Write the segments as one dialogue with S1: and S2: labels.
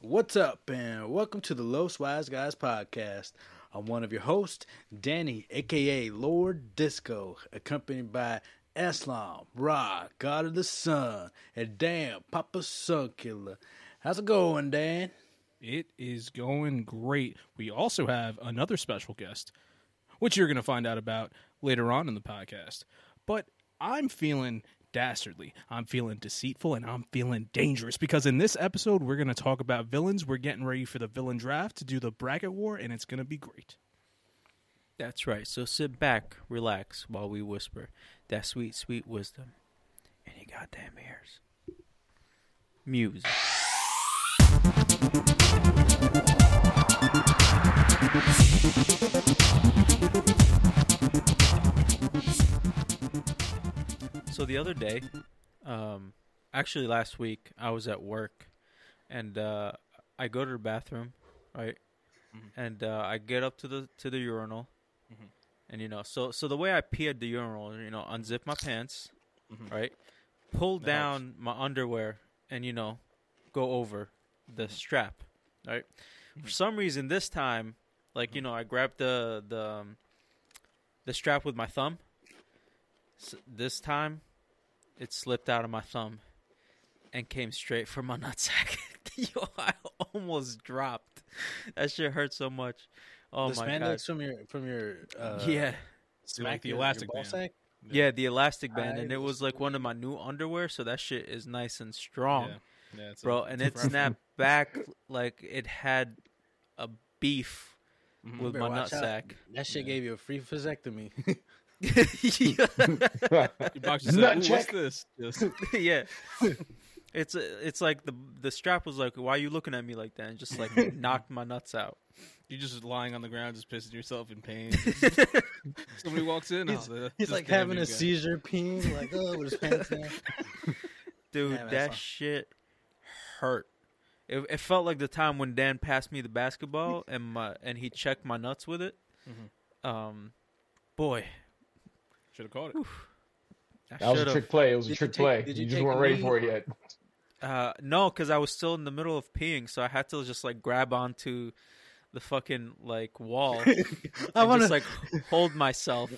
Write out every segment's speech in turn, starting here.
S1: What's up, and welcome to the Los Wise Guys podcast. I'm one of your hosts, Danny, aka Lord Disco, accompanied by Islam, Ra, God of the Sun, and Dan, Papa Sun Killer. How's it going, Dan?
S2: It is going great. We also have another special guest, which you're going to find out about later on in the podcast. But I'm feeling dastardly. I'm feeling deceitful and I'm feeling dangerous because in this episode, we're going to talk about villains. We're getting ready for the villain draft to do the bracket war, and it's going to be great.
S3: That's right. So sit back, relax while we whisper that sweet, sweet wisdom in your goddamn ears. Music. So the other day, um, actually last week, I was at work, and uh, I go to the bathroom, right,
S2: Mhm.
S3: and uh, I get up to the to the urinal,
S2: Mhm.
S3: and you know, so so the way I pee at the urinal, you know, unzip my pants,
S2: Mhm.
S3: right, pull
S2: That helps.
S3: down my underwear, and you know, go over the strap, right.
S2: Mm-hmm.
S3: For some reason, this time, like
S1: Mm.
S3: you know, I grabbed the the um, the strap with my thumb. S this time, it slipped out of my thumb and came straight for my nutsack. Yo, I almost dropped. That shit hurt so much. Oh
S1: the
S3: my god!
S1: spandex from your from your uh,
S3: yeah,
S1: smack
S2: Like the
S1: your- your
S2: elastic
S1: ball
S2: band.
S1: sack?
S3: yeah, the elastic band,
S1: I
S3: and it
S1: was-
S3: was like one of my new underwear, so that shit is nice and strong.
S2: Yeah. Yeah, it's
S3: bro,
S2: a-
S3: and
S2: it's a
S3: it
S2: rough
S3: snapped back like it had a beef
S2: Mhm.
S3: with
S1: Mm-hmm. Better
S3: my
S1: watch out.
S3: nutsack.
S1: That shit
S2: Yeah.
S1: gave you a free vasectomy.
S3: yeah.
S2: one. Your box is like,
S4: Nut
S2: "Ooh,
S4: check."
S2: what's this? Just-
S3: it's it's like the the strap was like, "Why are you looking at me like that?" And just like knocked my nuts out.
S2: you're just lying on the ground, just pissing yourself in pain. Somebody walks in.
S1: He's-
S2: oh, the-
S1: He's
S2: this
S1: like
S2: damn
S1: having
S2: new
S1: a
S2: guy.
S1: seizure, peeing like oh, with his pants down.
S3: Dude,
S1: Yeah, that's
S3: that
S1: all.
S3: shit hurt. It, it felt like the time when Dan passed me the basketball and my and he checked my nuts with it.
S2: Mhm.
S3: Um, boy,
S2: Should have caught it.
S3: I
S4: That was
S3: should've-
S4: a trick play. It was
S1: Did
S4: a
S1: you
S4: trick
S1: take-
S4: play.
S1: did
S4: You,
S1: you
S4: just
S1: take
S4: weren't
S1: a
S4: ready
S1: knee?
S4: for it yet.
S3: Uh, no, because I was still in the middle of peeing, so I had to just like grab onto the fucking like wall
S1: I
S3: and
S1: want to
S3: just like hold myself.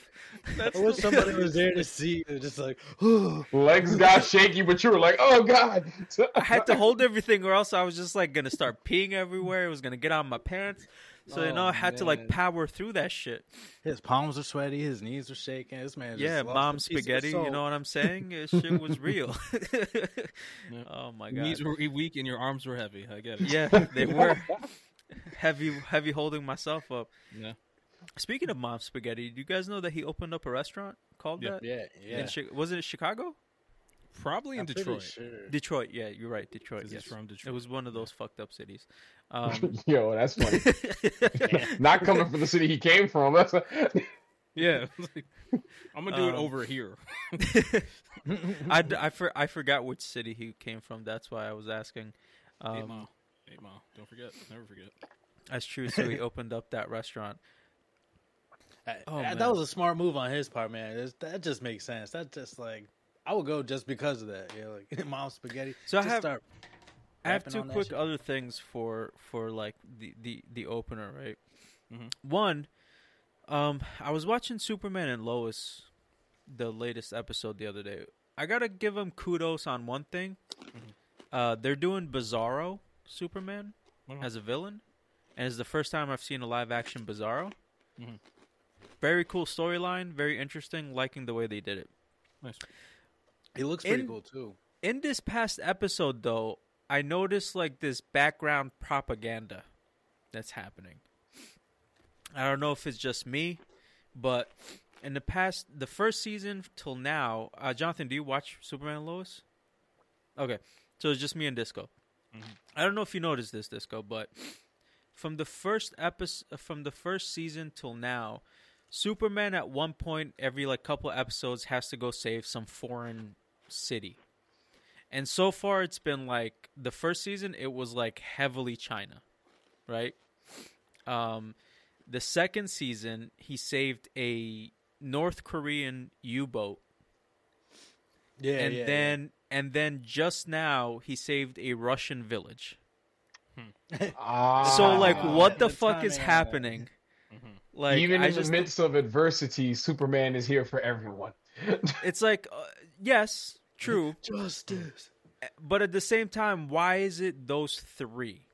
S1: I wish somebody was there to see. They're just like, oh,
S4: Legs got shaky, but you were like, "Oh God!"
S3: I had to hold everything, or else I was just like gonna start peeing everywhere. It was gonna get on my pants, so you know
S1: Oh,
S3: I had to like
S1: man.
S3: power through that shit.
S1: his palms are sweaty, his knees are shaking. This man, just
S3: yeah,
S1: lost
S3: mom
S1: a piece of his
S3: spaghetti. You
S1: soul.
S3: know what I'm saying? It shit was real. Oh my
S2: Your
S3: god.
S2: knees were weak and your arms were heavy. I get it.
S3: Yeah, they were heavy, heavy holding myself up.
S2: Yeah.
S3: Speaking of mom spaghetti, do you guys know that he opened up a restaurant called
S2: Yeah.
S3: that?
S1: Yeah, yeah.
S3: In Chi- was it Chicago?
S2: Probably in
S1: I'm pretty
S2: Detroit.
S1: sure.
S3: Detroit. Yeah, you're right. Detroit.
S2: 'cause
S3: Yes.
S2: he's from
S3: It
S2: Detroit.
S3: was one of those fucked up cities. Um,
S4: Yo, that's funny. Not coming from the city he came from. That's
S2: yeah. I'm gonna do it
S3: Um,
S2: over here.
S3: I, d- I, for, I forgot which city he came from. That's why I was asking.
S2: Eight
S3: Um,
S2: mile. Eight mile. Don't forget. Never forget.
S3: that's true. So he opened up that restaurant.
S1: I-
S3: Oh,
S1: I- that
S3: man.
S1: was a smart move on his part, man. It's- that just makes sense. That's just like, I would go just because of that. Yeah, like mom spaghetti.
S3: So I
S1: Just
S3: have-
S1: start
S3: I have
S1: rapping
S3: two
S1: on that
S3: quick
S1: shit.
S3: other things for for like the the, the opener, right?
S1: Mm-hmm.
S2: Mhm.
S3: One, um, I was watching Superman and Lois, the latest episode the other day. I gotta give them kudos on one thing.
S1: Mm-hmm.
S3: Uh, they're doing Bizarro Superman
S1: Uh-huh.
S2: Wow.
S3: as a villain, and it's the first time I've seen a live action Bizarro.
S1: Mm-hmm.
S2: Mhm.
S3: Very cool storyline, very interesting. Liking the way they did it.
S2: Nice.
S1: He looks pretty
S3: in-
S1: cool too.
S3: In this past episode, though, I noticed like this background propaganda that's happening. I don't know if it's just me, but in the past, the first season till now, uh, Jonathan, do you watch Superman and Lois? Okay, so it's just me and Disco. I don't know if you noticed this, Disco, but from the first episode, from the first season till now, Superman at one point every like couple episodes has to go save some foreign city. And so far, it's been like the first season, it was like heavily China, right? Um, the second season, he saved a North Korean U boat,
S1: Yeah,
S3: and
S1: yeah, yeah.
S3: then and then just now he saved a Russian village.
S4: Ah. Mm-hmm.
S3: So like,
S1: Ah.
S3: what the
S1: The
S3: fuck
S1: timing of
S3: is
S1: it.
S3: happening? Like,
S4: even
S3: I
S4: in the
S3: just-
S4: midst of adversity, Superman is here for everyone.
S3: it's like, uh, yes, true,
S1: Justice.
S3: but at the same time, why is it those three?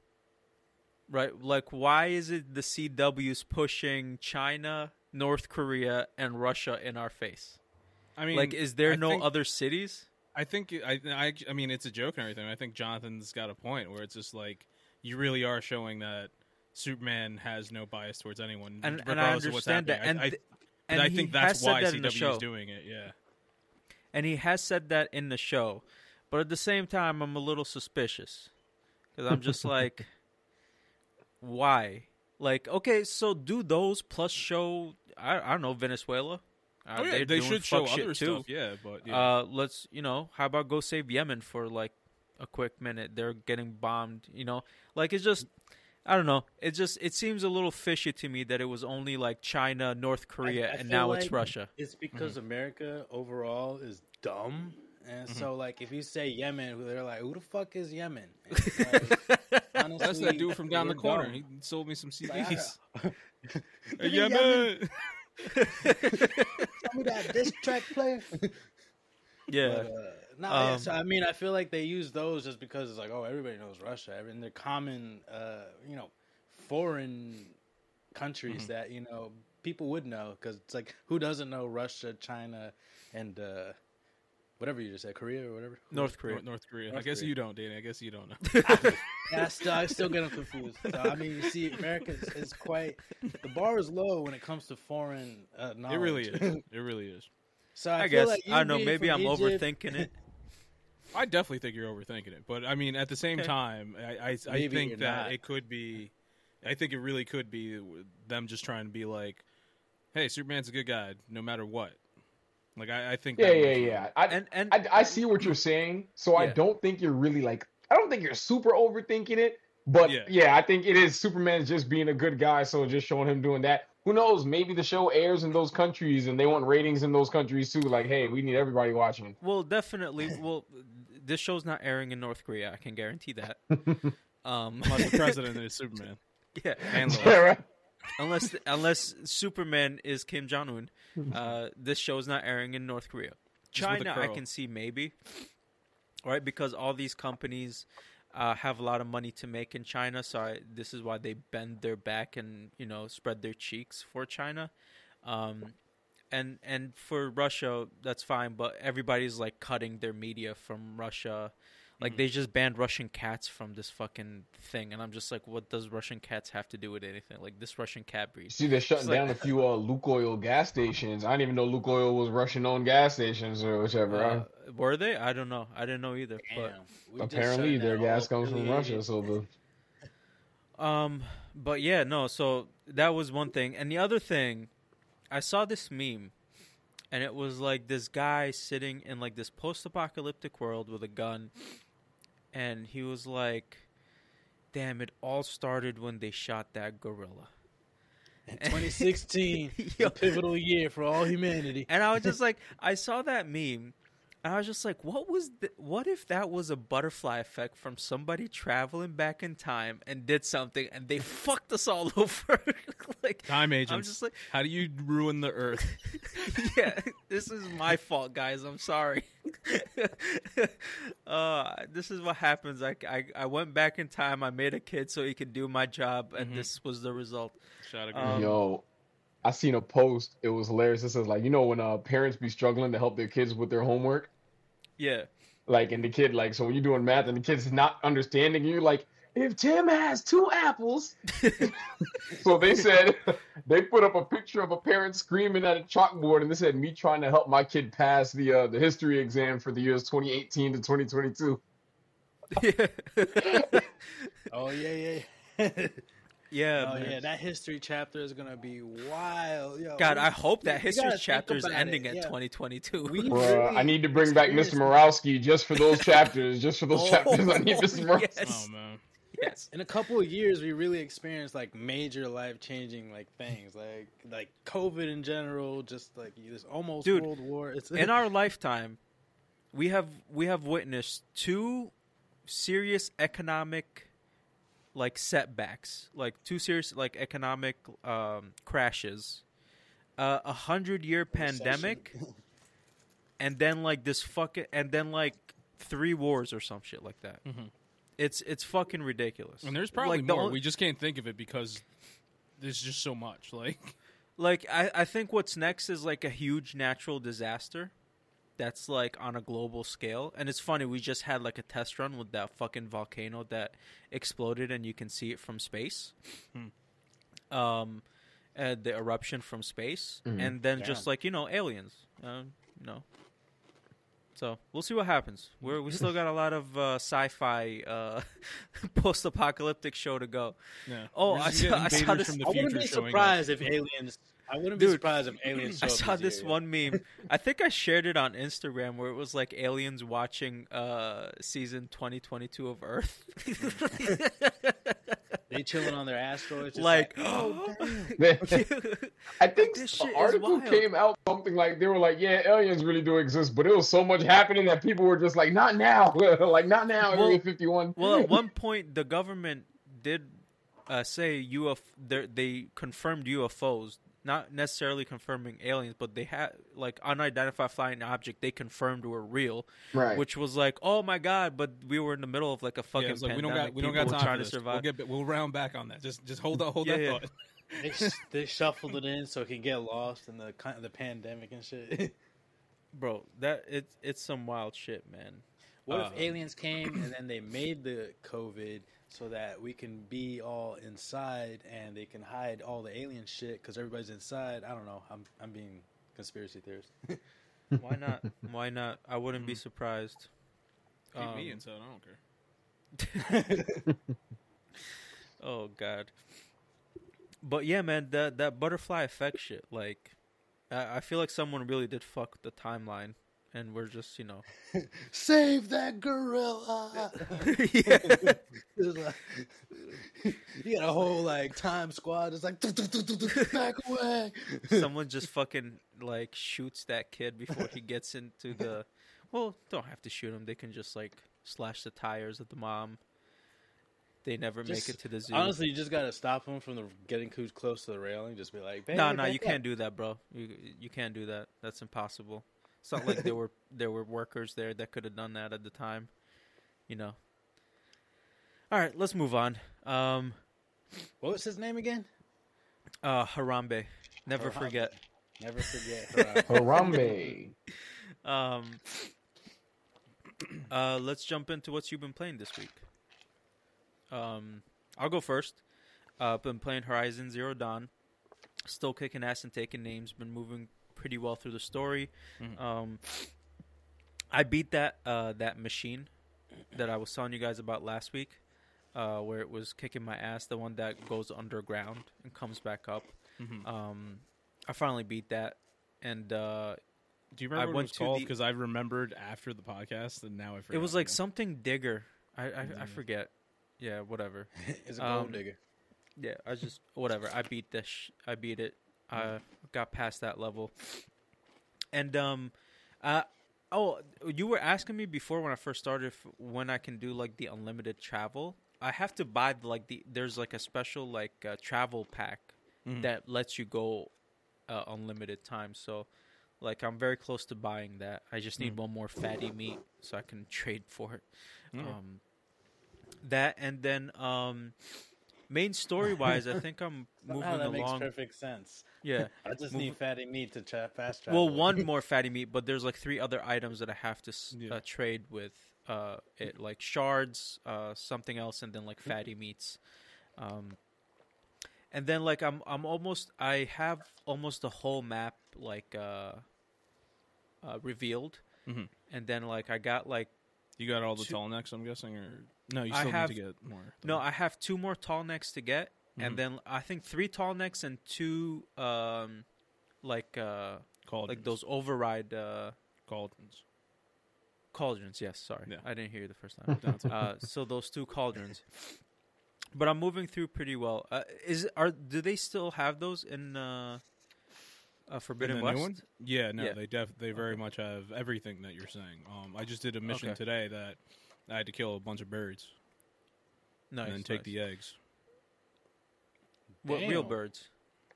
S3: Right? Like, why is it the CW's pushing China, North Korea, and Russia in our face?
S2: I mean,
S3: like, is there
S2: I
S3: no
S2: think-
S3: other cities?
S2: I think I, I I mean it's a joke and everything. I think Jonathan's got a point where it's just like you really are showing that Superman has no bias towards anyone,
S3: And- and I
S2: regardless of what's
S3: understand that,
S2: happening. I-
S3: and
S2: I,
S3: th-
S2: but
S3: and
S2: I
S3: he
S2: think that's
S3: has said
S2: why
S3: that in the
S2: CW
S3: show.
S2: is doing it. Yeah,
S3: And he has said that in the show, but at the same time, I'm a little suspicious because I'm just like, why? Like, okay, so do those plus show? I, I don't know Venezuela. Uh,
S2: Oh, yeah,
S3: they're
S2: they
S3: doing
S2: should show
S3: fuck shit
S2: other
S3: too.
S2: stuff. Yeah, but yeah.
S3: Uh, let's you know, how about go save Yemen for like a quick minute? They're getting bombed, you know. Like it's just, I don't know. It just it seems a little fishy to me that it was only like China, North
S1: I
S3: Korea,
S1: feel
S3: and now it's
S1: like
S3: Russia.
S1: It's because America overall is dumb. And so, like, if you say Yemen, they're like, "Who the fuck is Yemen?" And it's like, honestly,
S2: that's that dude from down the
S1: we're
S2: corner.
S1: dumb.
S2: He sold me some
S1: Like, I-
S2: CDs.
S1: Hey,
S2: yeah,
S1: Yemen,
S2: man.
S1: Tell me that diss track play.
S3: Yeah,
S1: But, uh, no, yeah,
S3: Um,
S1: so I mean, I feel like they use those just because it's like, oh, everybody knows Russia, and they're common, uh, you know, foreign countries that you know people would know because it's like, who doesn't know Russia, China, and uh, whatever you just said, Korea or whatever.
S3: North Korea.
S2: North, North Korea. I
S1: North
S2: guess
S1: Korea.
S2: you don't, Danny. I guess you don't know.
S1: Yeah, I still, I still get them confused. So, I mean, you see, America is, is quite the bar is low when it comes to foreign uh, knowledge.
S2: it really is. It really is.
S1: So I,
S3: I,
S1: feel
S3: guess
S1: like you
S3: I don't know.
S1: being
S3: Maybe I'm
S1: from Egypt-
S3: overthinking it.
S2: I definitely think you're overthinking it, but I mean, at the same
S3: Okay.
S2: time, I I, I
S1: Maybe
S2: think
S1: you're
S2: that
S1: not.
S2: it could be, I think it really could be them just trying to be like, "Hey, Superman's a good guy, no matter what." Like I, I think.
S4: yeah,
S2: that
S4: yeah,
S2: might be-
S4: yeah. I,
S3: And and
S4: I, I see what you're saying. So I
S3: Yeah.
S4: don't think you're really like I don't think you're super overthinking it. But
S2: Yeah.
S4: yeah. I think it is Superman just being a good guy, so just showing him doing that. Who knows? Maybe the show airs in those countries and they want ratings in those countries too. Like, hey, we need everybody watching.
S3: well, definitely. Well, this show's not airing in North Korea. I can guarantee that. um,
S2: Unless the president is Superman.
S3: yeah,
S2: And
S4: Yeah,
S2: Lois.
S4: right?
S3: unless unless Superman is Kim Jong Un, uh, this show is not airing in North Korea.
S2: Just with a
S3: China, I
S2: curl.
S3: can see maybe, right? Because all these companies uh, have a lot of money to make in China, so I, this is why they bend their back and you know spread their cheeks for China. Um, and and for Russia, that's fine, but everybody's like cutting their media from Russia. Like they just banned Russian cats from this fucking thing, and I'm just like, what does Russian cats have to do with anything? Like this Russian cat breed.
S4: See, they're shutting
S3: It's like-
S4: down a few uh, Luke Oil gas stations. I didn't even know Luke Oil was Russian owned gas stations or whichever.
S3: Uh, were they? I don't know. I didn't know either.
S1: Damn, we
S4: Uh,
S1: just
S4: apparently,
S1: shut
S4: their
S1: down
S4: gas
S1: all
S4: comes from
S1: affiliated-
S4: Russia. So the
S3: But um, but yeah, no. So that was one thing, and the other thing, I saw this meme, and it was like this guy sitting in like this post-apocalyptic world with a gun, and he was like, "Damn, it all started when they shot that gorilla."
S1: And 2016, is
S3: Yo.
S1: a pivotal year for all humanity.
S3: And I was just like, I saw that meme, and I was just like, what was? Th- what if that was a butterfly effect from somebody traveling back in time and did something, and they fucked us all over? like
S2: Time
S3: I'm
S2: agents.
S3: just like,
S2: How do you ruin the Earth?
S3: yeah, this is my fault, guys. I'm sorry. uh, this is what happens. I, I I went back in time. I made a kid so he could do my job, and
S1: Mm-hmm.
S3: this was the result.
S2: Shot a
S3: Um,
S4: Yo, I seen a post. It was hilarious. It says like, you know, when uh, parents be struggling to help their kids with their homework,
S3: Yeah.
S4: like, and the kid like, so when you're doing math and the kid's not understanding, you're like, if Tim has two apples, so they said they put up a picture of a parent screaming at a chalkboard, and they said, me trying to help my kid pass the uh, the history exam for the years 2018 to 2022.
S1: Oh yeah, yeah. yeah.
S3: yeah.
S1: oh
S3: man.
S1: yeah, that history chapter is gonna be wild. Yo,
S3: God,
S1: we-
S3: I hope
S1: you-
S3: that
S1: you
S3: history
S1: gotta think
S3: chapter is
S1: about
S3: ending
S1: it,
S3: at
S1: yeah.
S3: 2022.
S1: We-
S4: Bruh, I
S1: Really
S4: need to bring back Mr.
S1: experienced-
S4: Morowski just for those chapters, just for those
S3: Oh,
S4: chapters. I need Mr. Morowski.
S3: yes.
S2: oh man.
S3: yes.
S1: In a couple of years, we really experienced like major life changing like things, like like COVID in general, just like this almost
S3: Dude,
S1: world war. It's
S3: In our lifetime, we have we have witnessed two serious economic like setbacks, like too serious, like economic um, crashes, uh, a hundred year pandemic, and then like this fucking, and then like three wars or some shit like that. It's it's fucking ridiculous.
S2: Mm-hmm. And there's probably
S3: like, the
S2: more.
S3: on-
S2: we just can't think of it because there's just so much. Like
S3: like I, I think what's next is like a huge natural disaster that's like on a global scale and it's funny we just had like a test run with that fucking volcano that exploded and you can see it from space um uh, the eruption from space and then just like you know aliens uh, you know so we'll see what happens we're we still got a lot of uh, sci-fi uh post-apocalyptic show to go
S2: Yeah.
S3: Oh,
S2: We're
S3: I
S2: just
S3: saw-
S2: getting
S3: I saw
S2: invaders
S3: this-
S2: from the
S1: I wouldn't
S2: future
S1: be
S2: showing up.
S1: surprised if aliens. I wouldn't be
S3: Dude,
S1: surprised if aliens.
S3: I
S1: show up
S3: saw
S1: in
S3: this
S1: area.
S3: one meme. I think I shared it on Instagram where it was like aliens watching uh season 2022 of Earth.
S1: They chilling on their asteroids. just
S3: like
S2: "Oh,
S4: I think
S3: This
S4: the
S3: shit is
S4: article
S3: wild.
S4: came out something like they were like, yeah, aliens really do exist, but it was so much happening that people were just like, not now, like not now,
S3: Well-
S4: Area 51.
S3: well at one point the government did uh, say UF they're- they confirmed UFOs, not necessarily confirming aliens, but they had like unidentified flying object they confirmed were real,
S4: right.
S3: which was like, "Oh my god, but we were in the middle of like a fucking
S2: Yeah, it's like we
S3: pandemic.
S2: don't got we don't got
S3: People were
S2: time
S3: trying
S2: for
S3: to
S2: this.
S3: survive."
S2: We'll get ba- we'll round back on that. Just just hold that hold
S3: Yeah,
S2: that
S3: yeah.
S2: thought.
S1: they, they shuffled it in so it could get lost in the kind of the pandemic and shit.
S3: Bro, that it's it's some wild shit, man.
S1: What
S3: Um,
S1: if aliens came and then they made the COVID so that we can be all inside and they can hide all the alien shit because everybody's inside? I don't know. I'm I'm being conspiracy theorist.
S3: Why not? Why not? I wouldn't be surprised.
S2: Keep me
S3: Um,
S2: inside. I don't care.
S3: Oh god. But yeah, man, that that butterfly effect shit. Like, I, I feel like someone really did fuck the timeline, and we're just you know.
S1: Save that gorilla!
S3: yeah.
S1: It's like- you got a whole like time squad. It's like back away.
S3: Someone just fucking like shoots that kid before he gets into the. Well, don't have to shoot him. They can just like slash the tires of the mom. They never
S1: Just-
S3: make it to the zoo.
S1: Honestly, you just gotta stop them from the, getting too close to the railing. Just be like,
S3: No, no, you can't do that, bro. You you can't do that. That's impossible. It's not like there were there were workers there that could have done that at the time, you know. All right, let's move on. Um,
S1: What was his name again?
S3: uh, Harambe, never
S1: Harambe.
S3: forget.
S1: Never forget. Harambe.
S4: Harambe.
S3: Um, uh, let's jump into what you've been playing this week. Um, I'll go first. Uh, been playing Horizon Zero Dawn. Still kicking ass and taking names. Been moving pretty well through the story. Um, I beat that uh, that machine that I was telling you guys about last week, uh, where it was kicking my ass. The one that goes underground and comes back up. Um, I finally beat that, and uh,
S2: Do you remember
S3: I
S2: what it
S3: went
S2: was
S3: to
S2: called?
S3: the-
S2: Because I remembered after the podcast, and now I forgot.
S3: It was like
S2: again.
S3: something digger. I I, I forget. Yeah, whatever.
S1: It's a gold
S3: Um,
S1: digger.
S3: Yeah, I just whatever. I beat this. Sh- I beat it.
S1: Mm-hmm.
S3: I got past that level. And um, uh, oh, you were asking me before when I first started if, when I can do like the unlimited travel. I have to buy like the there's like a special like uh, travel pack
S1: Mm-hmm.
S3: that lets you go uh, unlimited time. So like I'm very close to buying that. I just need
S1: Mm.
S3: one more fatty meat so I can trade for it. Um, that and then um, main story wise, I think I'm moving
S1: Somehow that makes
S3: along.
S1: perfect sense.
S3: Yeah.
S1: I just need fatty meat to tra- fast travel.
S3: Well, one more fatty meat, but there's like three other items that I have to s
S2: Yeah.
S3: uh, trade with uh, it, like shards, uh, something else, and then like fatty meats. Um, and then like I'm I'm almost I have almost the whole map like uh, uh, revealed,
S2: Mhm.
S3: and then like I got like
S2: you got all the
S3: two-
S2: tall necks. I'm guessing, or no, you
S3: I
S2: still
S3: have-
S2: need to get more.
S3: No, I have two more tall necks to get, and then I think three tall necks and two um, like uh,
S2: cauldrons.
S3: like those override uh,
S2: cauldrons.
S3: cauldrons. Yes, sorry,
S2: Yeah.
S3: I didn't hear you the first time. uh, so those two cauldrons. But I'm moving through pretty well. Uh, is are do they still have those in uh, uh,
S2: And
S3: Forbidden
S2: the
S3: West?
S2: new one? Yeah, no,
S3: Yeah.
S2: they def they very much have everything that you're saying. Um, I just did a mission
S3: Okay.
S2: today that I had to kill a bunch of birds.
S3: Nice.
S2: and then take
S3: nice.
S2: the uh, eggs.
S3: what, real
S1: Damn.
S3: birds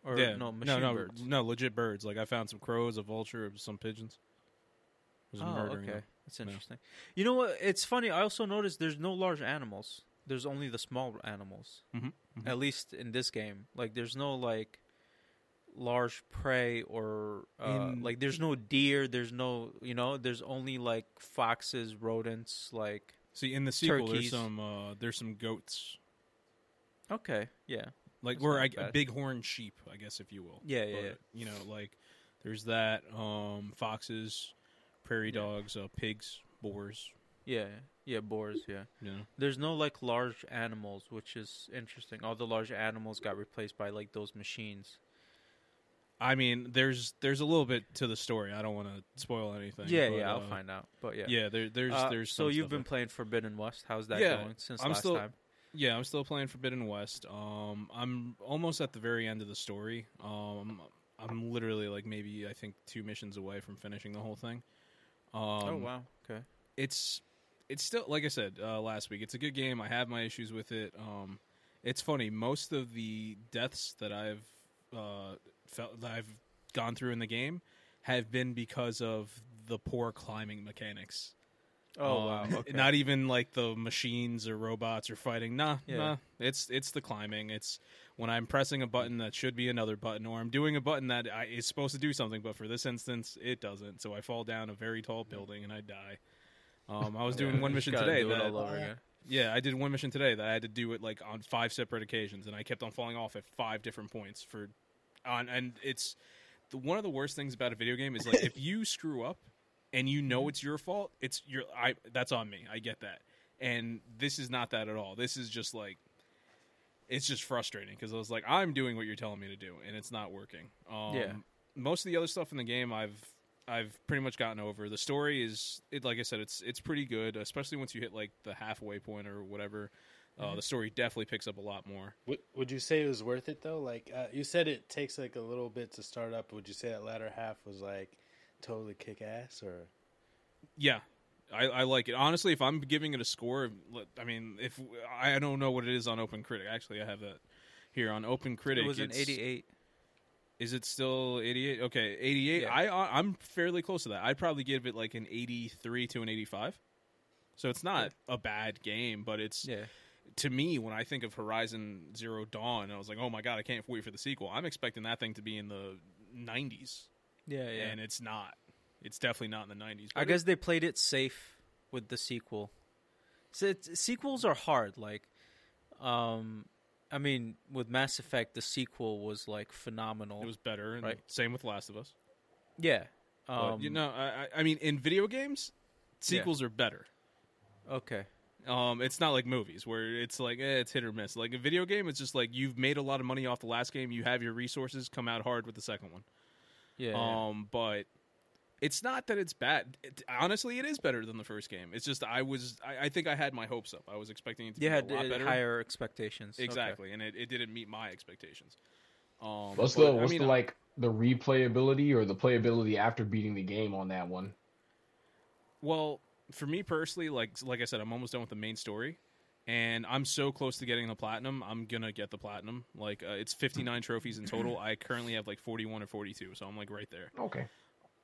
S3: or
S2: yeah.
S3: no machine
S2: no, no,
S3: birds.
S2: no, legit birds. Like I found some crows, a vulture, some pigeons. Was
S3: Oh,
S2: murdering
S3: okay.
S2: them.
S3: That's
S2: Yeah.
S3: interesting. You know what? It's funny. I also noticed there's no large animals. There's only the small animals.
S2: Mhm, mhm.
S3: At least in this game, like there's no like large prey or uh,
S2: In-
S3: like there's no deer. There's no you know. There's only like foxes, rodents. Like
S2: See, in the sequel,
S3: Turkeys.
S2: there's some uh, there's some goats,
S3: okay, yeah,
S2: like
S3: That's
S2: or
S3: not
S2: I,
S3: bad.
S2: bighorn sheep, I guess if you will.
S3: Yeah, yeah,
S2: But,
S3: yeah.
S2: You know, like there's that um, foxes, prairie dogs, uh, pigs, boars.
S3: yeah, yeah. Boars, yeah.
S2: You know,
S3: There's no like large animals, which is interesting. All the large animals got replaced by like those machines.
S2: I mean, there's there's a little bit to the story. I don't want to spoil anything.
S3: yeah,
S2: but,
S3: yeah. I'll
S2: uh,
S3: find out. But yeah,
S2: Yeah, there, there's
S3: Uh,
S2: there's
S3: so
S2: some
S3: you've
S2: stuff
S3: been
S2: like-
S3: playing Forbidden West. How's that
S2: Yeah,
S3: going since
S2: I'm
S3: last
S2: still-
S3: time?
S2: Yeah, I'm still playing Forbidden West. Um, I'm almost at the very end of the story. Um, I'm literally like maybe I think two missions away from finishing the whole thing. Um,
S3: oh wow. Okay.
S2: it's it's still like I said uh, last week. It's a good game. I have my issues with it. Um, it's funny. Most of the deaths that I've uh, felt that I've gone through in the game have been because of the poor climbing mechanics. Um,
S3: Oh wow. Okay.
S2: Not even like the machines or robots are fighting. Nah,
S3: Yeah.
S2: nah. It's it's the climbing. It's when I'm pressing a button that should be another button, or I'm doing a button that I, is supposed to do something, but for this instance, it doesn't. So I fall down a very tall building and I die. Um, I was doing
S3: Yeah,
S2: one
S3: you
S2: mission
S3: gotta
S2: today.
S3: do it
S2: that-
S3: all over again.
S2: yeah, I did one mission today that I had to do it like on five separate occasions, and I kept on falling off at five different points for on. And it's the, one of the worst things about a video game is like if you screw up and you know it's your fault, it's your I. That's on me. I get that, and this is not that at all. This is just like it's just frustrating because I was like, I'm doing what you're telling me to do, and it's not working. Um,
S3: Yeah.
S2: Most of the other stuff in the game, I've I've pretty much gotten over. The story is, it like I said, it's it's pretty good, especially once you hit like the halfway point or whatever. Uh, the story definitely picks up a lot more.
S1: Would, would you say it was worth it though? Like uh, you said, it takes like a little bit to start up. Would you say that latter half was like totally kick ass or?
S2: Yeah, I, I like it. Honestly, if I'm giving it a score, I mean, if I don't know what it is on Open Critic. Actually, I have that here on Open Critic.
S3: It was an
S2: it's-
S3: 88.
S2: Is it still 88? Okay, 88.
S3: Yeah.
S2: I I I'm fairly close to that. I'd probably give it like an 83 to an 85. So it's not a bad game, but it's
S3: Yeah.
S2: to me when I think of Horizon Zero Dawn, I was like, "Oh my god, I can't wait for the sequel." I'm expecting that thing to be in the 90s,
S3: Yeah, yeah.
S2: and it's not. It's definitely not in the 90s. but
S3: I
S2: it-
S3: guess they played it safe with the sequel. So it's, sequels are hard. Like, um, I mean, with Mass Effect, the sequel was like phenomenal.
S2: it was better. And
S3: Right.
S2: Same with Last of Us.
S3: yeah.
S2: But,
S3: Um,
S2: you know, I, I- I mean, in video games, sequels are better.
S3: Okay.
S2: Um, it's not like movies where it's like eh, it's hit or miss. Like a video game, it's just like you've made a lot of money off the last game. You have your resources. Come out hard with the second one.
S3: Yeah. yeah.
S2: Um, but it's not that it's bad. It, honestly, it is better than the first game. It's just I was I, I think I had my hopes up. I was expecting it to
S3: you
S2: be
S3: had
S2: a lot
S3: uh,
S2: better.
S3: higher expectations. Okay.
S2: Exactly, and it, it didn't meet my expectations. Um,
S4: What's
S2: but,
S4: the
S2: I
S4: what's
S2: mean,
S4: the like the replayability or the playability after beating the game on that one?
S2: Well, for me personally, like like I said, I'm almost done with the main story, and I'm so close to getting the platinum. I'm gonna get the platinum. Like uh, it's 59 trophies in total. I currently have like 41 or 42, so I'm like right there.
S4: Okay.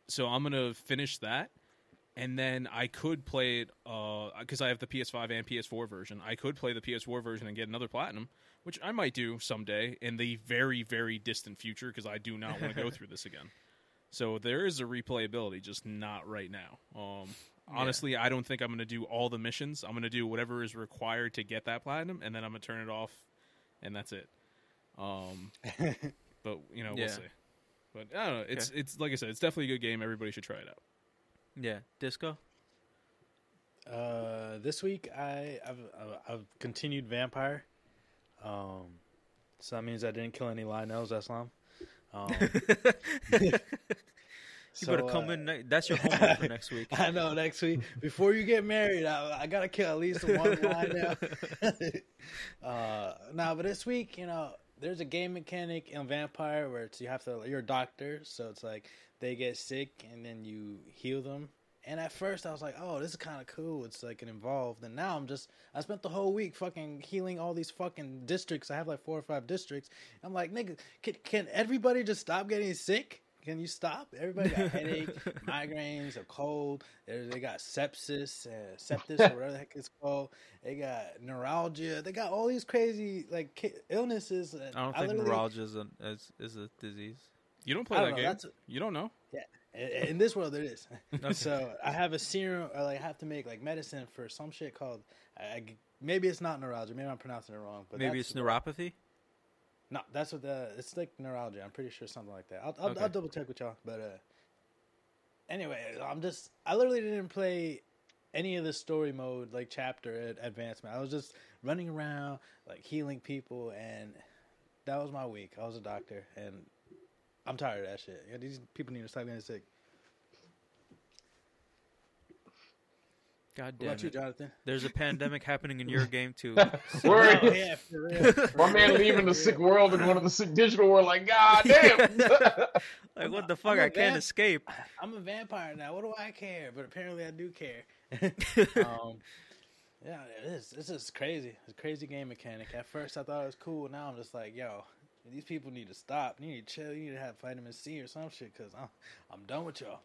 S2: So I'm gonna finish that, and then I could play it because I have the PS5 and PS4 version. I could play the PS4 version and get another platinum, which I might do someday in the very very distant future because I do not want to go through this again. So there is a replayability, just not right now. Um, honestly, I don't think I'm going to do all the missions. I'm going to do whatever is required to get that platinum, and then I'm going to turn it off, and that's it. Um, but you know,
S3: Yeah.
S2: we'll see. But I don't know. It's it's like I said, it's definitely a good game. Everybody should try it out.
S3: Yeah. Disco.
S1: Uh, this week I I've, I've- I've continued vampire. Um, so that means I didn't kill any Lionels Aslam. Um,
S3: You better come
S1: uh,
S3: in. Ne- that's your homework for next week.
S1: I know next week before you get married, I, I gotta kill at least one line now. uh, nah, but this week, you know, there's a game mechanic in Vampire where it's you have to you're a doctor, so it's like they get sick and then you heal them And at first, I was like, "Oh, this is kind of cool. It's like it involved." And now I'm just, I spent the whole week fucking healing all these fucking districts. I have like four or five districts. I'm like, "Nigga, can, can everybody just stop getting sick? Can you stop? Everybody got headache, migraines, a cold. They they got sepsis, uh, septis, or whatever the heck it's called. They got neuralgia. They got all these crazy like ki- illnesses. and
S3: I don't think
S1: literally-
S3: neuralgia is, an, is is a disease.
S2: You don't play
S1: I
S2: that
S1: don't know,
S2: game.
S1: that's-
S2: You don't know.
S1: In in this world, it is. So I have a serum. I like have to make like medicine for some shit called. I, I- maybe it's not neuralgia. Maybe I'm pronouncing it wrong. But
S3: Maybe
S1: that's-
S3: it's neuropathy.
S1: No, that's what the. It's like neuralgia. I'm pretty sure something like that. I'll I'll,
S3: Okay.
S1: I'll double check with y'all. But uh, anyway, I'm just. I literally didn't play any of the story mode like chapter at advancement. I was just running around like healing people, and that was my week. I was a doctor, and I'm tired of that shit. Yeah, these people need to stop getting sick.
S3: God
S1: What
S3: damn
S1: about you,
S3: it.
S1: Jonathan?
S3: There's a pandemic happening in your game too.
S4: Word.
S1: Oh, yeah, for real. for
S4: My man
S1: real.
S4: leaving the sick world and going to the sick digital world, like, God damn.
S3: Like what the
S1: I'm
S3: fuck?
S1: a
S3: I can't
S1: vamp.
S3: escape.
S1: I'm a vampire now. What do I care? But apparently, I do care. um, yeah, it is. It's just crazy. It's a crazy game mechanic. At first, I thought it was cool. Now I'm just like, yo, these people need to stop. You need to chill. You need to have vitamin C or some shit because I'm, I'm done with y'all.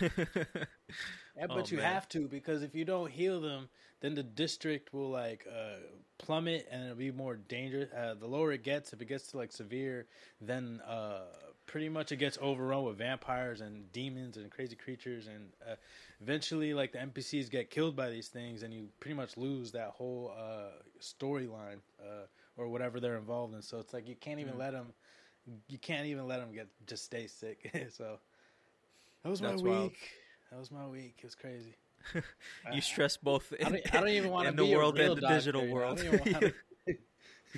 S1: Yeah, but
S3: Oh,
S1: you
S3: man.
S1: have to because if you don't heal them, then the district will like uh, plummet and it'll be more dangerous. Uh, the lower it gets, if it gets to like severe, then uh, pretty much it gets overrun with vampires and demons and crazy creatures, and uh, eventually like the NPCs get killed by these things, and you pretty much lose that whole uh, storyline uh, or whatever they're involved in. So it's like you can't
S3: Hmm.
S1: even let 'em let them, you can't even let them get just stay sick. so that was
S3: That's
S1: my week.
S3: wild.
S1: That was my week. It was crazy.
S3: you stress both.
S1: I
S3: In,
S1: don't, I don't even want to
S3: in
S1: be
S3: the world
S1: a real
S3: and the
S1: doctor,
S3: digital
S1: you know?
S3: world.
S1: I don't even wanna- I don't even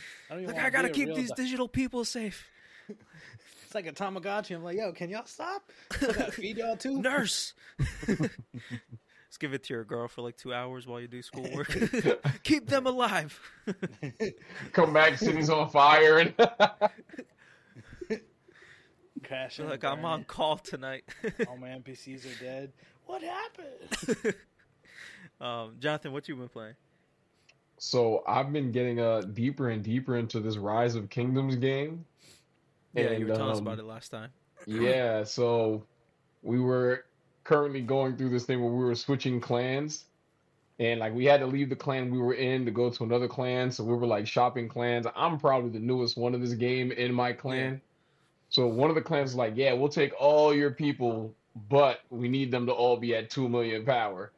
S3: like
S1: wanna
S3: I gotta
S1: be a
S3: keep
S1: real
S3: these
S1: doc-
S3: digital people safe.
S1: It's like a Tamagotchi. I'm like, yo, can y'all stop? I gotta feed y'all too.
S3: Nurse. Just give it to your girl for like two hours while you do schoolwork. keep them alive.
S4: Come back, city's on fire. And
S1: Crash. and
S3: like I'm
S1: burn.
S3: on call tonight.
S1: All my NPCs are dead. What happened?
S3: um, Jonathan, what you been playing?
S4: so I've been getting uh, deeper and deeper into this Rise of Kingdoms game.
S3: Yeah, you
S4: And,
S3: were telling us
S4: um,
S3: about it last time.
S4: Yeah, so we were currently going through this thing where we were switching clans. And like we had to leave the clan we were in to go to another clan, so we were like shopping clans. I'm probably the newest one of this game in my clan. So one of the clans was like, "Yeah, we'll take all your people, but we need them to all be at 2 million power."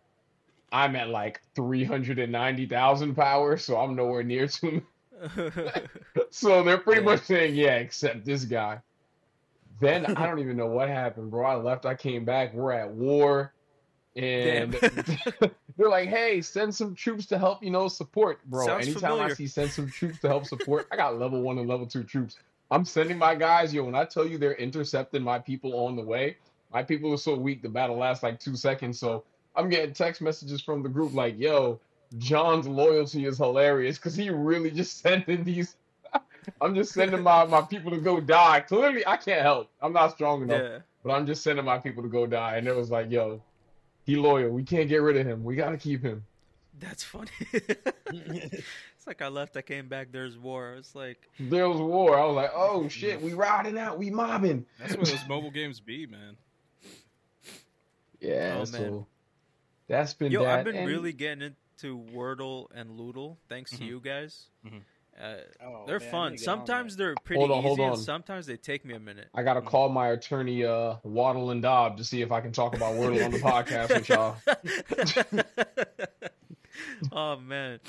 S4: I'm at like 390,000 power, so I'm nowhere near 2 million so they're pretty
S3: Yeah.
S4: much saying, yeah, except this guy. Then I don't even know what happened, bro. I left, I came back, we're at war. And they're like, hey, send some troops to help, you know, support, bro.
S3: Sounds
S4: Anytime I
S3: familiar.
S4: see send some troops to help support, I got level one and level two troops. I'm sending my guys, yo, when I tell you they're intercepting my people on the way, my people are so weak, the battle lasts like two seconds. So I'm getting text messages from the group like, yo, John's loyalty is hilarious because he really just sending these. I'm just sending my, my people to go die. Clearly, I can't help. I'm not strong enough,
S3: yeah.
S4: but I'm just sending my people to go die. And it was like, yo, he loyal. We can't get rid of him. We got to keep him.
S3: That's funny. it's like I left, I came back, there's war. It's like
S4: There was war. I was like, oh shit, we riding out. We mobbing.
S2: That's where those mobile games be, man.
S4: Yeah,
S3: Oh, man.
S4: so that's been
S3: yo,
S4: that.
S3: I've been
S4: And
S3: really getting into Wordle and Loodle, thanks to
S2: Mhm.
S3: you guys.
S2: Mhm.
S3: Uh,
S1: Oh,
S3: they're
S1: man, I need to get on
S3: fun. Sometimes
S1: that.
S3: they're pretty
S4: Hold on,
S3: easy,
S4: hold on.
S3: and sometimes they take me a minute.
S4: I got to call my attorney, uh, Waddle and Dobb, to see if I can talk about Wordle on the podcast with y'all.
S3: oh man,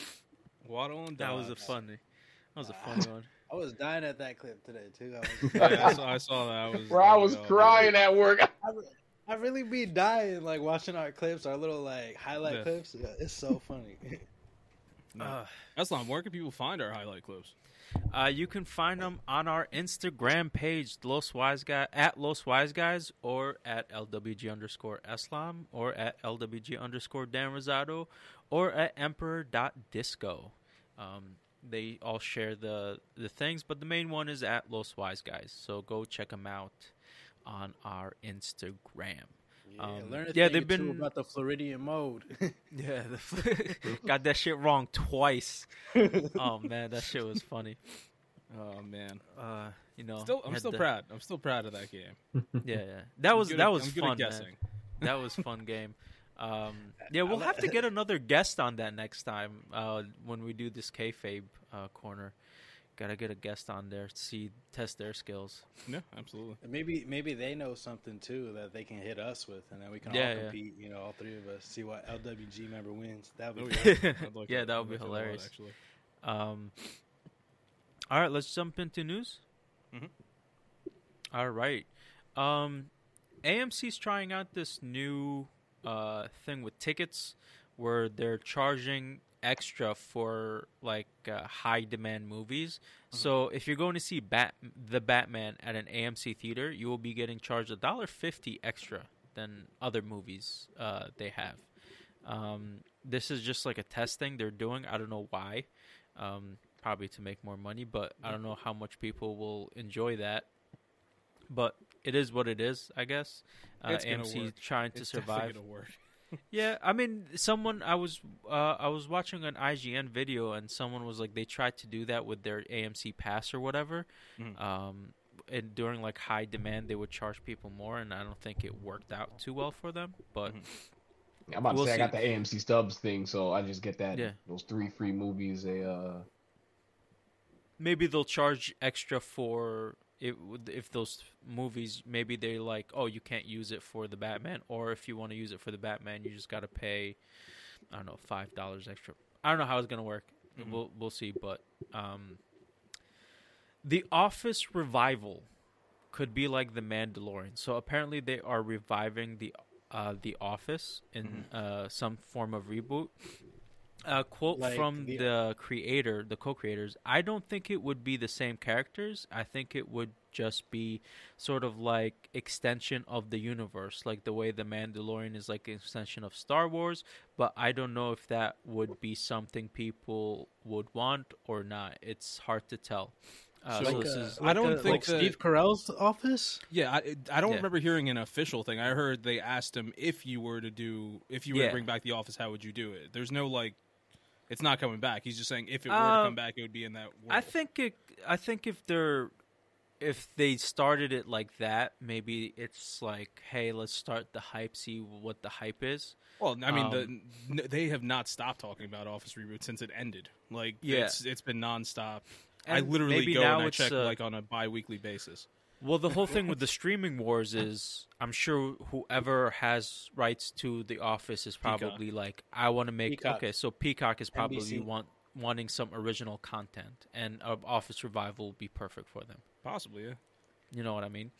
S2: Waddle and
S3: that was a
S2: Dodge.
S3: funny. That was a
S2: Ah.
S3: funny one.
S1: I was dying at that clip today too. I, was,
S2: Yeah, I saw, I saw that. I was,
S4: Bro, I was
S2: oh,
S4: crying at work.
S1: I, re- I really be dying like watching our clips, our little like highlight
S2: Yeah.
S1: clips. Yeah, it's so funny.
S2: No.
S3: Uh,
S2: That's not. Where can people find our highlight clips?
S3: Uh, you can find them on our Instagram page, Los Wise Guy at Los Wise Guys, or at LWG underscore Eslam, or at LWG underscore Dan Rosado, or at Emperor.disco. Um, they all share the the things, but the main one is at Los Wise Guys. So go check them out on our Instagram.
S1: Yeah,
S3: Um,
S1: learn a
S3: yeah,
S1: thing
S3: they've
S1: or two
S3: been-
S1: about the Floridian mode.
S3: Yeah, the got that shit wrong twice. oh man, that shit was funny.
S2: Oh man,
S3: Uh, you know,
S2: still I'm
S3: had
S2: still
S3: the-
S2: proud. I'm still proud of that game.
S3: Yeah, yeah, that was
S2: I'm good
S3: that
S2: at-
S3: was
S2: I'm good at
S3: fun. Man.
S2: guessing.
S3: That was fun game. Um, yeah, we'll
S1: li-
S3: have to get another guest on that next time uh, when we do this kayfabe uh, corner. Gotta get a guest on there to see test their skills.
S2: No, absolutely.
S1: maybe maybe they know something too that they can hit us with, and then we can
S3: Yeah,
S1: all
S3: yeah.
S1: compete. You know, all three of us see what LWG member wins. That
S2: Oh,
S1: would be
S2: yeah, I'd like
S3: Yeah, that
S2: I'd
S3: would be
S2: like a lot,
S3: hilarious.
S2: actually.
S3: Um, all right, let's jump into news.
S2: Mhm.
S3: All right. Um, AMC's trying out this new uh, thing with tickets where they're charging extra for like uh, high demand movies.
S2: Mm-hmm.
S3: So if you're going to see Bat- the Batman at an AMC theater, you will be getting charged a dollar fifty extra than other movies uh, they have. Um, this is just like a test thing they're doing. I don't know why. Um, probably to make more money, but I don't know how much people will enjoy that. But it is what it is, I guess. Uh,
S2: It's gonna
S3: AMC
S2: work.
S3: trying to
S2: It's definitely
S3: survive.
S2: gonna work.
S3: Yeah, I mean, someone I was uh, I was watching an IGN video, and someone was like, they tried to do that with their AMC pass or whatever.
S2: Mhm.
S3: Um, and during like high demand, they would charge people more, and I don't think it worked out too well for them. But
S4: I'm about to
S3: We'll
S4: say
S3: see.
S4: I got the AMC Stubbs thing, so I just get that
S3: Yeah.
S4: those three free movies. They uh,
S3: maybe they'll charge extra for it if those movies maybe they like oh you can't use it for the batman or if you want to use it for the batman you just got to pay i don't know five dollars extra i don't know how it's gonna work
S1: Mm-hmm.
S3: we'll we'll see but um the office revival could be like the mandalorian so apparently they are reviving the uh the office in
S1: Mm-hmm.
S3: uh some form of reboot a quote
S1: Like
S3: from
S1: the-
S3: the, creator, the co-creators. I don't think it would be the same characters. I think it would just be sort of like extension of the universe, like the way the Mandalorian is like an extension of Star Wars. But I don't know if that would be something people would want or not. It's hard to tell. Uh, so
S1: like,
S3: this
S1: uh,
S3: is
S2: I don't
S1: the-
S2: think
S1: like
S2: the-
S1: Steve Carell's office.
S2: Yeah, I, I don't
S3: Yeah.
S2: remember hearing an official thing. I heard they asked him if you were to do if you were
S3: Yeah.
S2: to bring back the office, how would you do it? There's no like, it's not coming back. He's just saying if it were to
S3: Uh,
S2: come back, it would be in that. World.
S3: I think it. I think if they're if they started it like that, maybe it's like, hey, let's start the hype, see what the hype is.
S2: Well, I mean,
S3: um,
S2: the, n- they have not stopped talking about office reboot since it ended. Like,
S3: Yeah.
S2: it's it's been nonstop. I
S3: And
S2: literally
S3: maybe
S2: go
S3: now
S2: and I
S3: it's,
S2: check
S3: uh,
S2: like on a bi-weekly basis.
S3: Well, the whole thing with the streaming wars is I'm sure whoever has rights to The Office is probably like, I want to make
S1: Peacock.
S3: okay. So Peacock is probably
S1: NBC.
S3: want wanting some original content, and uh, Office Revival will be perfect for them.
S2: Possibly, yeah.
S3: You know what I mean?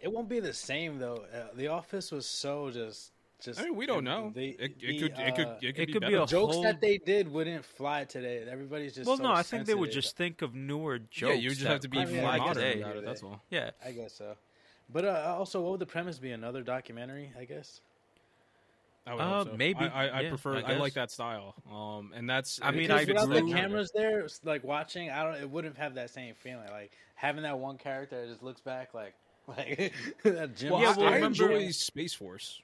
S1: It won't be the same though. Uh, the office was so just just.
S2: I mean, we don't
S1: and
S2: know.
S1: the-
S2: it, it,
S1: the,
S2: could, it could
S1: uh,
S2: it could
S3: it
S2: be
S3: could be
S2: better.
S3: a-
S1: jokes
S3: whole-
S1: that they did wouldn't fly today. Everybody's just
S3: well,
S1: so
S3: no, I think they would
S1: sensitive.
S3: just think of newer jokes.
S2: yeah, you just
S3: that
S2: have to be
S1: I
S3: would
S1: mean,
S2: more
S1: I
S3: fly
S1: guess
S2: modern
S1: they
S3: today.
S2: about
S1: do
S2: it. That's
S1: that.
S2: all.
S3: Yeah,
S1: I guess so. But uh, also, what would the premise be? Another documentary, I guess.
S2: I would
S3: Uh,
S2: hope Oh, so.
S3: maybe,
S2: I, I, I
S3: yeah,
S2: prefer.
S3: I
S2: I, like
S3: guess.
S2: that style. Um, and that's.
S3: I mean,
S2: it
S1: Because
S3: I
S2: grew-
S1: without the
S3: agree.
S1: cameras there, it's like watching, I don't. It wouldn't have that same feeling. Like having that one character that just looks back, like like that Jim.
S2: Well,
S3: Yeah,
S2: yeah,
S3: well,
S2: I
S3: remember-
S2: enjoy Space Force,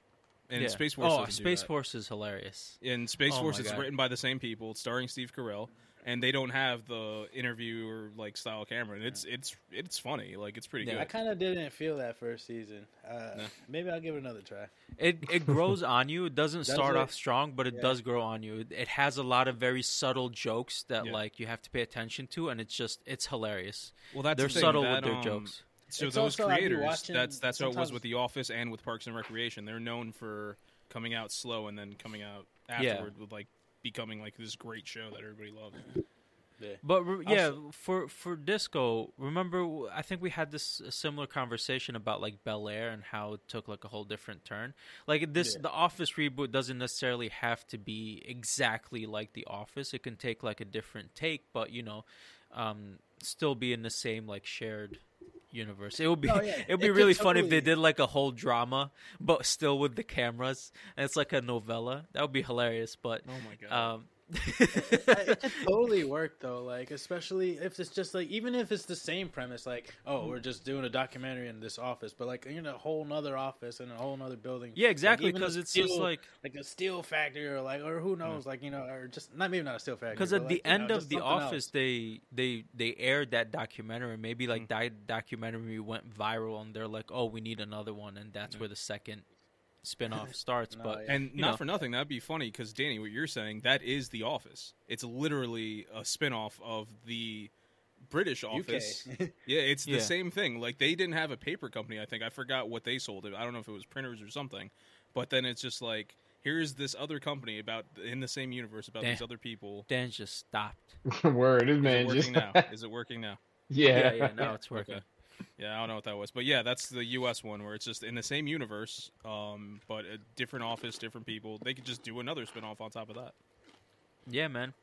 S2: and
S3: yeah.
S2: Space Force.
S3: Oh,
S2: doesn't do
S3: Space
S2: that.
S3: Force is hilarious.
S2: In Space
S3: Oh
S2: Force,
S3: my
S2: it's
S3: God.
S2: written by the same people, it's starring Steve Carell, and they don't have the interview or like style camera. And it's it's it's funny. Like it's pretty
S3: Yeah.
S2: good.
S1: I kind of didn't feel that first season. Uh,
S2: No.
S1: Maybe I'll give it another try.
S3: It it grows on you. It doesn't start
S1: it?
S3: off strong, but it
S1: Yeah.
S3: does grow on you. It- It has a lot of very subtle jokes that
S2: Yeah.
S3: like you have to pay attention to, and it's just it's hilarious.
S2: well, that's
S3: They're
S2: the thing,
S3: subtle
S2: that,
S3: with their
S2: um,
S3: jokes.
S2: So
S1: It's
S2: those
S1: also, I'd be
S2: creators,
S1: watching
S2: that's that's how it was
S1: sometimes-
S2: with The Office and with Parks and Recreation. They're known for coming out slow and then coming out
S3: Yeah.
S2: afterward with like becoming like this great show that everybody loves.
S3: But re- yeah,
S1: Also-
S3: for for disco, remember w- I think we had this uh, similar conversation about like Bel Air and how it took like a whole different turn. Like this,
S1: Yeah.
S3: the Office reboot doesn't necessarily have to be exactly like the Office. It can take like a different take, but you know, um, still be in the same like shared universe. It would be
S1: Oh, yeah.
S3: it would be
S1: It could
S3: really fun if
S1: totally-
S3: they did like a whole drama, but still with the cameras and it's like a novella. That would be hilarious. But
S2: Oh my god!
S3: um,
S1: it could totally work though. Like especially if it's just like even if it's the same premise, like
S3: Mm-hmm.
S1: oh we're just doing a documentary in this office, but like in a whole nother office in a whole nother building.
S3: Yeah, exactly.
S1: even a
S3: Because it's just
S1: steel-
S3: like
S1: like a steel factory or like or who knows like you know or just not maybe not a steel factory
S3: Mm-hmm. because
S1: but,
S3: at the
S1: like, you know,
S3: end
S1: just
S3: of the
S1: something else.
S3: office, they they they aired that documentary. Maybe
S1: Mm.
S3: like that documentary went viral, and they're like, "Oh, we need another one," and that's where the second spin-off starts.
S1: No,
S3: but
S1: Mm. yeah.
S2: And
S3: You
S2: not
S3: know.
S2: for nothing, that'd be funny because Danny, what you're saying, that is The Office. It's literally a spin-off of the British Office.
S1: UK.
S2: Yeah, it's the
S3: Yeah.
S2: same thing. Like they didn't have a paper company. I think I forgot what they sold. I don't know if it was printers or something. But then it's just like here's this other company about in the same universe about these
S3: Damn.
S2: other people.
S3: Dan just stopped.
S4: Word, this
S2: Is it
S4: man
S2: working
S4: just
S2: now? Is it working now?
S4: yeah.
S3: Yeah, yeah, now it's working.
S2: Okay. Yeah, I don't know what that was, but yeah, that's the U.S. one where it's just in the same universe, um, but a different office, different people. They could just do another spin-off on top of that.
S3: Yeah, man.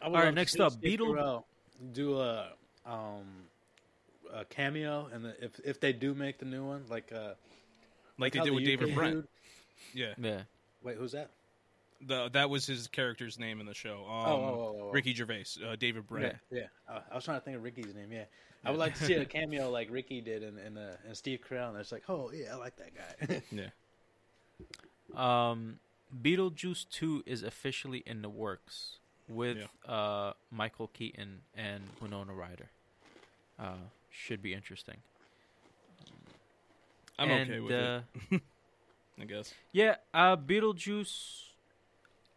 S1: I would
S3: All right,
S1: love to
S3: next
S1: see
S3: up,
S1: Steve
S3: Beetle-
S1: Carell do a um a cameo, and the, if if they do make the new one, like uh
S2: like they
S1: how
S2: did
S1: the
S2: with
S1: UK
S2: David Brent.
S1: dude-
S2: Yeah,
S3: Yeah.
S1: Wait, who's that?
S2: the, that was his character's name in the show.
S1: oh,
S2: Um,
S1: oh, oh.
S2: Ricky Gervais, uh, David Brent.
S3: Yeah.
S1: Yeah, I, Oh, I was trying to think of Ricky's name. Yeah, I would like to see a cameo like Ricky did in in, uh, in Steve Carell, and it's like, oh yeah, I like that guy.
S2: Yeah,
S3: Um, Beetlejuice Two is officially in the works with uh Michael Keaton and Winona Ryder. Uh, should be interesting.
S2: I'm
S3: And,
S2: okay with
S3: uh,
S2: it. I guess.
S3: Yeah, uh, Beetlejuice.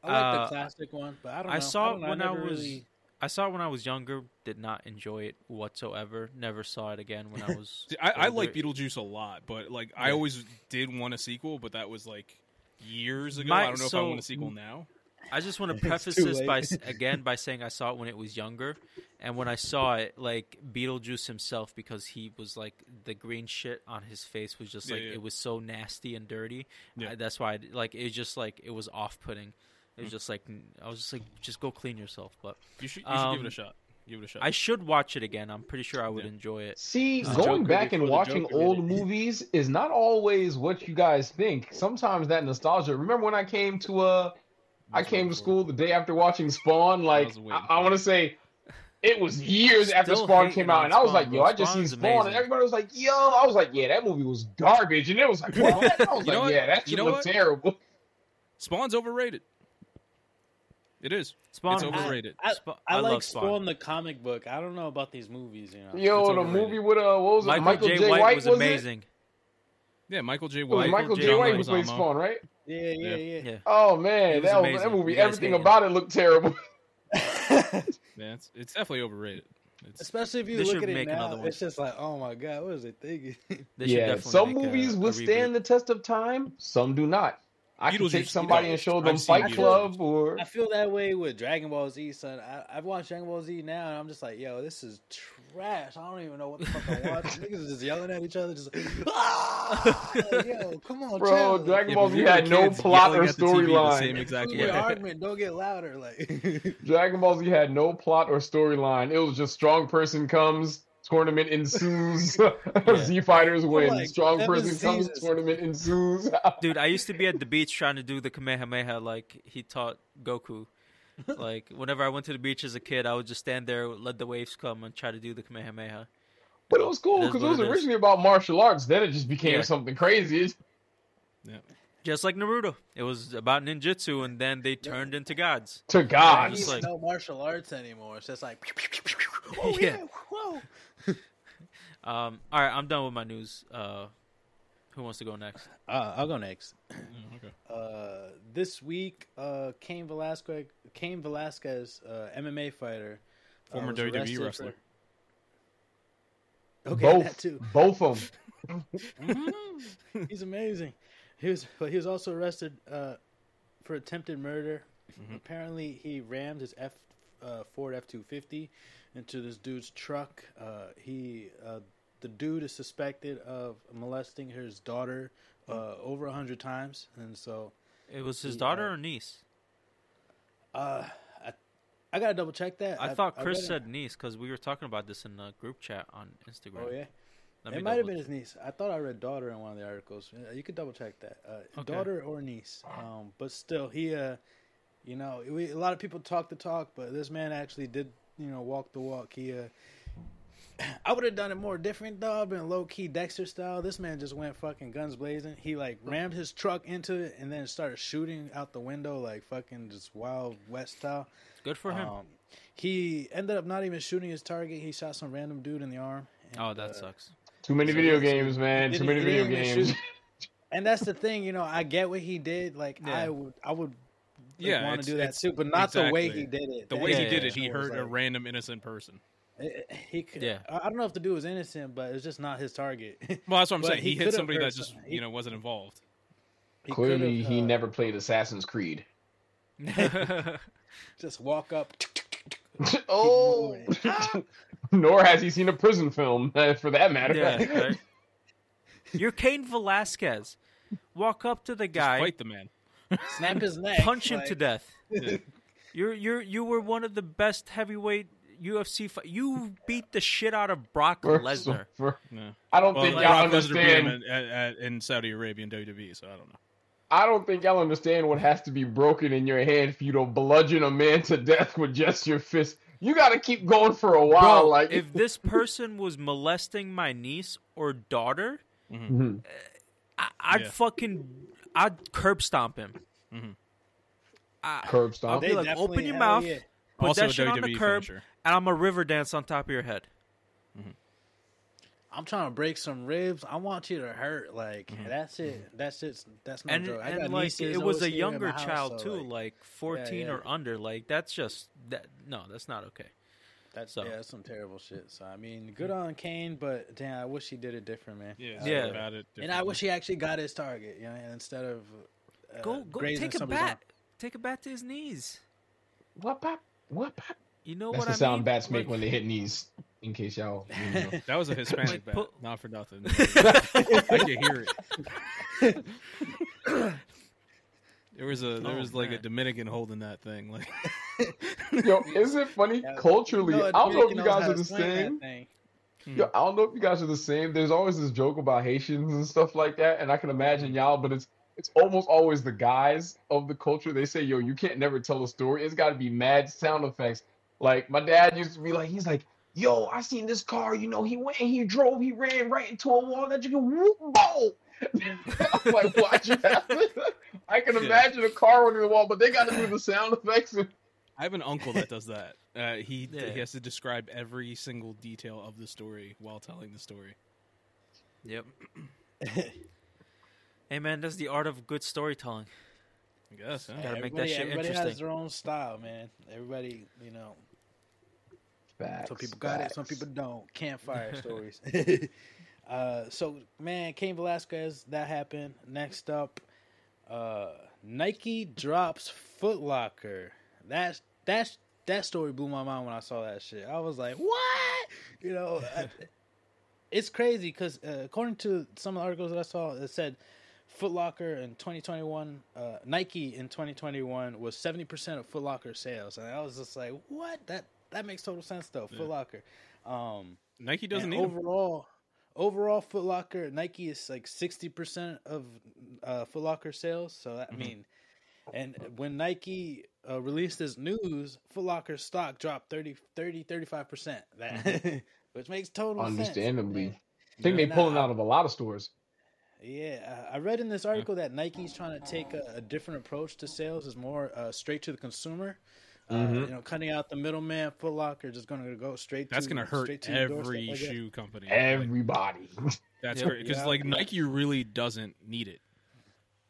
S1: I like
S3: Uh,
S1: the classic one, but I don't.
S3: I
S1: know.
S3: saw
S1: don't
S3: it
S1: know,
S3: when I,
S1: never
S3: was.
S1: really-
S3: I saw it when I was younger. Did not enjoy it whatsoever. Never saw it again when I was.
S2: See, I, I
S3: older.
S2: like Beetlejuice a lot, but like I
S3: Yeah.
S2: always did want a sequel, but that was like years ago.
S3: My-
S2: I don't know if I
S3: so-
S2: want a sequel now.
S3: I just want to
S1: It's
S3: preface
S1: too
S3: this by
S1: late.
S3: s- again by saying I saw it when it was younger, and when I saw it, like Beetlejuice himself, because he was like the green shit on his face was just
S2: Yeah,
S3: like
S2: yeah.
S3: it was so nasty and dirty.
S2: Yeah.
S3: I- that's why, I, like, it was just like it was off putting. It
S2: Hmm.
S3: was just like n- I was just like, just go clean yourself. But
S2: You should, you should give it
S3: Um,
S2: a shot. Give it a shot.
S3: I should watch it again. I'm pretty sure I would
S2: Yeah.
S3: enjoy it.
S4: See,
S3: Uh,
S1: Joker
S4: going back
S1: before
S4: and
S1: the
S4: watching
S1: Joker did
S4: old
S1: it.
S4: movies is not always what you guys think. Sometimes that nostalgia. Remember when I came to uh I came to school the day after watching Spawn, like
S2: was waiting
S4: I,
S2: for
S4: want to say it was years after
S3: Still
S4: Spawn
S3: hating
S4: came
S3: on
S4: out, and I was
S3: Spawn,
S4: like,
S3: bro.
S4: "Yo, I just seen
S3: Spawn's
S4: Spawn," and
S3: amazing.
S4: everybody was like, "Yo," I was like, "Yeah, that movie was garbage," and it was like, "What?" I was
S2: You know
S4: like,
S2: what?
S4: "Yeah, that
S2: You
S4: shit
S2: know
S4: looked
S2: what?
S4: terrible."
S2: Spawn's overrated. It is.
S3: Spawn
S2: it's
S3: I-
S2: overrated.
S1: I,
S3: Spa-
S1: I,
S3: I
S1: like
S3: love Spawn.
S1: Spawn the comic book. I don't know about these movies, you know.
S4: Yo,
S3: It's
S4: the
S3: overrated.
S4: movie with uh, what was it?
S3: Michael, J. White, was, amazing.
S2: yeah, Michael J.
S4: It? It was
S2: White.
S4: Oh, Michael J.
S2: John
S4: White who played
S2: Leguizamo.
S4: Spawn, right?
S1: Yeah, yeah, yeah.
S3: Yeah.
S4: Oh
S3: It
S4: man,
S3: was
S4: that, was,
S3: amazing.
S4: that movie,
S3: You guys
S4: everything
S3: hated it.
S4: about it looked terrible.
S2: Yeah, it's, it's definitely overrated. It's,
S1: Especially if you
S3: They
S1: look
S3: should
S1: at it
S3: make
S1: now,
S3: another one.
S1: it's just like, oh my god, what is it thinking?
S3: They should
S4: yeah,
S3: definitely
S4: some
S3: make a-
S4: movies
S3: a
S4: withstand the test of time, some do not. I can
S2: Beetlejuice,
S4: take somebody and
S2: Beetlejuice.
S4: show
S2: I've
S4: them
S2: seen
S4: Fight
S2: Beetlejuice.
S4: Club or
S1: I feel that way with Dragon Ball Z, son. I, I've watched Dragon Ball Z now, and I'm just like, yo, this is trash. I don't even know what the fuck I'm watching. Niggas are just yelling at each other, just like, ah! Like, yo, come on,
S4: bro.
S1: chill.
S4: Dragon
S2: Yeah,
S4: Ball
S2: but
S4: Z
S2: we were
S4: had no
S2: kids
S4: plot
S2: yelling
S4: or
S2: at the TV the Same
S4: storyline.
S2: exact
S1: Your
S2: way.
S1: argument, don't get louder. Like,
S4: Dragon Ball Z had no plot or storyline. It was just strong person comes, tournament ensues, Z Fighters win.
S1: like
S4: strong
S1: seven
S4: person comes,
S1: seasons.
S4: tournament ensues.
S3: Dude, I used to be at the beach trying to do the Kamehameha like he taught Goku. Like whenever I went to the beach as a kid, I would just stand there, let the waves come, and try to do the Kamehameha.
S4: but it was cool
S3: It is
S4: because it,
S3: what
S4: was
S3: it is.
S4: originally about martial arts. Then it just became
S3: Yeah.
S4: something crazy. It's-
S2: Yeah.
S3: Just like Naruto, it was about ninjutsu, and then they turned into gods.
S4: to God,
S1: there's
S3: just like-
S1: no martial arts anymore. It's just like, oh, yeah,
S3: Yeah.
S1: whoa.
S3: Um, all right, I'm done with my news. Uh, who wants to go next?
S1: Uh, I'll go next.
S2: Yeah, okay.
S1: Uh, this week, uh, Cain Velasquez, Cain Velasquez, uh, MMA fighter, uh,
S2: Former
S1: was
S2: WWE
S1: arrested
S2: wrestler.
S1: For... Okay, that
S4: both,
S1: too.
S4: both of them.
S1: He's amazing. He was, but he was also arrested uh, for attempted murder. Apparently, he rammed his F uh, Ford F two fifty into this dude's truck. Uh, he, uh, the dude, is suspected of molesting his daughter uh, over a hundred times, and so.
S3: It was his
S1: The,
S3: daughter
S1: uh,
S3: or niece?
S1: Uh, I, I gotta double check that.
S3: I thought
S1: read
S3: Chris
S1: it.
S3: said niece because we were talking about this in the group chat on Instagram.
S1: Oh yeah,
S3: Let me
S1: it might have
S3: double-
S1: been his niece. I thought I read daughter in one of the articles. Uh, You could double check that. Uh,
S3: Okay.
S1: Daughter or niece. Um, but still, he uh, You know, we, a lot of people talk the talk, but this man actually did, you know, walk the walk. He, uh, I would have done it more different though, been low key Dexter style. This man just went fucking guns blazing. He like rammed his truck into it and then started shooting out the window like fucking just wild west style.
S3: Good for him.
S1: Um, he ended up not even shooting his target. He shot some random dude in the arm. and,
S3: oh, that
S1: uh,
S3: sucks.
S4: Too many video games, man.
S1: It-
S4: Too many
S1: it
S4: video
S1: ain't even
S4: games.
S1: shoot- And that's the thing, you know. I get what he did. Like
S3: Yeah.
S1: I would, I would
S2: Yeah,
S1: want
S2: it's-
S1: to do that
S2: it's-
S1: too, but not the way
S2: exactly.
S1: he did it.
S2: The
S1: That
S2: way he
S1: is-
S2: did it, he
S1: was
S2: hurt a
S1: like-
S2: random innocent person.
S1: It- He could,
S3: Yeah.
S1: I I don't know if the dude was innocent, but it's just not his target.
S2: Well, that's what I'm
S1: But
S2: saying.
S1: he
S2: He, hit
S1: could've
S2: somebody
S1: hurt
S2: that just
S1: some- he-
S2: you know wasn't involved.
S1: He
S4: Clearly,
S1: could've,
S4: he
S1: uh,
S4: never played Assassin's Creed.
S1: just walk up.
S4: oh, nor has he seen a prison film, uh, for that matter.
S3: yeah. uh, right. You're Cain Velasquez. Walk up to the
S2: Just
S3: guy,
S2: fight the man.
S1: snap his neck,
S3: punch him
S1: like,
S3: to death. You're you're you were one of the best heavyweight UFC. Fi- you beat the shit out of Brock
S4: First
S3: Lesnar.
S4: of- for-
S2: No.
S4: I don't
S2: Well,
S4: think y'all
S2: Brock Lesnar beat him
S4: understand.
S2: in, at, at, in Saudi Arabia and WWE, so I don't know.
S4: I don't think y'all understand what has to be broken in your head for you to bludgeon a man to death with just your fist. You got to keep going for a while.
S3: Bro,
S4: like
S3: if this person was molesting my niece or daughter,
S4: Mhm.
S3: I- I'd
S2: Yeah. Mm-hmm.
S3: fucking I'd curb stomp him. I'll
S4: curb stomp.
S3: be
S1: They
S3: like, open
S1: definitely-
S3: your
S1: hell
S3: mouth,
S1: yeah.
S3: put
S2: Also E a
S3: that shit on the
S2: WWE
S3: curb,
S2: finisher.
S3: and I'm a river dance on top of your head.
S1: I'm trying to break some ribs. I want you to hurt. Like that's it. That's it. That's no
S3: Mm-hmm. and
S1: joke. I got
S3: and like
S1: nieces
S3: it was
S1: over
S3: a
S1: here in
S3: younger
S1: my house,
S3: child
S1: so,
S3: too,
S1: Like,
S3: like 14
S1: yeah.
S3: or under. Like that's just that. No, that's not okay.
S1: that's
S3: so.
S1: yeah, that's some terrible shit. So I mean, good on Kane, but damn, I wish he did it different, man.
S2: Yeah,
S1: Uh,
S2: yeah.
S3: Yeah.
S2: About it
S1: And I wish he actually got his target, you know, instead of uh,
S3: go go
S1: grazing
S3: take a
S1: somebody's arm.
S3: bat, take a bat to his knees.
S4: What pop? What pop?
S3: You know
S4: That's
S3: what
S4: the
S3: I
S4: sound
S3: mean?
S4: bats make
S3: Like,
S4: when they hit knees. In case y'all, didn't know.
S2: that was a Hispanic
S3: Like,
S2: bat,
S3: put-
S2: not for nothing. I could hear it. There was a there
S3: Oh,
S2: was like a
S3: man.
S2: Dominican holding that thing. Like
S4: yo, is it funny?
S1: Yeah.
S4: Culturally,
S1: No,
S4: I don't know if
S1: Dominican
S4: you
S1: knows
S4: guys
S1: how
S4: are
S1: to
S4: the
S1: swing that
S4: same.
S1: thing.
S4: Yo, I don't know if you guys are the same. There's always this joke about Haitians and stuff like that, and I can imagine y'all, but it's it's almost always the guys of the culture. They say, "Yo, you can't never tell a story. It's got to be mad sound effects." Like my dad used to be like, he's like, "Yo, I seen this car. You know, he went and he drove. He ran right into a wall. That you can whoop whoa." I'm like, why'd you have it? I can
S2: Yeah.
S4: imagine a car running the wall, but they got to do the sound effects. And,
S2: I have an uncle that does that. Uh, he
S3: Yeah.
S2: he has to describe every single detail of the story while telling the story.
S3: Yep. hey man, that's the art of good storytelling.
S2: I guess. Huh?
S3: Gotta make
S1: Everybody,
S3: that shit
S1: everybody has
S3: interesting.
S1: their own style, man. Everybody, you know,
S4: facts,
S1: Some people got it, some
S4: facts.
S1: people don't. Campfire stories. uh, so, man, Cain Velasquez, that happened. Next up, uh, Nike drops Foot Locker. That's that's that story blew my mind when I saw that shit. I was like, what? You know, I- it's crazy because uh, according to some of the articles that I saw, it said. Foot Locker in 2021, uh, Nike in 2021 was 70% of Foot Locker sales, and I was just like, "What? That that makes total sense though." Foot Locker, um,
S2: Nike doesn't
S1: and
S2: need 'em.
S1: overall, overall Foot Locker Nike is like 60% of uh, Foot Locker sales. So that
S2: Mm-hmm.
S1: mean, and when Nike uh, released this news, Foot Locker stock dropped 30, 30 35%. That
S2: Mm-hmm.
S1: which makes total sense.
S4: Understandably, I think
S1: Yeah.
S4: they pulling
S1: Nah.
S4: out of a lot of stores.
S1: Yeah, uh, I read in this article that Nike's trying to take a, a different approach to sales, is more uh, straight to the consumer.
S2: Mm-hmm.
S1: Uh, you know, cutting out the middleman, Foot Locker, just going to go straight.
S2: That's
S1: to,
S2: gonna hurt
S1: straight to your doorstep,
S2: every
S1: I guess.
S2: shoe company. Like,
S4: Everybody.
S2: That's
S3: Yep.
S2: great because
S1: Yeah.
S2: like Nike really doesn't need it.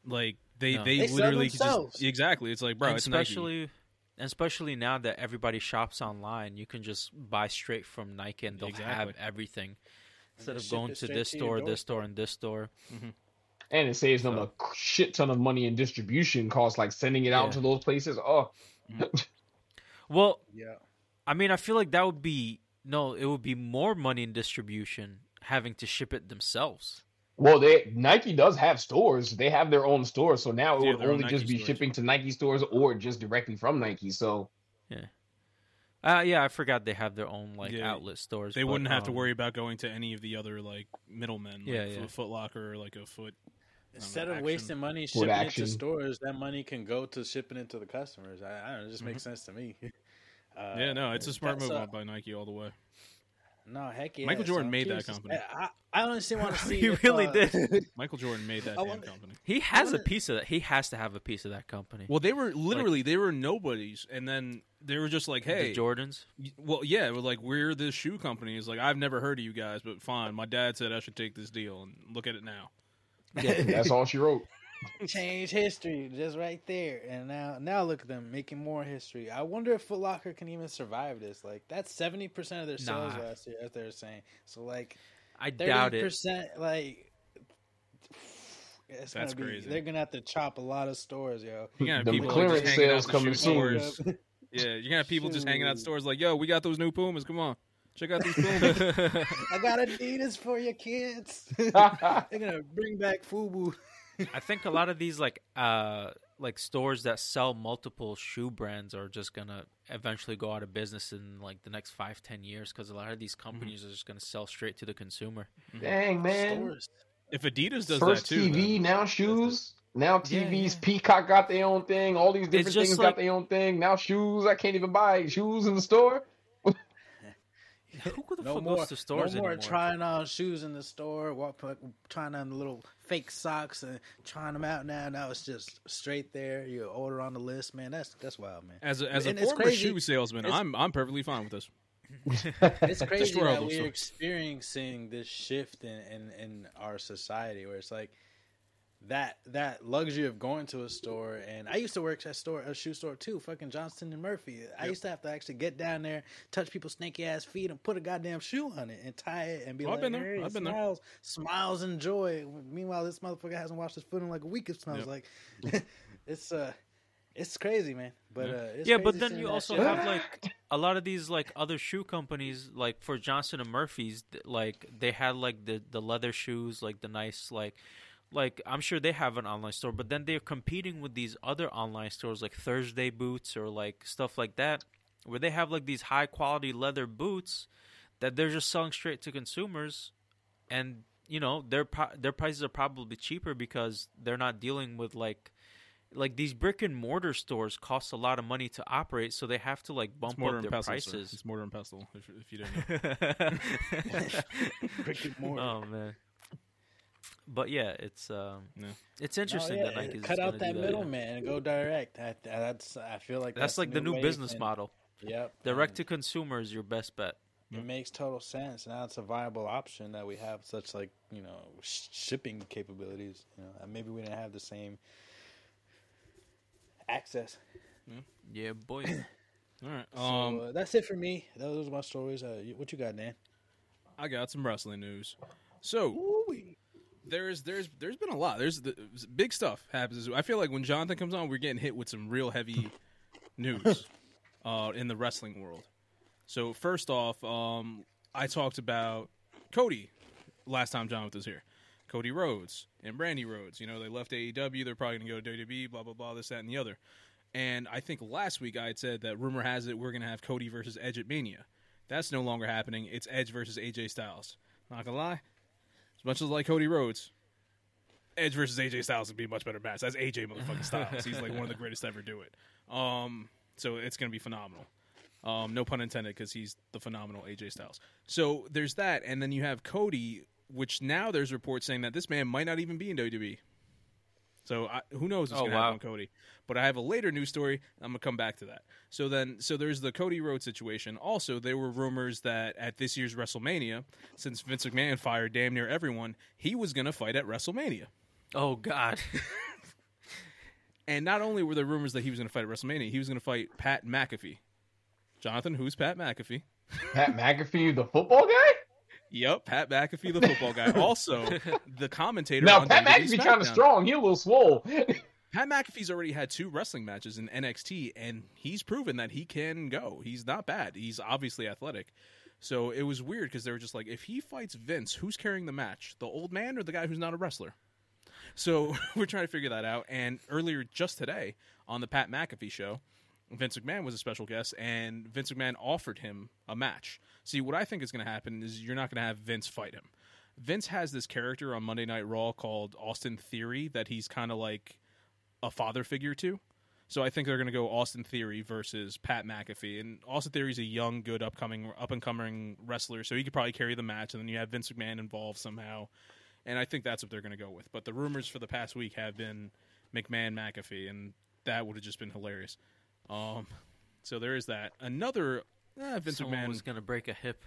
S2: Like they
S3: No.
S2: they,
S1: They sell
S2: literally could
S1: themselves.
S2: just exactly. It's like bro,
S3: And
S2: it's Nike.
S3: especially, and especially now that everybody shops online, you can just buy straight from Nike, and they'll have
S2: Exactly.
S3: everything instead
S1: they
S3: of
S1: ship
S3: going
S1: it
S3: to
S1: straight
S3: this
S1: to your
S3: store,
S1: door.
S3: this store, and this store.
S4: And it saves them a shit ton of money in distribution costs, like sending it out
S3: Yeah.
S4: to those places. Oh,
S3: Well,
S1: Yeah.
S3: I mean, I feel like that would be no, it would be more money in distribution having to ship it themselves.
S4: well, they Nike does have stores. They have their own stores, so now it
S2: Yeah,
S4: would
S2: their own
S4: only
S2: Nike
S4: just be
S2: stores.
S4: shipping to Nike stores or just directly from Nike. So
S3: Uh, yeah, I forgot they have their own like
S2: Yeah.
S3: outlet stores.
S2: They
S3: but,
S2: wouldn't have to
S3: um,
S2: worry about going to any of the other like middlemen. Like
S3: Yeah,
S2: yeah,
S3: yeah.
S2: A Foot Locker or like a Foot.
S1: Instead of
S2: action.
S1: wasting money shipping it
S4: action.
S1: to stores, that money can go to shipping it to the customers. I, I don't know. It just makes sense to me. Uh,
S2: Mm-hmm. yeah, no, it's a smart
S1: that's
S2: move
S1: a-
S2: by Nike all the way.
S1: No, heck yeah.
S2: Michael Jordan
S1: I'm
S2: made
S1: curious
S2: that
S1: to s-
S2: company.
S1: I, I honestly want to see.
S3: he
S1: if,
S3: really
S1: uh,
S3: did.
S2: Michael Jordan made that
S1: I
S2: damn
S1: wonder-
S2: company.
S3: He has a
S1: wanna-
S3: piece of that. He has to have a piece of that company.
S2: Well, they were literally they were nobodies, and then they were just like, "Hey,
S3: the Jordans.
S2: y- well, yeah, we're like we're this shoe company." It's like I've never heard of you guys, but fine. My dad said I should take this deal, and look at it now.
S4: That's all she wrote.
S1: Change history just right there, and now now look at them making more history. I wonder if Foot Locker can even survive this. Like that's seventy percent of their sales
S3: Nah.
S1: last year, as they were saying. So like
S3: I doubt
S1: thirty
S3: it.
S1: percent, like it's
S2: That's
S1: gonna be,
S2: crazy.
S1: They're gonna have to chop a lot of stores, yo. uh,
S2: You got
S4: Them
S2: people
S4: clearance
S2: just hanging out
S4: sales
S2: the
S4: coming
S2: shoe
S4: soon.
S2: stores. Yeah, you got people just hanging out
S1: Shoot.
S2: stores like, "Yo, we got those new Pumas. Come on, check out these Pumas."
S1: I got Adidas for your kids. They're gonna bring back FUBU.
S3: I think a lot of these like uh like stores that sell multiple shoe brands are just gonna eventually go out of business in like the next five ten years because a lot of these
S2: Mm-hmm.
S3: companies are just gonna sell straight to the consumer.
S4: Dang man.
S1: Stores.
S2: if Adidas does
S4: First
S2: that too, then-
S4: TV, now shoes. Now
S3: Yeah,
S4: TVs,
S3: yeah.
S4: Peacock got their own thing. All these different
S3: just
S4: things
S3: like-
S4: got their own thing. Now shoes, I can't even buy shoes in the store.
S3: Who the
S1: No
S3: fuck
S1: more,
S3: goes to stores
S1: no more
S3: anymore?
S1: trying on shoes in the store, walk, trying on the little fake socks and trying them out now. Now it's just straight there. You order on the list, man. That's that's wild, man.
S2: as a, as a
S1: And it's
S2: former
S1: crazy.
S2: shoe salesman,
S1: It's-
S2: I'm I'm perfectly fine with this.
S1: It's crazy
S2: where all
S1: that
S2: those
S1: we're
S2: stores-
S1: experiencing this shift in, in in our society where it's like that that luxury of going to a store and I used to work at store a shoe store too, fucking Johnston and Murphy. I used to have to actually get down there, touch people's snaky ass feet and put a goddamn shoe on it and tie it and be
S2: Oh, I've
S1: like,
S2: been there.
S1: "Hey,
S2: I've been there."
S1: smiles, smiles and joy. Meanwhile, this motherfucker hasn't washed his foot in like a week. It smells like it's uh it's crazy, man. But
S2: Yeah.
S1: uh, it's
S3: yeah, but
S1: crazy
S3: then
S1: seeing
S3: you
S1: that
S3: also
S1: shit.
S3: have like a lot of these like other shoe companies, like for Johnson and Murphy's, th- like they had like the the leather shoes, like the nice like like I'm sure they have an online store, but then they're competing with these other online stores like Thursday Boots or like stuff like that, where they have like these high quality leather boots that they're just selling straight to consumers, and you know their pro- their prices are probably cheaper because they're not dealing with like like these brick and mortar stores cost a lot of money to operate, so they have to like
S2: It's
S3: bump
S2: mortar
S3: up
S2: and
S3: their
S2: pestle. sir.
S3: prices.
S2: It's mortar and pestle. If, if you didn't know.
S1: Brick and mortar.
S3: oh man. But yeah, it's um,
S2: Yeah.
S3: it's interesting
S1: No,
S3: that
S1: yeah,
S3: Nike's
S1: cut
S3: gonna
S1: out that
S3: do yeah.
S1: middleman and go direct. I, that's I feel like
S3: That's,
S1: that's,
S3: like the new
S1: wave
S3: business
S1: and-
S3: model.
S1: Yep,
S3: Direct to consumer is your best bet.
S1: and It makes total sense. Now it's a viable option that we have such like you know sh- shipping capabilities. You know, and maybe we didn't have the same access.
S3: Yeah, boy.
S2: All right.
S1: So
S2: Um,
S1: uh, that's it for me. Those are my stories. Uh, you- what you got, Dan?
S2: I got some wrestling news. So there's there's there's been a lot. There's the, big stuff happens. I feel like when Jonathan comes on, we're getting hit with some real heavy news uh, in the wrestling world. So first off, um, I talked about Cody last time Jonathan was here. Cody Rhodes and Brandy Rhodes. You know they left AEW. They're probably gonna go to WWE. Blah blah blah. This that and the other. And I think last week I had said that rumor has it we're gonna have Cody versus Edge at Mania. That's no longer happening. It's Edge versus AJ Styles. Not gonna lie, as much as I like Cody Rhodes, Edge versus AJ Styles would be a much better match. That's AJ motherfucking Styles. He's like one of the greatest to ever do it. Um, so it's gonna be phenomenal. Um, no pun intended, because he's the phenomenal AJ Styles. So there's that, and then you have Cody, which now there's reports saying that this man might not even be in WWE. So I, who knows what's
S3: Oh,
S2: going to
S3: wow.
S2: happen with Cody? But I have a later news story. I'm gonna come back to that. So then, so there's the Cody Rhodes situation. Also, there were rumors that at this year's WrestleMania, since Vince McMahon fired damn near everyone, he was gonna fight at WrestleMania.
S3: oh God.
S2: And not only were there rumors that he was going to fight at WrestleMania, he was going to fight Pat McAfee. Jonathan, who's Pat McAfee?
S4: Pat McAfee, the football guy?
S2: Yep, Pat McAfee, the football guy. Also, the commentator.
S4: Now
S2: on
S4: Pat
S2: WWE
S4: McAfee kind
S2: SmackDown.
S4: of strong. He a little swole.
S2: Pat McAfee's already had two wrestling matches in NXT, and he's proven that he can go. He's not bad. He's obviously athletic. So it was weird because they were just like, if he fights Vince, who's carrying the match? The old man or the guy who's not a wrestler? So we're trying to figure that out. And earlier, just today, on the Pat McAfee show, Vince McMahon was a special guest, and Vince McMahon offered him a match. See, what I think is going to happen is you're not going to have Vince fight him. Vince has this character on Monday Night Raw called Austin Theory that he's kind of like a father figure to. So I think they're going to go Austin Theory versus Pat McAfee, and Austin Theory's a young, good, upcoming, up and coming wrestler, so he could probably carry the match. And then you have Vince McMahon involved somehow, and I think that's what they're going to go with. But the rumors for the past week have been McMahon McAfee, and that would have just been hilarious. Um, so there is that. Another eh, Vince
S3: Someone
S2: McMahon
S3: was gonna break a hip.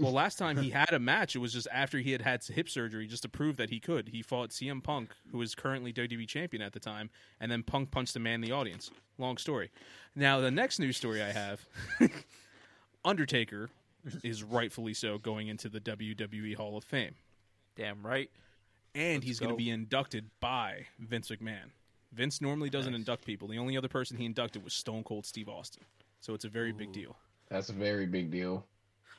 S2: well, last time he had a match, it was just after he had had hip surgery, just to prove that he could. He fought CM Punk, who was currently WWE champion at the time, and then Punk punched a man in the audience. Long story. Now, the next news story I have Undertaker is rightfully so going into the WWE Hall of Fame,
S3: Damn right.
S2: and he's going
S3: go.
S2: to be inducted by Vince McMahon. Vince normally doesn't induct people. The only other person he inducted was Stone Cold Steve Austin. So it's a very big deal.
S4: That's a very big deal.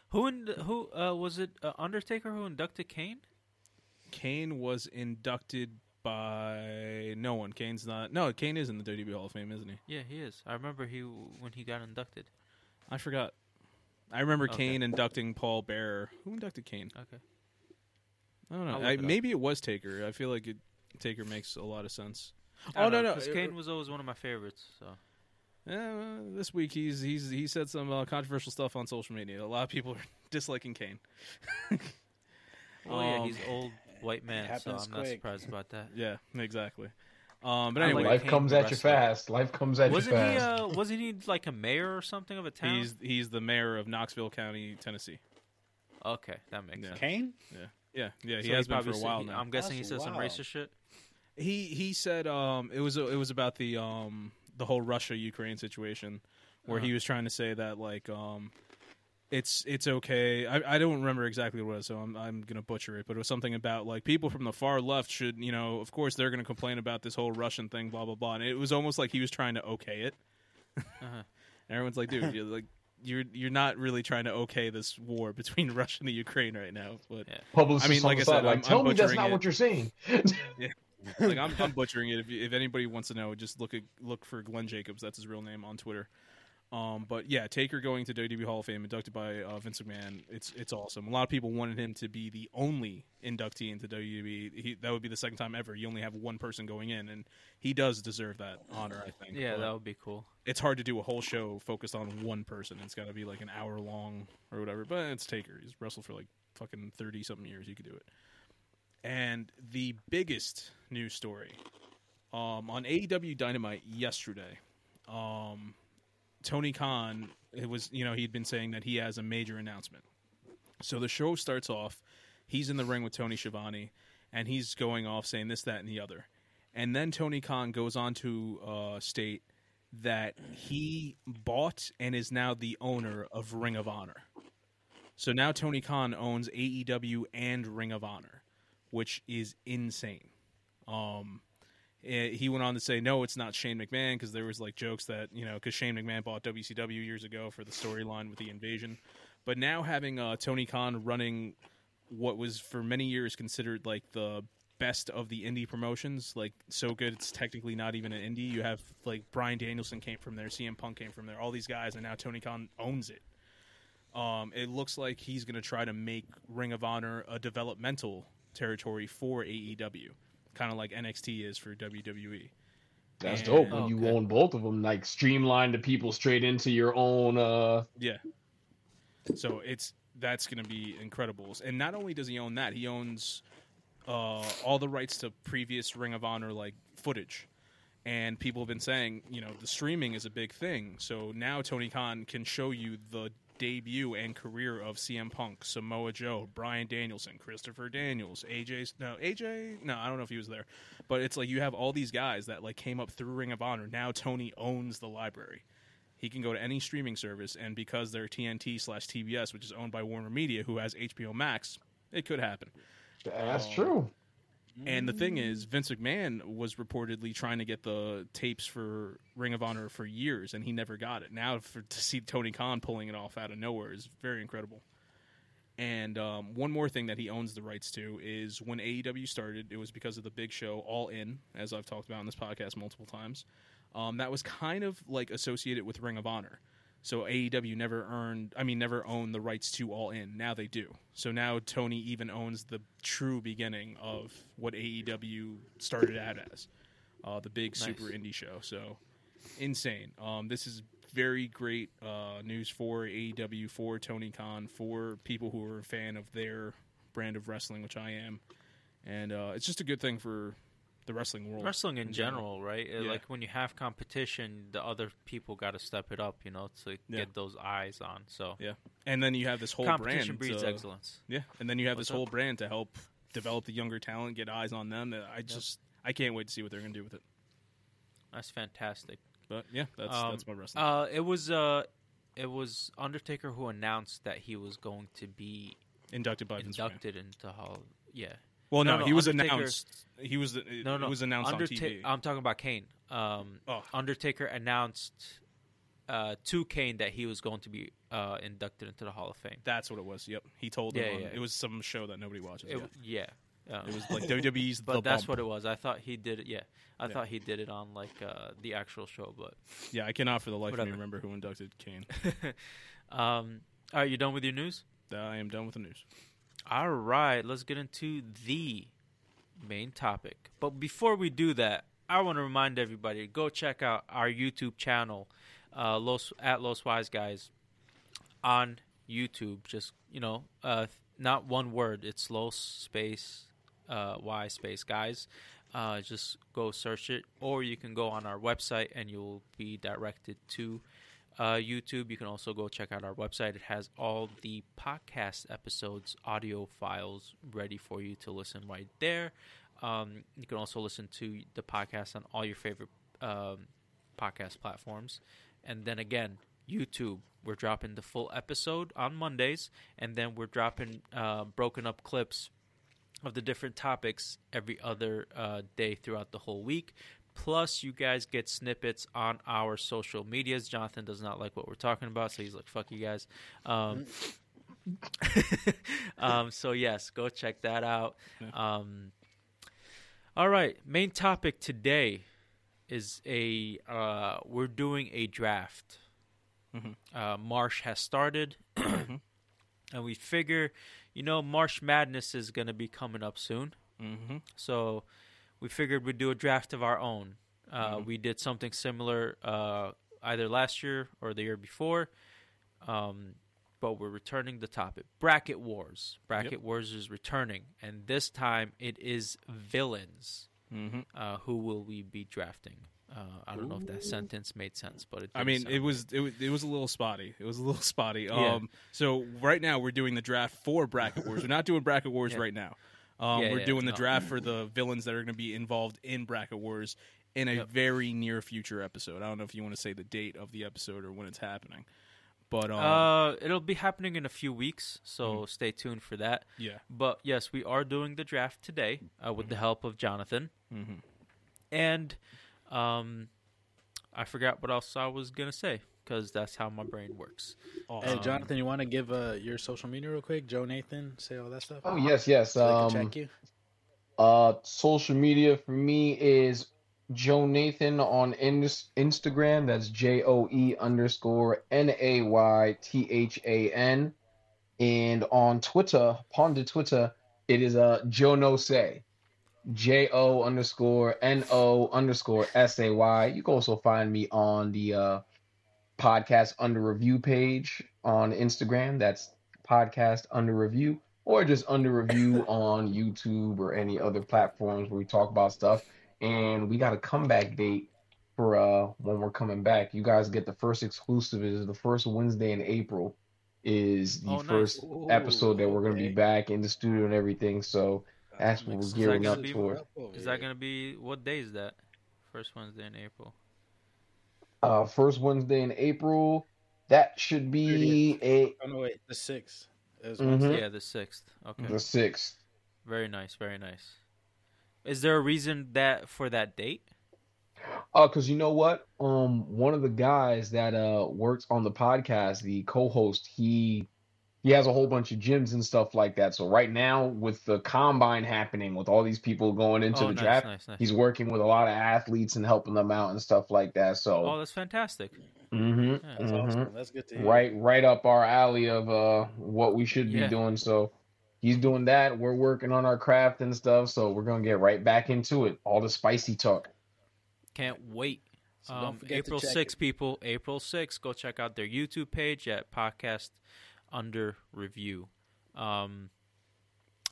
S3: Who in, who uh, was it? Uh, Undertaker who inducted Kane?
S2: Kane was inducted by no one. Kane's not. No, Kane is in the WWE Hall of Fame, isn't he?
S3: Yeah, he is. I remember he when he got inducted.
S2: I forgot. I remember
S3: Okay.
S2: Kane inducting Paul Bearer. Who inducted Kane?
S3: Okay.
S2: I don't know.
S3: I'll look
S2: I,
S3: it up.
S2: maybe it was Taker. I feel like it, Taker makes a lot of sense.
S3: I
S2: Oh no
S3: don't know,
S2: no!
S3: 'cause Kane was always one of my favorites. So
S2: Uh, this week he's he's he said some uh, controversial stuff on social media. A lot of people are disliking Kane.
S3: well, Oh, yeah,
S2: Um,
S3: he's old white man, so
S1: happens
S3: I'm not
S1: quick.
S3: surprised about that.
S2: Yeah, exactly. Um, but
S3: I
S2: anyway,
S3: like
S4: Life
S3: Kane
S4: comes
S3: the
S4: at you
S3: wrestler.
S4: fast. Life comes at
S3: Wasn't
S4: you
S3: he?
S4: fast.
S3: Uh, wasn't he like a mayor or something of a town?
S2: he's he's the mayor of Knoxville County, Tennessee.
S3: Okay, that makes
S2: Yeah.
S3: sense.
S1: Kane?
S2: Yeah, yeah, he
S3: So
S2: has been for
S3: probably
S2: a
S3: said-
S2: while
S3: he-
S2: now.
S3: I'm guessing
S1: That's
S3: he said some
S1: wild.
S3: racist shit.
S2: He he said um it was it was about the um the whole Russia Ukraine situation where he was trying to say that like um it's it's okay. I, I don't remember exactly what it was, so I'm I'm gonna butcher it. But it was something about like people from the far left should you know of course they're gonna complain about this whole Russian thing, blah blah blah. And it was almost like he was trying to okay it.
S3: Uh-huh.
S2: And everyone's like, dude, you're like you're you're not really trying to okay this war between Russia and the Ukraine right now. But
S3: Yeah.
S4: Publicist
S2: I mean,
S4: on
S2: like
S4: the
S2: I
S4: side,
S2: said,
S4: like,
S2: I'm-
S4: tell
S2: I'm
S4: me that's
S2: butchering
S4: not
S2: it.
S4: what you're saying.
S2: like I'm, I'm butchering it. If, you- if anybody wants to know, just look at, look for Glenn Jacobs. That's his real name on Twitter. Um, but yeah, Taker going to WWE Hall of Fame, inducted by uh, Vince McMahon. It's it's awesome. A lot of people wanted him to be the only inductee into WWE. He, that would be the second time ever. You only have one person going in, and he does deserve that honor. I think.
S3: Yeah,
S2: But
S3: that would be cool.
S2: it's hard to do a whole show focused on one person. It's got to be like an hour long or whatever. But it's Taker. He's wrestled for like fucking thirty something years. You could do it. And the biggest news story um, on AEW Dynamite yesterday, um, Tony Khan. It was you know he'd been saying that he has a major announcement. So the show starts off. He's in the ring with Tony Schiavone, and he's going off saying this, that, and the other. And then Tony Khan goes on to uh, state that he bought and is now the owner of Ring of Honor. So now Tony Khan owns AEW and Ring of Honor, which is insane. Um, eh, he went on to say, no, it's not Shane McMahon because there was like jokes that you know because Shane McMahon bought WCW years ago for the storyline with the invasion, but now having uh, Tony Khan running what was for many years considered like the best of the indie promotions, like so good it's technically not even an indie. You have like Brian Danielson came from there, CM Punk came from there, all these guys, and now Tony Khan owns it. Um, it looks like he's going to try to make Ring of Honor a developmental territory for AEW, kind of like NXT is for E. WWE.
S4: That's
S2: Yeah.
S4: dope. When
S3: Oh,
S4: you
S3: okay.
S4: own both of them, like streamline the people straight into your own. uh
S2: Yeah. So it's that's going to be incredible. And not only does he own that, he owns uh, all the rights to previous Ring of Honor like footage. And people have been saying, you know, the streaming is a big thing. So now Tony Khan can show you the debut and career of CM Punk, Samoa Joe, Brian Danielson, Christopher Daniels, AJ's no AJ no, I don't know if he was there. But it's like you have all these guys that like came up through Ring of Honor. Now Tony owns the library. He can go to any streaming service, and because they're TNT slash TBS, which is owned by Warner Media, who has HBO Max, it could happen.
S4: That's true.
S2: And the thing is, Vince McMahon was reportedly trying to get the tapes for Ring of Honor for years, and he never got it. Now, for, to see Tony Khan pulling it off out of nowhere is very incredible. And um, one more thing that he owns the rights to is when AEW started, it was because of the big show All In, as I've talked about in this podcast multiple times. Um, that was kind of like associated with Ring of Honor. So AEW never earned, I mean, never owned the rights to All In. Now they do. So now Tony even owns the true beginning of what AEW started out as, uh, the big super indie show. So insane. Um, this is very great uh, news for AEW, for Tony Khan, for people who are a fan of their brand of wrestling, which I am. And uh, it's just a good thing for the wrestling world.
S3: Wrestling in general, right? Uh,
S2: Yeah.
S3: Like when you have competition, the other people got to step it up, you know, to
S2: Yeah.
S3: get those eyes on. So
S2: Yeah. And then you have this whole
S3: competition
S2: brand.
S3: breeds
S2: to-
S3: excellence.
S2: Yeah, and then you have
S3: What's
S2: this whole brand to help develop the younger talent, get eyes on them. I just I can't wait to see what they're going to do with it.
S3: That's fantastic.
S2: But yeah, that's
S3: Um,
S2: that's my wrestling.
S3: Uh, it was uh, it was Undertaker who announced that he was going to be
S2: inducted by Vince McMahon.
S3: inducted into Hall. Yeah,
S2: Well, no,
S3: no, no,
S2: he was
S3: Undertaker-
S2: announced. He was it,
S3: no, no,
S2: it was announced
S3: Underta- uh,
S2: on TV.
S3: I'm talking about Kane. Um,
S2: Oh.
S3: Undertaker announced uh, to Kane that he was going to be uh, inducted into the Hall of Fame.
S2: that's what it was. Yep, he told them
S3: Yeah,
S2: on-
S3: yeah.
S2: it was some show that nobody watches.
S3: It,
S2: yeah.
S3: yeah. Um,
S2: It was like WWE's
S3: but
S2: the
S3: that's
S2: Bump.
S3: what it was. I thought he did it. Yeah, I
S2: Yeah.
S3: thought he did it on like uh, the actual show. But
S2: yeah, I cannot for the life of me
S3: Whatever.
S2: remember who inducted Kane.
S3: um, are you done with your news?
S2: I am done with the news.
S3: All right, let's get into the main topic. But before we do that, I want to remind everybody to go check out our YouTube channel, uh, Los at Los Wise Guys on YouTube. Just you know, uh, not one word. It's Los space uh, Wise space guys. Uh, just go search it, or you can go on our website and you'll be directed to uh, YouTube. You can also go check out our website. It has all the podcast episodes, audio files ready for you to listen right there. Um, you can also listen to the podcast on all your favorite um, podcast platforms. And then again, YouTube. We're dropping the full episode on Mondays, and then we're dropping uh, broken up clips of the different topics every other uh, day throughout the whole week. Plus, you guys get snippets on our social medias. Jonathan does not like what we're talking about, so he's like, "Fuck you guys." Um, um, so yes, go check that out. Um, all right, main topic today is a uh, we're doing a draft. Uh, Marsh has started, and we figure, you know, Marsh Madness is going to be coming up soon.
S2: Mm-hmm.
S3: So we figured we'd do a draft of our own. Uh, We did something similar uh, either last year or the year before. Um, but we're returning the topic bracket wars. Bracket wars is returning, and this time it is villains.
S2: Mhm.
S3: Uh, who will we be drafting? Uh, I don't know if that sentence made sense, but it
S2: I
S3: did
S2: mean,
S3: sound-
S2: it was, it was it was a little spotty. It was a little spotty. Um,
S3: Yeah.
S2: so right now we're doing the draft for bracket wars. We're not doing bracket wars
S3: Yeah.
S2: right now. Um,
S3: Yeah,
S2: we're
S3: yeah,
S2: doing the
S3: no.
S2: draft for the villains that are going to be involved in bracket wars in a very near future episode. I don't know if you want to say the date of the episode or when it's happening, but um,
S3: Uh, it'll be happening in a few weeks, so stay tuned for that.
S2: yeah,
S3: But yes, we are doing the draft today uh, with the help of Jonathan.
S2: Mm-hmm.
S3: And um, I forgot what else I was going to say because that's how my brain works. Um,
S1: Hey, Jonathan, you want to give uh, your social media real quick? Joe Nathan, say all that stuff.
S4: Oh yes, yes.
S1: so
S4: Um,
S1: they can check you.
S4: Uh, social media for me is Joe Nathan on in- Instagram. That's J O E underscore N A Y T H A N, and on Twitter, Ponder Twitter, it is uh Joe No Say, J O underscore N O underscore S A Y. You can also find me on the uh podcast under review page on Instagram. That's podcast under review or just under review on YouTube or any other platforms where we talk about stuff. And we got a comeback date for uh when we're coming back. You guys get the first exclusive is the first Wednesday in April is the
S3: Oh, nice.
S4: first episode that we're gonna
S1: okay.
S4: be back in the studio and everything. So that's what
S1: Mix
S4: we're
S1: it
S4: gearing
S1: up.
S4: up
S3: Is that
S4: toward.
S3: Is that going to be what day is that? First Wednesday in April.
S4: Uh first Wednesday in April. That should be a
S1: Oh no, wait, the six. It was
S4: Mhm.
S1: Wednesday.
S3: Yeah, the 6th. Okay.
S4: the sixth.
S3: Very nice. Very nice. Is there a reason that for that date?
S4: Oh, because you know what? uh, Um, one of the guys that uh works on the podcast, the co-host, he he has a whole bunch of gyms and stuff like that. So right now, with the combine happening, with all these people going into
S3: oh,
S4: the
S3: nice,
S4: draft,
S3: nice, nice.
S4: he's working with a lot of athletes and helping them out and stuff like that. So
S3: Oh, that's fantastic.
S4: mhm,
S3: that's
S1: That's
S4: mhm.
S1: awesome. That's good to hear.
S4: right right up our alley of uh what we should be
S3: Yeah.
S4: doing so he's doing that we're working on our craft and stuff so we're gonna get right back into it all the spicy talk
S3: Can't wait.
S1: So don't
S3: Um,
S1: forget to
S3: April
S1: check
S3: 6th,
S1: it.
S3: people. April 6th. Go check out their YouTube page at Podcast Under Review. Um,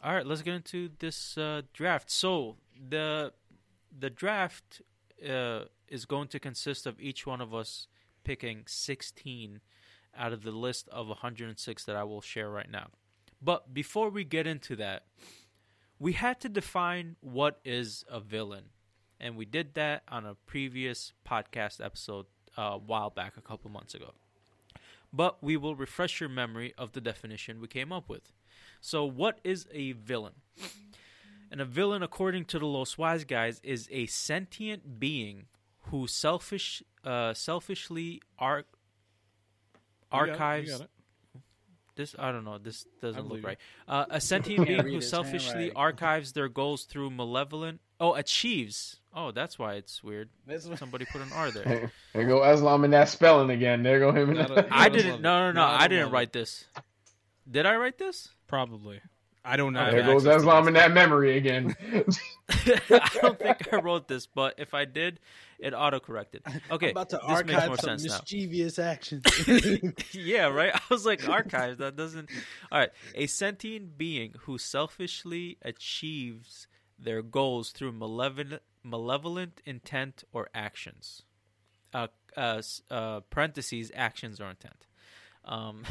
S3: all right, let's get into this uh, draft. So the the draft uh, is going to consist of each one of us picking 16 out of the list of 106 that I will share right now. But before we get into that, we had to define what is a villain and we did that on a previous podcast episode uh, a while back, a couple months ago. But we will refresh your memory of the definition we came up with. So, what is a villain? And a villain, according to the Los Wise guys, is a sentient being who selfish, uh, selfishly ar-
S2: You got it, you
S3: archives
S2: got it.
S3: this I don't know. This doesn't look
S2: believe
S3: right. Uh, a sentient being
S1: read
S3: who
S1: his
S3: selfishly
S1: handwriting.
S3: archives their goals through malevolent. Oh, achieves. Oh, that's why it's weird.
S1: That's what-
S3: Somebody put an R there.
S4: there there go Islam in that spelling again there go him in
S2: Not
S4: that.
S2: a-
S3: I
S2: don't love
S3: didn't.
S2: it.
S3: No, no, no.
S2: No, I
S3: I,
S2: don't
S3: didn't
S2: love
S3: write this. Did I write this?
S2: Probably. I don't know.
S4: there goes Islam in that memory again
S3: I don't think I wrote this, but if I did, it autocorrected. Okay,
S1: I'm about to
S3: this makes
S1: archive
S3: more
S1: some
S3: sense now.
S1: mischievous actions.
S3: yeah, right. I was like, archives. That doesn't. All right, a sentient being who selfishly achieves their goals through malevolent, malevolent intent or actions. Uh, uh, s- uh, parentheses, actions or intent. Um,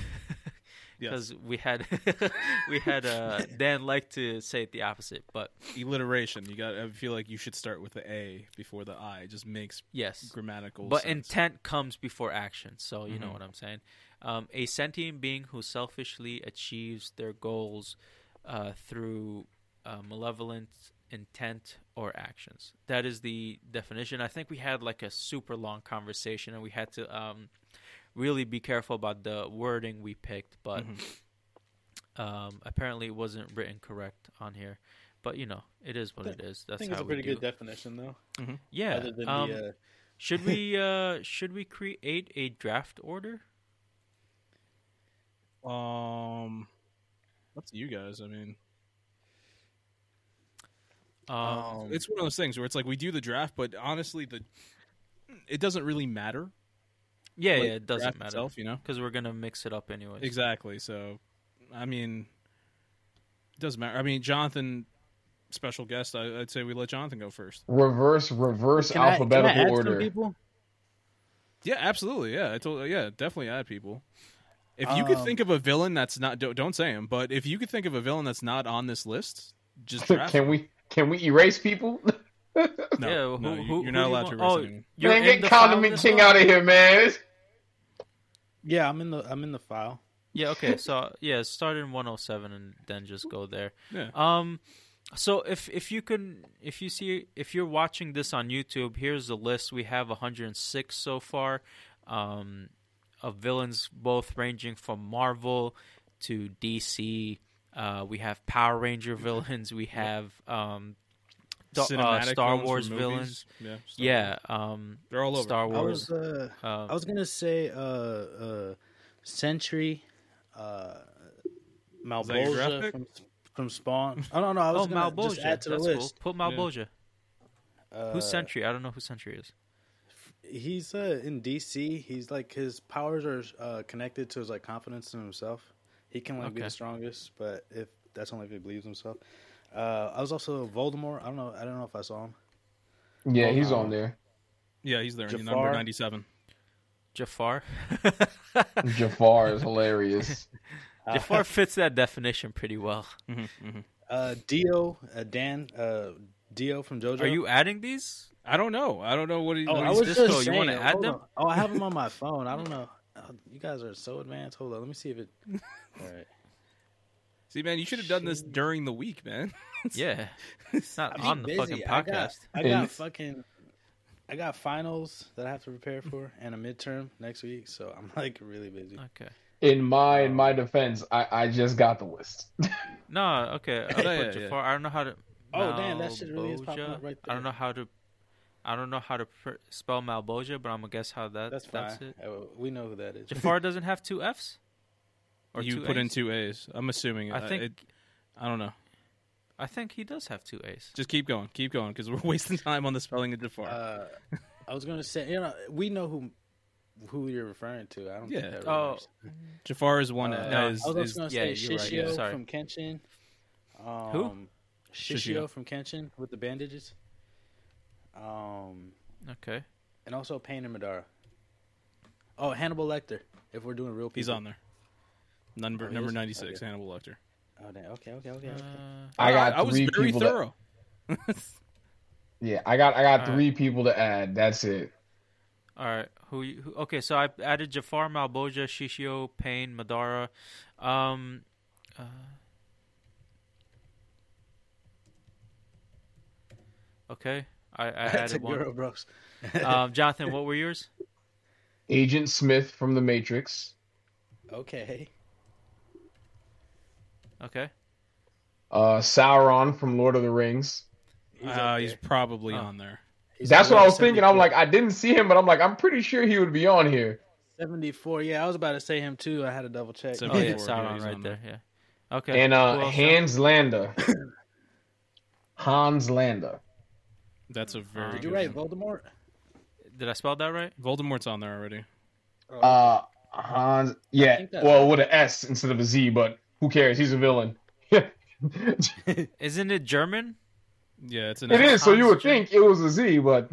S3: because we had we had uh, Dan like to say it the opposite, but
S2: Alliteration. You got. I feel like you should start with the A before the I. It just makes
S3: yes,
S2: grammatical.
S3: But
S2: sense.
S3: intent comes before action, so you know what I'm saying. Um, a sentient being who selfishly achieves their goals uh, through uh, malevolent intent or actions. That is the definition. I think we had like a super long conversation, and we had to um, really be careful about the wording we picked. But um, apparently, it wasn't written correct on here. But you know, it is what it is.
S1: I
S3: That's
S1: think
S3: how
S1: it's a
S3: we
S1: pretty
S3: do.
S1: good definition, though.
S3: yeah.
S1: Other than
S3: um,
S1: the, uh,
S3: should we uh should we create a draft order?
S2: um, up to you guys. I mean,
S3: Um,
S1: uh,
S2: it's one of those things where it's like we do the draft, but honestly, the it doesn't really matter.
S3: yeah,
S2: like,
S3: yeah, it doesn't
S2: draft
S3: matter
S2: itself, you know.
S3: because we're gonna mix it up anyway.
S2: Exactly. So, I mean, it doesn't matter. I mean, Jonathan, special guest. I, I'd say we let Jonathan go first.
S4: reverse reverse
S1: Can I- can I
S4: alphabetical
S1: add some
S4: order
S1: people?
S2: Yeah, absolutely. Yeah, I told. Yeah, definitely add people. If you could
S1: Um,
S2: think of a villain that's not, don't, don't say him. But if you could think of a villain that's not on this list, just draft.
S4: can we can we erase people
S2: no,
S3: yeah,
S2: no,
S3: who,
S2: you-
S3: who,
S2: you're
S3: who
S2: not
S3: do
S2: allowed
S3: you
S2: to
S3: want?
S2: erase anyone.
S3: Oh, you're
S4: man
S3: in
S4: get
S3: the file
S4: Condiment
S3: as
S4: King
S3: well?
S4: out of here man
S1: Yeah, I'm in the I'm in the file.
S3: Yeah. Okay. So yeah, start in 107 and then just go there.
S2: Yeah.
S3: Um, so if if you can if you see if you're watching this on YouTube, here's the list. We have 106 so far, um, of villains both ranging from Marvel to DC. Uh, we have Power Ranger villains. We have um, Da- uh,
S2: Cinematic
S3: Star
S2: villains from
S3: Wars
S2: movies.
S3: villains.
S2: Yeah, Star
S3: Yeah. Um,
S2: They're all over.
S3: Star
S1: I
S3: Wars.
S1: was uh,
S3: um,
S1: I was gonna say uh, uh, Sentry, uh,
S2: that your draft
S1: Malbolgia
S2: pick?
S1: from from Spawn. I don't know. I was
S3: oh,
S1: gonna
S3: Malbolgia.
S1: just add to the
S3: That's
S1: list.
S3: cool. Put Malbolgia.
S1: Uh,
S3: Who's Sentry? I don't know who Sentry is.
S1: He's uh, in DC. He's like his powers are uh, connected to his like confidence in himself. He can like be
S3: Okay.
S1: the strongest, but if that's only if he believes himself. Uh, I was also Voldemort. I don't know. I don't know if I saw him.
S4: yeah he's on there
S2: Yeah, he's there. in Number
S1: Jafar.
S2: ninety-seven.
S3: Jafar.
S4: Jafar is hilarious
S3: Jafar fits that definition pretty well.
S2: Mm-hmm.
S3: mm-hmm.
S1: Uh, Dio, uh, Dan, uh, Dio from JoJo.
S3: Are you adding these?
S2: I don't know. I don't know what he.
S1: Oh,
S2: what
S1: I
S2: he's-
S1: was
S3: this
S1: just
S3: though? You
S1: saying.
S3: wanna add
S1: hold
S3: them?
S1: on. Oh, I have them on my phone. I don't know. Oh, you guys are so advanced. Hold on. Let me see if it. All right.
S2: see, man, you should have done this during the week, man.
S3: Yeah. It's not
S1: I'm
S3: on the
S1: busy.
S3: fucking
S1: I got,
S3: podcast.
S1: I got
S4: Yeah.
S1: fucking. I got finals that I have to prepare for and a midterm next week, so I'm like really busy.
S3: Okay.
S4: in my in my defense, I, I just got the list.
S3: No, okay. I
S2: Yeah,
S3: put
S2: yeah, yeah.
S3: Jafar. I don't know how to.
S1: Oh, damn, that shit really is popping
S3: Malboja?
S1: up right
S3: I don't
S1: there.
S3: know how to. I don't know how to pr- spell Malboja, but I'm gonna guess how that.
S1: That's
S3: That's,
S1: fine.
S3: it.
S1: Uh, We know who that is.
S3: Jafar doesn't have two F's.
S2: you
S3: two
S2: put in
S3: A's?
S2: two A's. I'm assuming.
S3: I think.
S2: it- I don't know.
S3: I think he does have two A's.
S2: Just keep going. Keep going because we're wasting time on the spelling of Jafar.
S1: Uh, I was gonna say, you know, we know who who you're referring to. I don't
S2: Yeah.
S1: think that really
S3: Oh,
S1: matters.
S2: Jafar is one.
S1: Uh,
S2: uh,
S1: I
S2: is,
S3: no,
S1: was also
S2: is-
S1: gonna say
S3: yeah, you're right,
S1: Shishio
S3: yeah, sorry.
S1: from Kenshin. Um,
S3: Who?
S1: Shishio
S2: Shishio.
S1: from Kenshin with the bandages. Um,
S3: Okay.
S1: and also Pain and Madara. Oh, Hannibal Lecter. If we're doing real people,
S2: he's on there. Number
S1: Oh, he
S2: number
S1: is?
S2: ninety six.
S1: Okay.
S2: Hannibal Lecter.
S1: Oh, damn. Okay, okay, okay.
S3: Uh,
S1: okay.
S4: I got
S2: I was
S4: three
S2: very
S4: people that-
S2: thorough.
S4: Yeah, I got I got
S3: All
S4: three people to add. That's it.
S3: all right. Who, you- who? Okay. So I added Jafar, Malboja, Shishio, Pain, Madara. Um. Uh, okay. I, I
S1: That's a
S3: added one.
S1: girl, bros.
S3: Um, Jonathan, what were yours?
S4: Agent Smith from The Matrix.
S1: okay.
S3: Okay.
S4: Uh, Sauron from Lord of the Rings.
S1: He's
S2: He's,
S1: up
S2: uh,
S1: there.
S2: he's probably
S3: Oh.
S2: on there.
S1: He's
S4: That's
S1: on
S4: what I
S1: level
S4: was thinking. I'm
S1: 74.
S4: like, I didn't see him, but I'm like, I'm pretty sure he would be on here.
S1: 74. Yeah, I was about to say him too. I had to double check.
S2: Seven-
S3: Oh yeah,
S2: Before, yeah,
S3: Sauron
S2: he's on
S3: right
S2: there.
S3: there. Yeah. Okay.
S4: And
S3: who
S4: uh,
S3: else?
S4: Hans Landa. Hans Landa.
S2: That's a very.
S1: Did you
S2: good
S1: write
S2: one.
S1: Voldemort?
S3: Did I spell that right?
S2: Voldemort's on there already.
S1: Oh,
S4: Uh, Hans. Yeah.
S1: think that's-
S4: Well, with an S instead of a Z, but who cares? He's a villain. it
S3: Isn't it German?
S2: Yeah, it's an. F.
S4: is. So you
S3: Hans
S4: would
S3: J.
S4: think it was a Z, but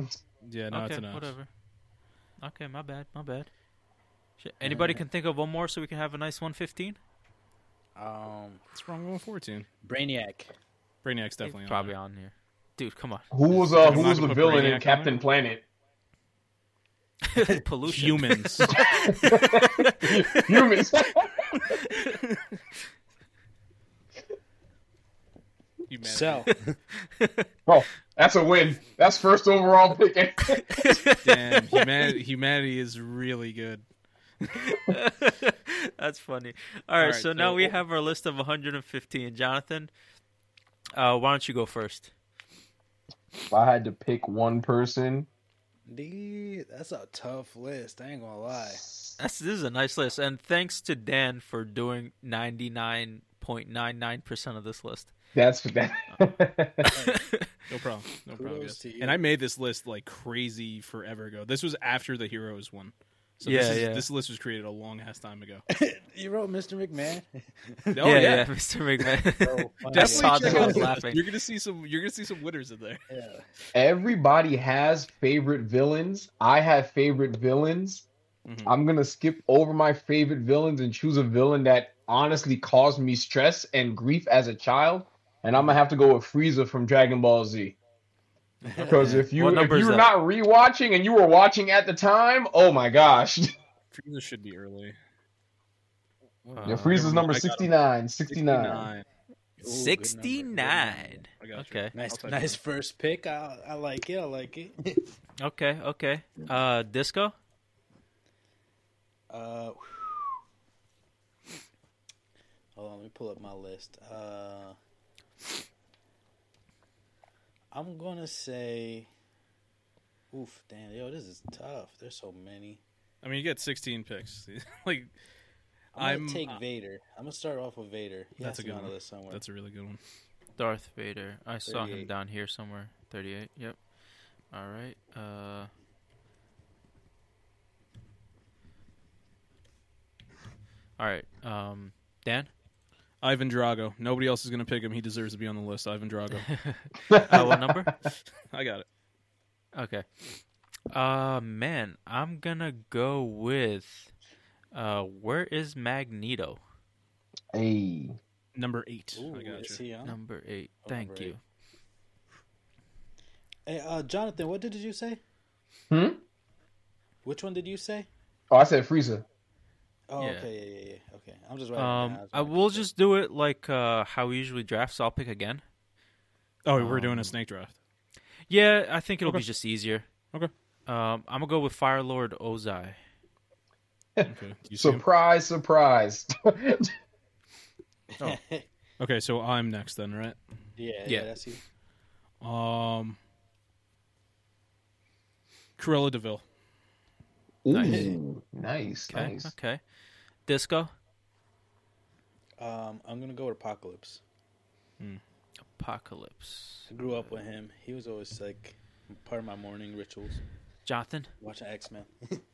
S2: Yeah, no,
S3: okay,
S2: it's an. F.
S3: whatever. Okay, my bad, my bad. Shit, Anybody can think of one more so we can have a nice 115?
S1: um,
S2: What's wrong with fourteen?
S1: Brainiac.
S2: Brainiac's definitely on
S3: probably
S2: there.
S3: on here. Dude, come on.
S4: who was uh,
S2: I'm
S4: who
S2: not
S4: was
S2: gonna
S4: the
S2: put
S4: villain
S2: Brainiac
S4: in
S2: on
S4: Captain
S2: there.
S4: Planet?
S3: Pollution.
S2: Humans.
S4: Humans.
S2: Humanity.
S1: Cell.
S4: oh, that's a win. That's first overall pick.
S2: Damn, humanity, humanity is really good.
S3: That's funny. All right,
S2: All right,
S3: so, now
S2: so-
S3: we have our list of 115. Jonathan, uh, why don't you go first?
S4: if I had to pick one person,
S1: D, that's a tough list. I ain't gonna lie.
S3: That's this is a nice list, and thanks to Dan for doing 99.99% of this list.
S4: that's that.
S2: No problem. No problem.
S1: Kudos
S2: guys.
S1: to you.
S2: And I made this list like crazy forever ago. This was after the heroes one. So
S3: Yeah,
S2: this, is,
S3: yeah.
S2: this list was created a long ass time ago.
S1: You wrote Mr. McMahon.
S2: Oh yeah,
S3: yeah, Mr. McMahon. I
S2: Definitely
S3: saw
S2: check
S3: that. I
S2: out
S3: was
S2: the list.
S3: laughing.
S2: You're gonna see some. You're gonna see some winners in there.
S1: Yeah.
S4: Everybody has favorite villains. I have favorite villains.
S2: Mhm.
S4: I'm gonna skip over my favorite villains and choose a villain that honestly caused me stress and grief as a child. And I'm gonna have to go with Frieza from Dragon Ball Z. Because if you
S3: What
S4: if
S3: number is
S4: you're
S3: that?
S4: not rewatching and you were watching at the time, oh my gosh,
S2: Frieza should be early.
S4: yeah,
S3: Uh,
S4: Frieza's number
S2: I got him.
S4: 69, 69.
S1: Ooh, good number, good
S3: 69.
S2: I got
S3: Okay.
S2: You. I'll
S1: Nice,
S2: type
S1: nice
S2: it
S1: first pick. I, I like it. I like it.
S3: Okay, okay. Uh disco?
S1: Uh, hold on, let me pull up my list. Uh, I'm gonna say, oof, damn, yo, this is tough. There's so many.
S2: in. I mean, you get 16 picks. like
S1: I'm
S2: I'm-
S1: gonna take
S2: uh,
S1: Vader. I'm gonna start off with Vader. He
S2: That's
S1: has to
S2: a
S1: be
S2: good
S1: on the
S2: one.
S1: list somewhere.
S2: that's a really good one.
S3: Darth Vader. I saw him
S1: 38.
S3: down here somewhere. 38. Yep. All right. Uh All right. Um Dan?
S2: Ivan Drago. Nobody else is gonna pick him. He deserves to be on the list. Ivan Drago.
S3: Uh, what number?
S2: I got it.
S3: Okay. Uh man, I'm going to go with uh where is Magneto?
S4: Hey,
S2: Number eight.
S1: Ooh,
S2: I got
S1: is
S2: you.
S1: he on?
S3: Number 8.
S1: Oh,
S3: Thank
S1: number
S3: you.
S1: eight. Hey, uh, Jonathan, what did you say?
S4: hmm?
S1: Which one did you say?
S4: Oh, I said Frieza.
S1: Oh,
S3: Yeah.
S1: okay, yeah, yeah, yeah. Okay, I'm just writing. it
S3: Um
S1: down. was
S3: I
S1: writing
S3: will
S1: it down.
S3: just do it like uh how we usually draft, so I'll pick again.
S2: Oh, we're doing
S3: Um,
S2: a snake draft.
S3: Yeah, I think it'll
S2: Okay.
S3: be just easier.
S2: Okay.
S3: Um, I'm gonna go with Fire Lord Ozai.
S2: Okay. You see him?
S4: Surprise, surprise.
S2: oh.
S1: yeah,
S2: Okay, so I'm next then, right?
S1: yeah,
S3: Yeah.
S1: that's you.
S2: Um Cruella Deville.
S3: Nice.
S4: Ooh, nice,
S3: Okay.
S4: nice.
S3: Okay. Disco.
S1: Um, I'm gonna go with Apocalypse.
S3: Apocalypse.
S1: I grew up with him. He was always like part of my morning rituals,
S3: Jonathan.
S1: watching X Men.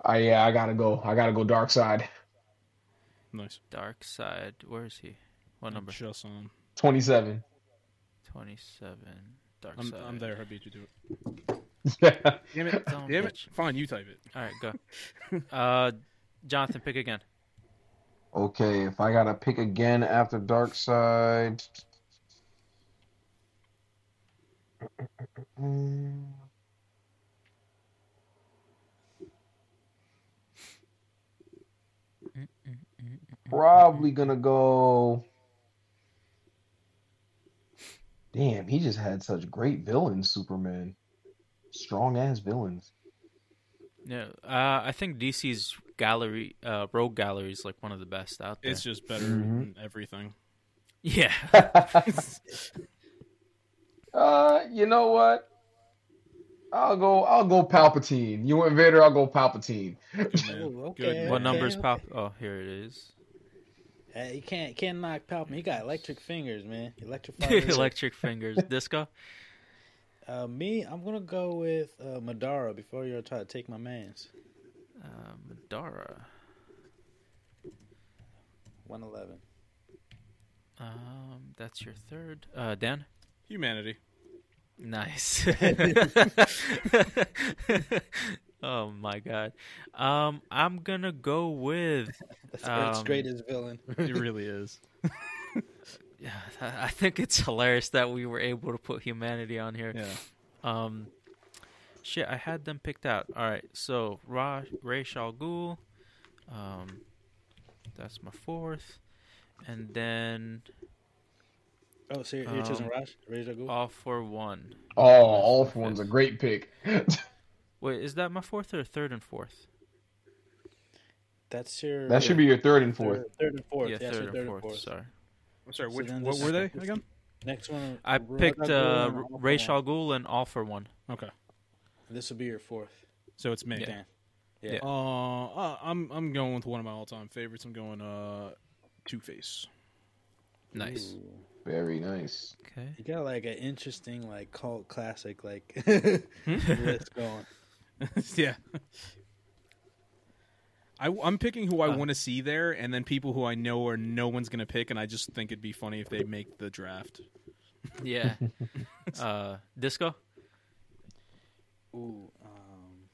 S4: I yeah, I gotta go. I gotta go dark side.
S2: Nice.
S3: Dark Side. Where is he? What number?
S2: Just um
S4: Twenty seven.
S3: Twenty-seven. Dark
S2: I'm,
S3: Side.
S2: I'm there, I beat you to it. Damn
S3: it. Dumb
S2: Damn it.
S3: bitch.
S2: Fine, you type it.
S3: All right, go. uh, Jonathan, pick again.
S4: okay, if I gotta pick again after dark side. Probably gonna go. Damn, he just had such great villains, Superman. Strong ass villains.
S3: Yeah, uh, I think DC's gallery, uh, Rogue Gallery is like one of the best out there.
S2: It's just better than
S4: Mhm.
S2: everything.
S3: yeah,
S4: Uh, you know what? I'll go. I'll go Palpatine. You went Vader. I'll go Palpatine.
S2: Good man.
S1: Oh, okay.
S2: Good man.
S3: what numbers
S1: okay.
S3: pop? Oh, here it is.
S1: Hey, you can't can't knock Palpatine. He got electric fingers, man. Electrified. wizard.
S3: Electric fingers, disco.
S1: uh, me, I'm gonna go with uh, Madara before you try to take my man's.
S3: Uh, Madara.
S1: One eleven.
S3: Um, that's your third. Uh, Dan.
S2: Humanity.
S3: Nice. oh my god. Um, I'm gonna go with.
S1: That's Earth's
S3: Um,
S1: greatest villain.
S2: It really is.
S3: Yeah, I I think it's hilarious that we were able to put humanity on here.
S2: Yeah.
S3: Um, shit, I had them picked out. All right, so Ra Ray Shal Ghul, um, that's my fourth, and then
S1: Oh, so you're, you're choosing
S3: um,
S1: Raj? Razor Ghoul?
S3: all for one.
S4: Oh, all for one's a great pick.
S3: Wait, is that my fourth or third and fourth?
S1: That's your.
S4: That should be your third and fourth.
S1: Third, third and fourth.
S3: yeah,
S1: that's your
S3: third and fourth. Sorry,
S2: I'm sorry,
S1: So
S2: which,
S1: then
S2: what
S1: this-
S2: were they again?
S1: Next one.
S3: I
S1: Ra's
S3: picked
S1: al
S3: uh,
S1: Ghul and All For
S3: Ray
S1: One.
S3: Shal Ghul and all for one.
S2: Okay.
S1: This will be your fourth.
S2: So it's me.
S1: Dan.
S3: Yeah.
S2: Uh, uh, I'm I'm going with one of my all time favorites. I'm going uh Two Face.
S3: Nice.
S1: Ooh.
S4: Very nice.
S3: Okay.
S1: You got like an interesting like cult classic like
S3: Hmm?
S1: list going.
S2: yeah. I, I'm picking who I
S3: Uh.
S2: want to see there, and then people who I know are no one's gonna pick, and I just think it'd be funny if they make the draft.
S3: Yeah. uh, disco.
S1: Ooh, um,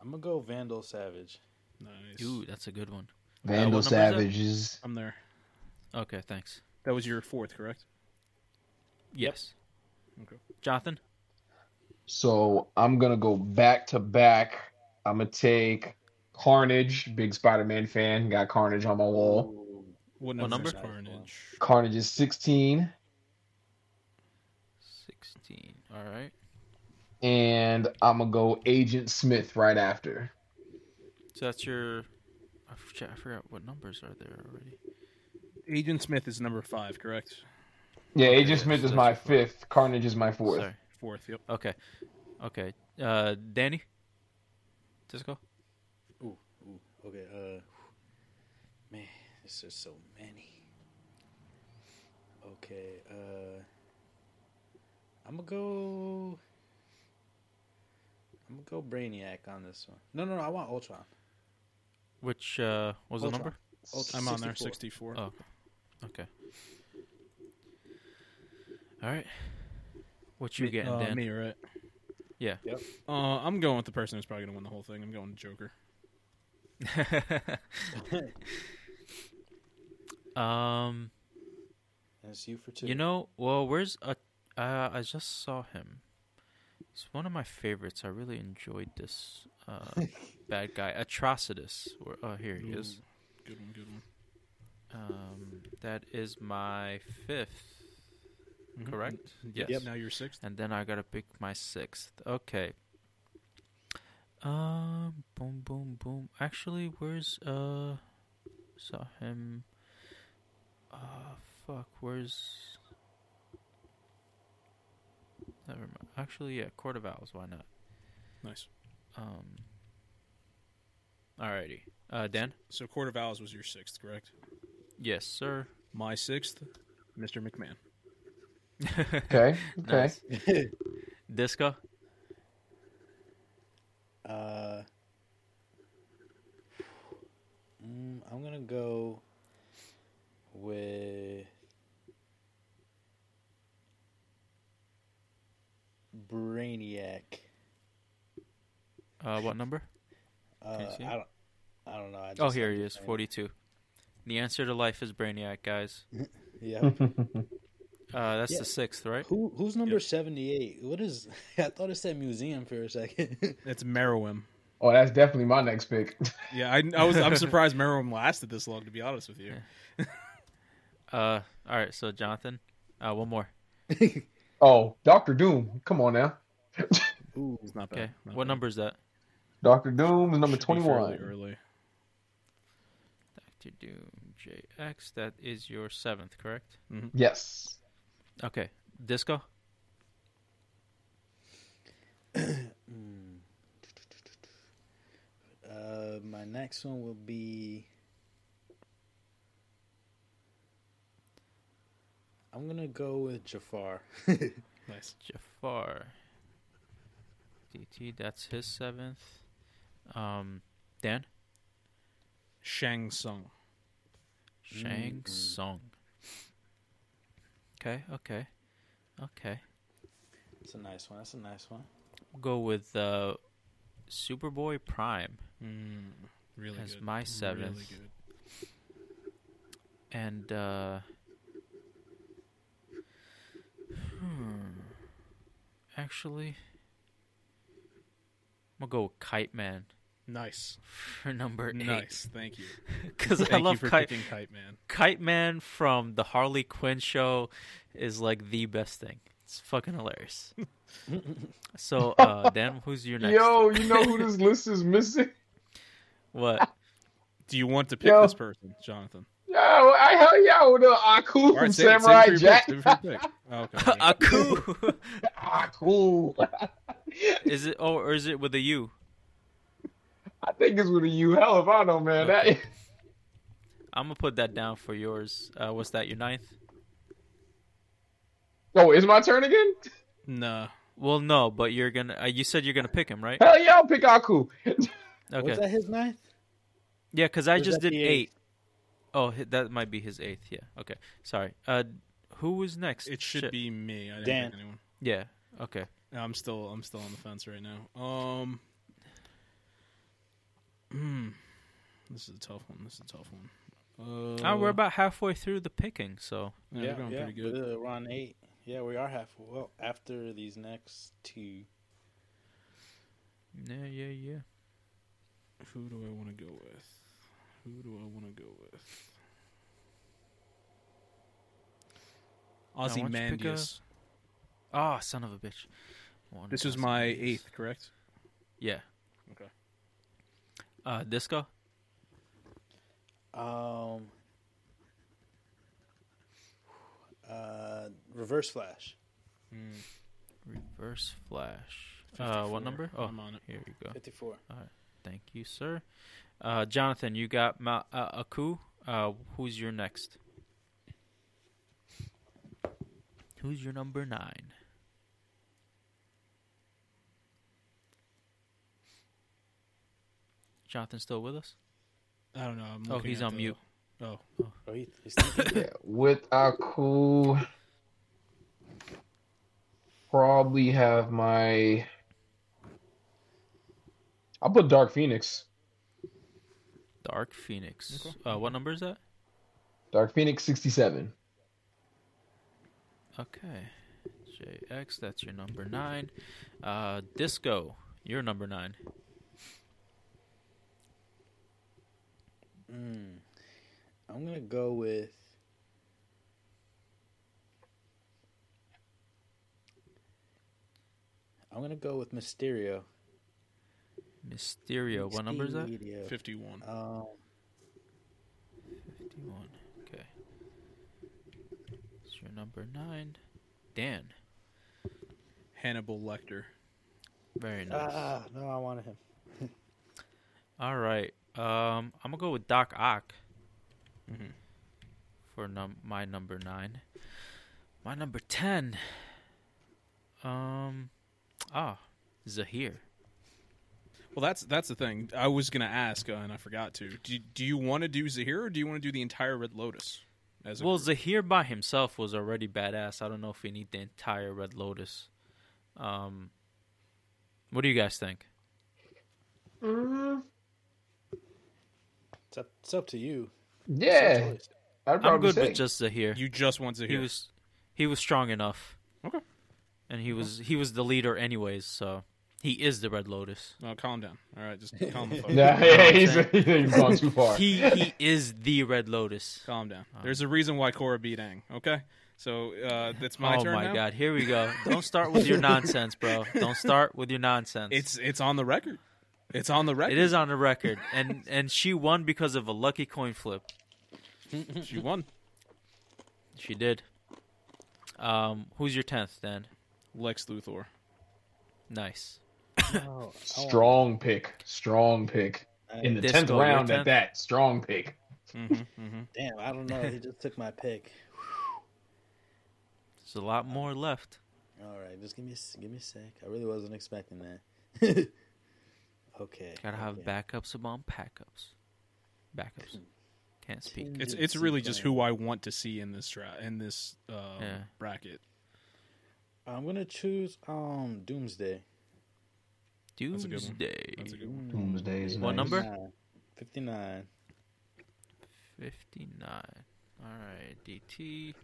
S1: I'm gonna go Vandal Savage.
S2: Nice.
S3: Ooh, that's a good one.
S4: Vandal
S3: what number is that?
S4: Savage is
S2: I'm there.
S3: Okay, thanks.
S2: That was your fourth, correct?
S3: Yes.
S2: Okay.
S3: Jonathan.
S4: so I'm gonna go back to back. I'm gonna take Carnage. Big Spider-Man fan. Got Carnage on my wall.
S1: Ooh,
S2: What
S3: What
S2: number? is
S1: number?
S2: Carnage.
S4: Carnage is 16,
S3: 16. All right.
S4: and I'm gonna go Agent Smith right after.
S3: So that's your. I forgot, I forgot what numbers are there already.
S2: Agent Smith is number five, correct?
S4: Yeah,
S3: Okay,
S4: Agent
S3: yeah,
S4: Smith
S3: so
S4: is
S3: that's
S4: my
S3: your fourth.
S4: fifth. Carnage is my fourth.
S3: Sorry.
S2: Fourth. Yep.
S3: Okay. Okay. Uh, Danny? Disco?
S1: ooh, okay, uh, man, this is so many. Okay, uh, I'm gonna go. I'm gonna go Brainiac on this one. No, no, no, I want Ultron.
S3: Which uh, was the
S1: Ultron.
S3: number?
S1: Ultron.
S2: I'm on there.
S1: 64.
S2: Sixty-four.
S3: Oh. Okay. All right. What you getting,
S2: uh,
S3: Dan?
S2: Me, right?
S3: Yeah.
S1: Yep.
S2: Uh, I'm going with the person who's probably gonna win the whole thing. I'm going Joker.
S3: um,
S1: That's you for two.
S3: you know, well, where's a? Uh, I just saw him. He's one of my favorites. I really enjoyed this uh, bad guy, Atrocitus. Where- Oh, here he is.
S2: Ooh, Good one. Good one.
S3: Um, that is my 5th
S2: Mhm.
S3: correct? Yes.
S2: Now you're sixth.
S3: And then I gotta pick my sixth. Okay. Um, boom, boom, boom. Actually, where's uh, saw him. Uh, fuck. Where's? Never mind. Actually, yeah, Court of Owls. Why not?
S2: Nice.
S3: Um. Alrighty. Uh, Dan.
S2: So Court of Owls was your sixth, correct?
S3: Yes, sir.
S2: My sixth, Mr. McMahon.
S4: Okay. Okay.
S3: Nice. Disco.
S1: Uh, mm, I'm gonna go with Brainiac.
S3: Uh, what number?
S1: Uh,
S3: you see
S1: I don't, I don't know. I
S3: Oh,
S1: just
S3: here
S1: like
S3: he
S1: the
S3: is.
S1: name.
S3: Forty-two. The answer to life is Brainiac, guys.
S1: Yeah.
S3: Uh, that's
S1: Yeah.
S3: the sixth, right?
S1: Who who's number seventy eight? What is? I thought it said museum for a second.
S2: That's Merowim.
S4: Oh, that's definitely my next pick.
S2: Yeah, I, I was. I'm surprised Merowim lasted this long. To be honest with you,
S3: Uh, all right. So Jonathan, uh, one more.
S4: Oh, Doctor Doom. Come on now.
S1: Ooh,
S2: it's not bad.
S3: Okay.
S2: Not
S3: What
S2: bad.
S3: number is that?
S4: Doctor Doom is number
S2: Should be fairly
S4: 21.
S2: Early.
S3: Doctor Doom JX. That is your seventh, correct?
S4: Yes.
S3: Okay. Disco.
S1: uh, my next one will be. I'm gonna go with Jafar.
S2: Nice.
S3: Jafar. DT. That's his seventh. Um, Dan.
S2: Shang Tsung.
S3: Shang Tsung. Okay. Okay. Okay.
S1: That's a nice one. That's a nice one.
S3: We'll go with uh, Superboy Prime.
S2: Mm, really
S3: That's
S2: good.
S3: my
S2: Really
S3: seventh.
S2: good.
S3: And uh hmm. actually I'm gonna go with Kite Man
S2: Nice.
S3: for number eight.
S2: Nice. Thank you.
S3: Because
S2: Thank
S3: I
S2: you
S3: love
S2: for
S3: Kite
S2: picking Kite Man.
S3: Kite Man from the Harley Quinn show is like the best thing. It's fucking hilarious. so uh Dan, who's your next
S4: Yo, you know who this list is missing?
S3: what?
S2: Do you want to pick
S4: Yo.
S2: this person, Jonathan?
S4: Yo, I hell yeah, with the Aku
S2: All
S4: from
S2: right, save, it- save it
S4: Samurai
S2: for your
S4: Jack.
S2: Pick, save it for your pick. Oh, okay.
S3: Aku
S4: Aku.
S3: Is it oh or is it with a U?
S4: I think it's with a U. Hell if I know, man. That,
S3: I'm gonna put that down for yours. Uh was that your ninth?
S4: oh, it's my turn again?
S2: Nah.
S3: Well, no, but you're gonna. Uh, you said you're gonna pick him, right?
S4: Hell yeah, I'll pick Aku.
S3: Okay.
S1: Was that his ninth?
S3: Yeah, because I
S1: was
S3: just
S1: that
S3: did
S1: the
S3: eight.
S1: eighth?
S3: Oh, hi- that might be his eighth. Yeah. Okay. Sorry. Uh, who was next?
S2: It should
S3: Shit.
S2: be me. I didn't
S1: Dan.
S2: pick anyone.
S3: Yeah. Okay.
S2: No, I'm still I'm still on the fence right now. Um hmm. This is a tough one. This is a tough one. Uh,
S3: oh, we're about halfway through the picking, so
S2: yeah, we're going pretty good.
S1: We're on eight. Yeah, we are half. Well, after these next two,
S3: yeah, yeah, yeah.
S2: Who do I want to go with? Who do I want to go with?
S3: why don't you
S2: Ozzy
S3: pick a-
S2: Mandius.
S3: Oh, son of a bitch. One
S2: This was
S3: thousand
S2: my
S3: years.
S2: eighth, correct?
S3: Yeah.
S2: Okay.
S3: Uh, disco.
S1: um, uh, Reverse Flash,
S3: Reverse Flash. Uh,
S2: 54.
S3: what number? Oh,
S2: I'm on it.
S3: here you go.
S1: fifty-four.
S3: Thank you, sir. Uh, Jonathan, you got Ma- uh, Aku. Uh, who's your next? Who's your number nine? Jonathan still with us?
S2: I don't know. I'm
S3: Oh,
S2: looking
S3: he's
S2: at
S3: on
S2: the-
S3: mute.
S2: Oh,
S1: Oh, he, he's thinking.
S4: Yeah, with Aku, probably have my. I'll put Dark Phoenix.
S3: Dark Phoenix. Uh, what number is that?
S4: Dark Phoenix 67.
S3: Okay. JX, that's your number nine. Uh, Disco, you're number nine.
S1: Mm. I'm gonna go with. I'm gonna go with Mysterio.
S3: Mysterio. What number is that?
S1: Expedia.
S2: 51.
S1: Um,
S3: 51. Okay. It's your number nine. Dan.
S2: Hannibal Lecter.
S3: Very nice.
S1: ah, no, I wanted him.
S3: All right. Um, I'm gonna go with Doc Ock
S2: Mhm.
S3: for num- my number nine. My number ten. Um, ah, Zahir.
S2: Well, that's that's the thing. I was gonna ask, uh, and I forgot to. Do, do you want to do Zahir, or do you want to do the entire Red Lotus? As a
S3: Well,
S2: group?
S3: Zahir by himself was already badass. I don't know if we need the entire Red Lotus. Um, what do you guys think?
S1: It's up, it's up to you.
S4: Yeah, I'd probably
S3: I'm good
S4: say.
S3: with just Zahir.
S2: you just want Zahir.
S3: he was he was strong enough.
S2: Okay.
S3: And he was he was the leader anyways, so he is the Red Lotus.
S2: Oh, calm down. All right, just calm the fuck. down.
S4: yeah, yeah, he's, he's gone too far.
S3: He he is the Red Lotus.
S2: Calm down.
S3: Uh-huh.
S2: There's a reason why Cora beat Aang. Okay, so uh, that's my
S3: oh
S2: turn
S3: my
S2: now?
S3: god, here we go. Don't start with your nonsense, bro. Don't start with your nonsense.
S2: It's it's on the record. It's on the record.
S3: it is on the record. And and she won because of a lucky coin flip.
S2: She won.
S3: She did. Um who's your tenth then?
S2: Lex Luthor.
S3: Nice.
S1: No, Oh, I want-
S4: Strong pick. Strong pick. In the
S3: Disco,
S4: tenth
S3: your
S4: round at
S3: 10th?
S4: that. Strong pick.
S1: Damn, I don't know. He just took my pick.
S3: There's a lot more left.
S1: All right, just give me a s- give me a sec. I really wasn't expecting that. okay.
S3: Gotta have
S1: okay.
S3: backups upon backups. Backups. Can't speak.
S2: It's it's really just who I want to see in this tra- in this uh,
S3: Yeah.
S2: bracket.
S1: I'm gonna choose um Doomsday.
S2: a good one.
S3: Doomsday.
S2: That's a good
S1: Hmm.
S2: one.
S4: Doomsday is
S3: What
S4: nice.
S3: number?
S1: Fifty nine.
S3: 59. All right, DT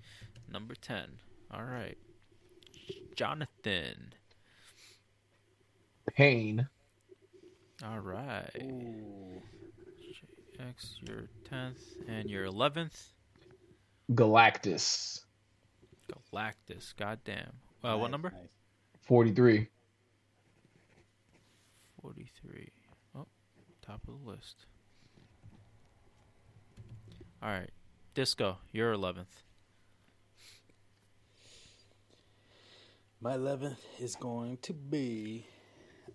S3: number 10. All right. Jonathan.
S4: Pain.
S3: All right.
S1: Ooh.
S3: X your 10th and your 11th.
S4: Galactus.
S3: Galactus. Goddamn. Uh, what
S1: nice,
S3: number?
S1: nice.
S4: Forty-three.
S3: 43. Oh, top of the list. All right. Disco, your 11th.
S1: My eleventh is going to be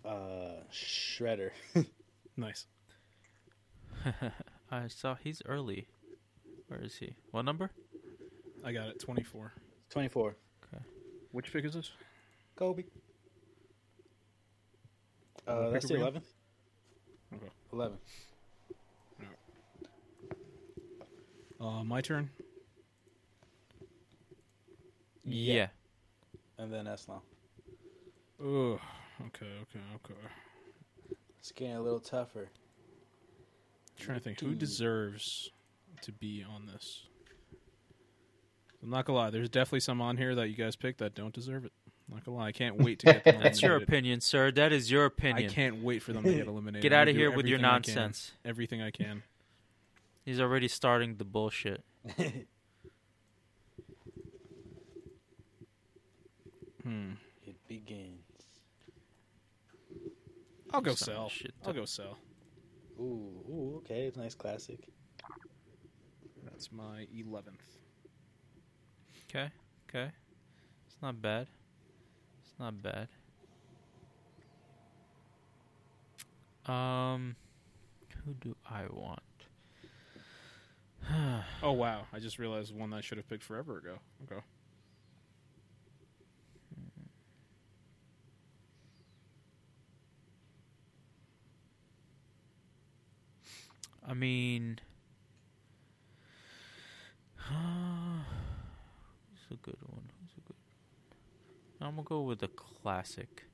S1: uh Shredder.
S2: Nice.
S3: I saw he's early. Where is he? What number?
S2: I got it. Twenty four.
S1: Twenty four.
S2: Which pick is this?
S1: Kobe. Uh,
S2: pick
S1: that's
S2: are
S1: the
S2: we on?
S1: eleventh.
S2: Okay.
S1: Eleven.
S2: Uh, my turn.
S3: Yeah.
S1: And then Eslam.
S2: Ugh. Okay. Okay. Okay.
S1: It's getting a little tougher.
S2: trying to think who
S1: Dude.
S2: deserves to be on this. I'm not gonna lie. There's definitely some on here that you guys picked that don't deserve it. not gonna lie. I can't wait to get them.
S3: That's your
S2: eliminated.
S3: opinion, sir. That is your
S2: I
S3: opinion.
S2: can't wait for them to get eliminated.
S3: Get
S2: I'm
S3: out
S2: gonna
S3: of
S2: do
S3: here with your
S2: everything I can.
S3: nonsense.
S2: Everything I can.
S3: He's already starting the bullshit.
S2: Hmm.
S1: It begins.
S2: I'll go
S3: Son of a
S2: sell.
S3: shit,
S2: I'll
S3: though.
S2: go sell.
S1: Ooh, ooh, okay, it's a nice classic.
S2: That's my eleventh.
S3: Okay, okay. It's not bad. It's not bad. Um, who do I want?
S2: Oh wow! I just realized one that I should have picked forever ago. Okay.
S3: I mean, who's a good one? Who's a good? I'm gonna go with a classic.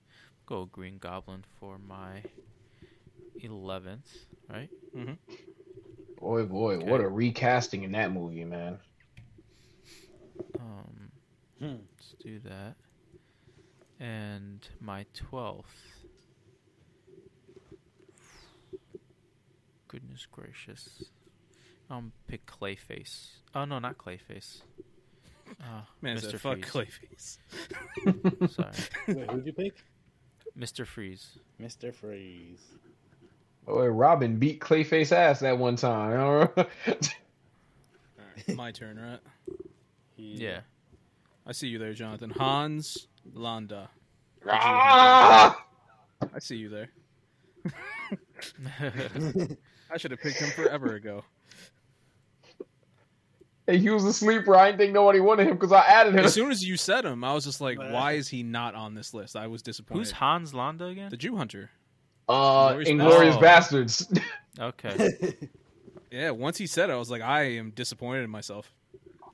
S3: Go Green Goblin for my eleventh, right?
S4: Boy, boy, what a recasting in that movie, man.
S3: Um,
S1: Hmm.
S3: let's do that. And my twelfth. Goodness gracious! I'm pick Clayface. Oh no, not Clayface. Uh,
S2: Man,
S3: Mr.
S2: said fuck
S3: Freeze.
S2: Clayface.
S3: Sorry,
S1: Wait, who'd you pick?
S3: Mr. Freeze.
S1: Mr. Freeze.
S4: Oh, and Robin beat Clayface ass that one time.
S2: All right, my turn, right?
S3: Yeah.
S2: I see you there, Jonathan. Hans Landa.
S4: ah!
S2: I see you there. I should have picked him forever ago.
S4: And he was a sleeper. I didn't think nobody wanted him because I added him.
S2: As soon as you said him, I was just like, why is he not on this list? I was disappointed.
S3: Who's Hans Landa again?
S2: the Jew Hunter?
S4: Uh,
S2: Glorious
S4: Inglorious Bastards.
S3: Okay.
S2: Yeah, once he said it, I was like, I am disappointed in myself.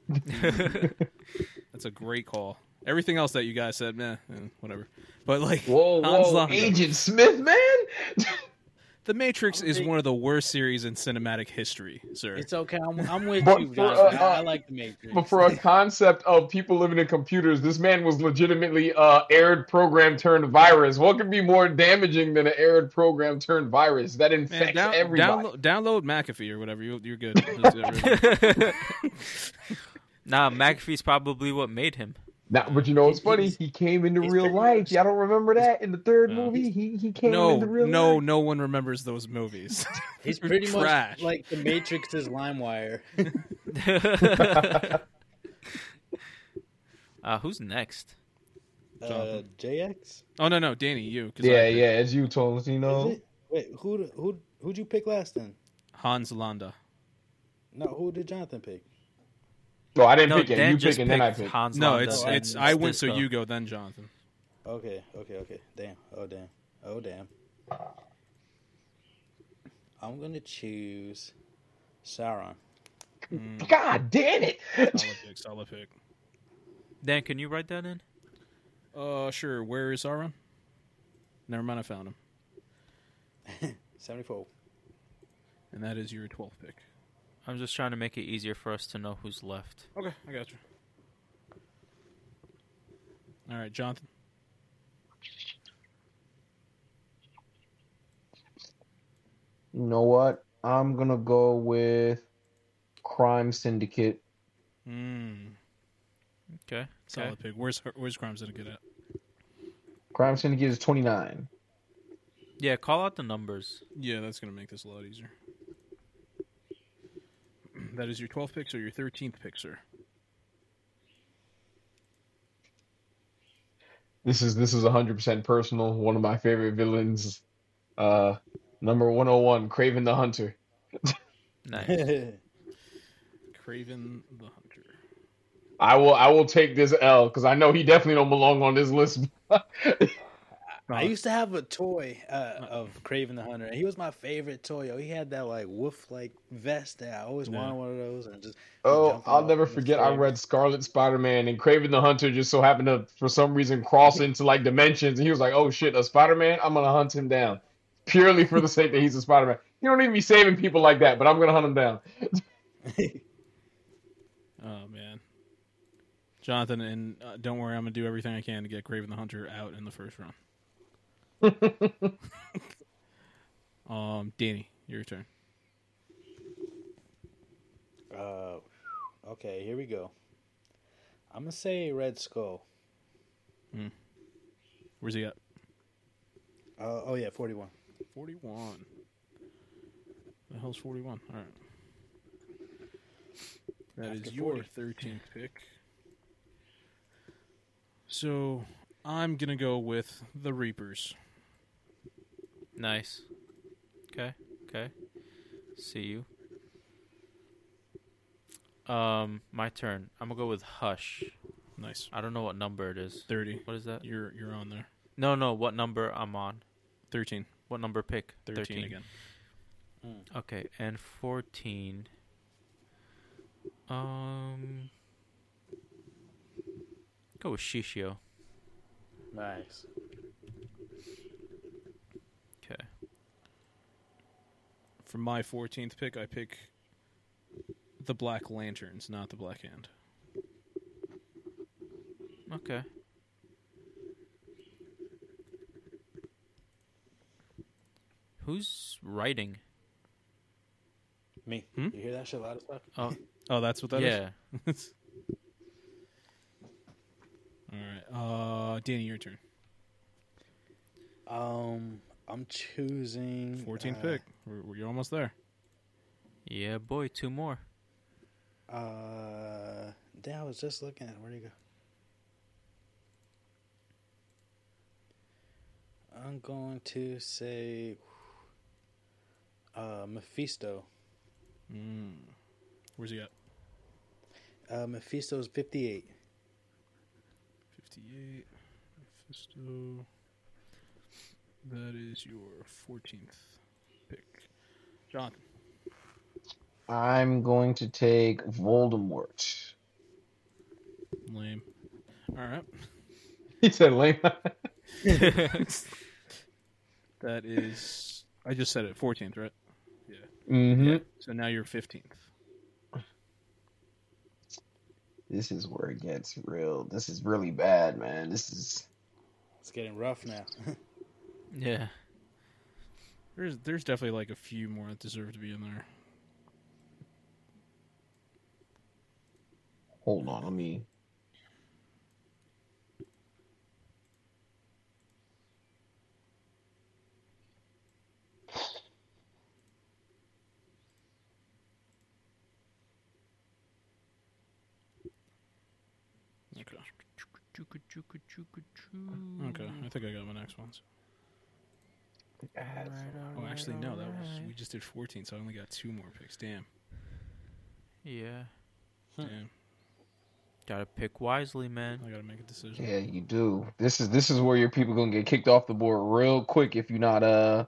S2: That's a great call. Everything else that you guys said, meh, eh, whatever. But like,
S4: whoa,
S2: Hans
S4: whoa,
S2: Landa.
S4: Agent Smith, man.
S2: The Matrix is one of the worst series in cinematic history, sir.
S1: It's okay. I'm, I'm with
S4: But
S1: you,
S4: for,
S1: Jonathan.
S4: uh,
S1: I, I like the Matrix.
S4: but for a concept of people living in computers, this man was legitimately uh aired program turned virus. What could be more damaging than an aired program turned virus that infects
S2: Man, down-
S4: everybody?
S2: download, download McAfee or whatever. You, you're good. Just- everybody-
S3: nah, McAfee's probably what made him.
S4: Now, but you know what's funny? He came into real life. Y'all don't remember that in the third
S2: Uh,
S4: movie. He he came
S2: no,
S4: into real
S2: no,
S4: life.
S2: no one remembers those movies.
S1: He's pretty
S2: Trash.
S1: much like the Matrix's LimeWire.
S3: uh, who's next?
S1: Uh,
S2: Jonathan.
S1: JX?
S2: oh no, no, Danny, you. 'cause I
S4: Yeah,
S2: picked
S4: yeah, it's you, Tolentino.
S1: Is it? Wait, who who who'd you pick last then?
S2: Hans Landa.
S1: No, who did Jonathan pick?
S4: No, I didn't
S3: No,
S4: pick it.
S3: Dan
S4: You
S3: just
S4: pick and then I
S3: picked
S4: pick.
S3: Hans
S2: No,
S3: Landa
S2: it's
S1: and
S2: it's.
S1: it's
S2: I went so
S3: Disco.
S2: you go then, Jonathan.
S1: Okay, okay, okay. Damn. Oh damn. Oh damn. I'm gonna choose Sauron.
S4: God damn it!
S2: Solid pick. Solid pick.
S3: Dan, can you write that in?
S2: Uh, sure. Where is Sauron? Never mind. I found him,
S1: Seventy four.
S2: and that is your 12th pick.
S3: I'm just trying to make it easier for us to know who's left.
S2: Okay, I got you. All right, Jonathan.
S4: You know what? I'm gonna go with Crime Syndicate.
S2: Mm,
S3: Okay.
S2: solid pick. Where's Where's Crime Syndicate at?
S4: Crime Syndicate is 29.
S3: Yeah, call out the numbers.
S2: Yeah, that's gonna make this a lot easier. That is your 12th pick, so your 13th pick, sir.
S4: This is this is 100% personal. One of my favorite villains. Uh, number 101, Craven the Hunter.
S3: Nice.
S1: That's
S2: Craven the Hunter.
S4: I will I will take this L because I know he definitely don't belong on this list.
S1: I used to have a toy uh, of Craven the Hunter, and he was my favorite toy. Yo, he had that like wolf like vest that I always
S2: Yeah.
S1: wanted one of those, and just
S4: oh,
S1: jumping
S4: I'll
S1: off
S4: never
S1: the
S4: forget. I
S1: thing.
S4: read Scarlet Spider-Man and Craven the Hunter just so happened to for some reason cross into like dimensions and he was like, "Oh shit, a Spider-Man! I'm gonna hunt him down." Purely for the sake that he's a Spider-Man. You don't even be saving people like that, but I'm gonna hunt him down.
S2: Oh man, Jonathan, and uh, don't worry, I'm gonna do everything I can to get Craven the Hunter out in the first round. um, Danny, your turn.
S1: Uh, okay, here we go. I'm gonna say Red Skull.
S2: Where's he at?
S1: Uh, oh yeah, forty one.
S2: 41. The hell's 41? All right. That is
S1: After
S2: your
S1: 40.
S2: 13th pick. So I'm going to go with the Reapers.
S3: Nice. Okay. Okay. See you. Um, my turn. I'm gonna go with Hush.
S2: Nice.
S3: I don't know what number it is.
S2: 30.
S3: What is that?
S2: You're you're on there.
S3: No, no. What number I'm on?
S2: 13.
S3: What number pick?
S2: 13, again.
S3: Okay, and fourteen. Um, go with Shishio.
S1: Nice.
S3: Okay.
S2: For my 14th pick, I pick the Black Lanterns, not the Black Hand.
S3: Okay. Who's writing?
S1: Me.
S2: Hmm?
S1: You hear that shit loud as fuck?
S3: Oh,
S2: Oh, that's what that is.
S3: yeah.
S2: All right. Uh, Danny, your turn.
S1: Um, I'm choosing
S2: 14th
S1: uh,
S2: pick. We're, we're almost there.
S3: Yeah, boy, two more.
S1: Uh, damn, I was just looking at where'd he go. I'm going to say uh, Mephisto.
S2: Mm. Where's he at?
S1: Uh, Mephisto's 58.
S2: 58. Mephisto. That is your 14th pick. John.
S4: I'm going to take Voldemort.
S2: Lame. All right.
S4: He said lame.
S2: That is. I just said it. 14th, right?
S4: mm-hmm.
S2: So now you're 15th.
S4: This is where it gets real. This is really bad, man. This is
S1: It's getting rough now.
S3: yeah.
S2: There's there's definitely like a few more that deserve to be in there.
S4: hold on, let me
S2: Okay. Okay.
S3: Mm-hmm.
S2: I think I got my next ones. Oh, actually, no. That was we just did 14, so I only got two more picks. Damn.
S3: Yeah.
S1: Huh.
S2: Damn.
S3: Gotta pick wisely, man.
S2: I gotta make a decision.
S4: Yeah, you do. This is this is where your people gonna get kicked off the board real quick if you're not uh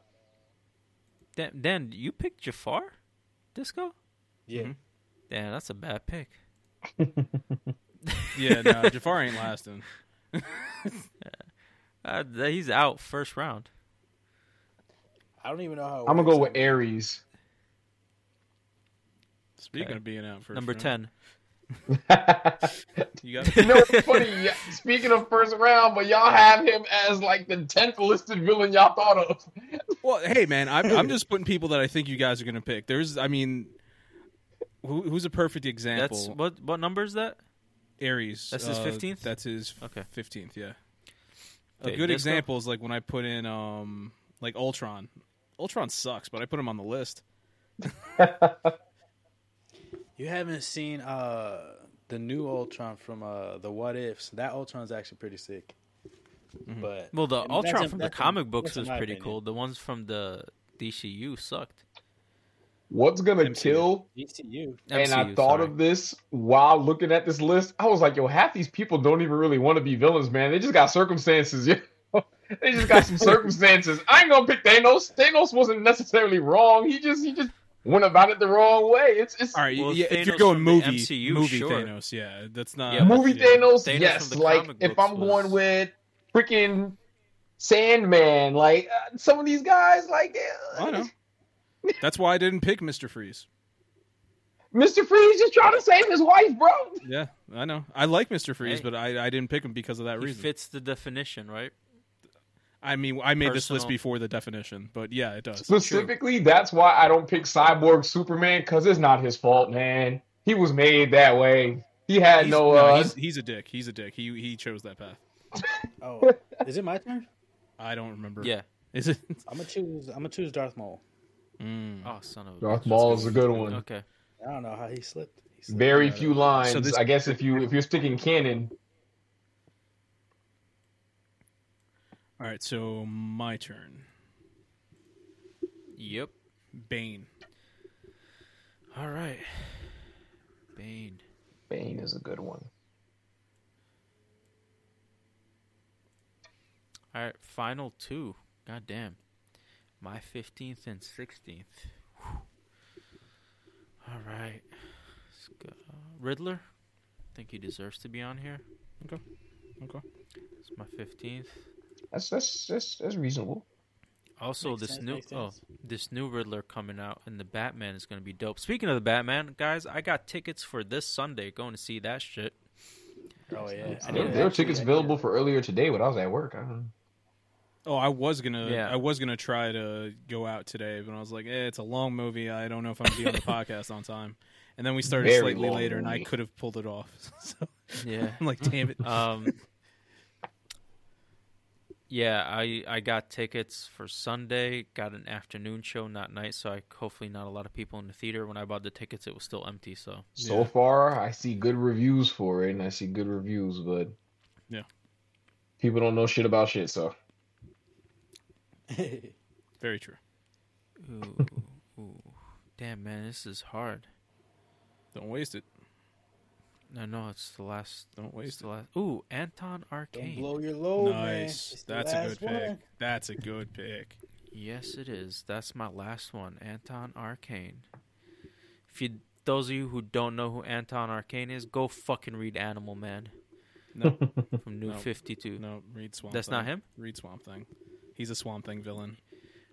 S3: Dan, Dan you picked Jafar? Disco?
S1: yeah.
S2: Mhm.
S3: Damn, that's a bad pick.
S2: Yeah. No, Jafar ain't lasting.
S3: Uh, th- he's out first round.
S1: I don't even know how. it
S4: I'm gonna
S1: works.
S4: go with Aries.
S2: Speaking
S3: Okay.
S2: of being out first,
S3: Number
S2: round,
S3: 10.
S4: you
S2: You got
S4: know it's funny, y- speaking of first round, but y'all have him as like the tenth listed villain y'all thought of.
S2: Well, hey man, I'm I'm just putting people that I think you guys are gonna pick. There's, I mean, who, who's a perfect example?
S3: That's what what number is that?
S2: Aries.
S3: that's his
S2: uh,
S3: 15th?
S2: That's his
S3: Okay.
S2: fifteenth. Yeah.
S3: Okay,
S2: a good
S3: Disco?
S2: example is like when I put in um like Ultron. Ultron sucks, but I put him on the list.
S1: You haven't seen uh the new Ultron from uh the What Ifs. That Ultron's actually pretty sick.
S2: Mm-hmm.
S1: But
S3: Well, the
S1: and that's
S3: Ultron
S1: in-
S3: from the
S1: that's in-
S3: comic books
S1: that's in
S3: was
S1: my
S3: pretty
S1: opinion.
S3: cool. The ones from the DCU sucked.
S4: What's gonna
S2: MCU.
S4: kill?
S1: DCU.
S4: and I
S3: MCU,
S4: thought
S3: sorry.
S4: of this while looking at this list. I was like, yo, half these people don't even really want to be villains, man. They just got circumstances. yo. they just got some circumstances. I ain't gonna pick Thanos. Thanos wasn't necessarily wrong. He just he just went about it the wrong way. It's it's
S2: All right,
S3: Well,
S2: yeah, if you're
S3: Thanos
S2: going
S3: from the
S2: movie,
S3: MCU,
S2: movie
S3: sure.
S2: Thanos, yeah, that's not
S3: Yeah, but-
S4: movie
S2: yeah.
S4: Thanos.
S3: Thanos
S4: yes,
S3: from the
S4: like
S3: comic
S4: if
S3: books
S4: I'm
S3: was-
S4: going with freaking Sandman, like uh, some of these guys, like uh,
S2: Oh, I know. That's why I didn't pick Mister Freeze.
S4: Mr. Freeze just trying to save his wife, bro.
S2: Yeah, I know. I like Mister Freeze,
S3: Hey.
S2: but I, I didn't pick him because of that
S3: He
S2: reason.
S3: fits the definition, right?
S2: I mean, I made this list
S3: Personal.
S2: before the definition, but yeah, it does.
S4: Specifically, that's why I don't pick Cyborg Superman because it's not his fault, man. He was made that way. He had
S2: He's-
S4: no.
S2: no,
S4: uh,
S2: he's, he's a dick. He's a dick. He he chose that path.
S1: Oh, is it my turn?
S2: I don't remember.
S3: Yeah.
S2: Is it?
S1: I'm gonna choose. I'm gonna choose Darth Maul.
S2: Mm.
S3: Oh, son of a
S4: Darth
S3: bitch.
S4: Maul is a good one.
S3: Okay.
S1: I don't know how he slipped. He slipped
S4: Very
S1: out of
S4: few
S1: it.
S4: lines.
S2: So this-
S4: I guess if you if you're sticking canon,
S2: All right, so my turn.
S3: Yep.
S2: Bane.
S3: All right. Bane.
S4: Bane is a good one.
S3: All right, final two. God damn. My 15th and 16th. Whew. All right. Let's go. Riddler. I think he deserves to be on here.
S2: Okay. Okay.
S3: It's my 15th.
S4: That's that's that's, that's reasonable.
S3: Also,
S1: Makes
S3: this
S1: sense,
S3: new
S1: makes
S3: oh,
S1: sense.
S3: this new Riddler coming out and the Batman is going to be dope. Speaking of the Batman, guys, I got tickets for this Sunday going to see that shit.
S1: Oh yeah. I
S4: There,
S1: did
S4: there were
S1: actually-
S4: tickets
S1: I did.
S4: available for earlier today when I was at work. I don't
S2: Oh, I was gonna.
S3: Yeah.
S2: I was gonna try to go out today, but I was like, eh, it's a long movie. I don't know if I'm gonna be on the podcast on time. And then we started
S4: Very
S2: slightly
S4: long
S2: later, and I
S4: movie.
S2: could have pulled it off. so
S3: Yeah.
S2: I'm like, damn it.
S3: Um, yeah, I I got tickets for Sunday. Got an afternoon show, not night. So I hopefully not a lot of people in the theater. When I bought the tickets, it was still empty. So
S4: So far, I see good reviews for it, and I see good reviews, but
S2: Yeah.
S4: people don't know shit about shit. So
S2: Very true.
S3: ooh, ooh. damn man, this is hard.
S2: Don't waste it.
S3: No, no, it's the last.
S2: Don't
S3: It's
S2: waste
S3: the
S2: it.
S3: last. Ooh, Anton Arcane.
S1: Don't blow your load, Oh, man. It's
S2: nice.
S1: the
S2: That's a
S1: last
S2: good pick.
S1: one.
S2: That's a good pick.
S3: Yes, it is. That's my last one, Anton Arcane. If you, those of you who don't know who Anton Arcane is, go fucking read Animal Man
S2: No,
S3: from New
S2: No.
S3: Fifty Two.
S2: no, read Swamp.
S3: That's
S2: Thing.
S3: not him?
S2: Read Swamp Thing. He's a Swamp Thing villain.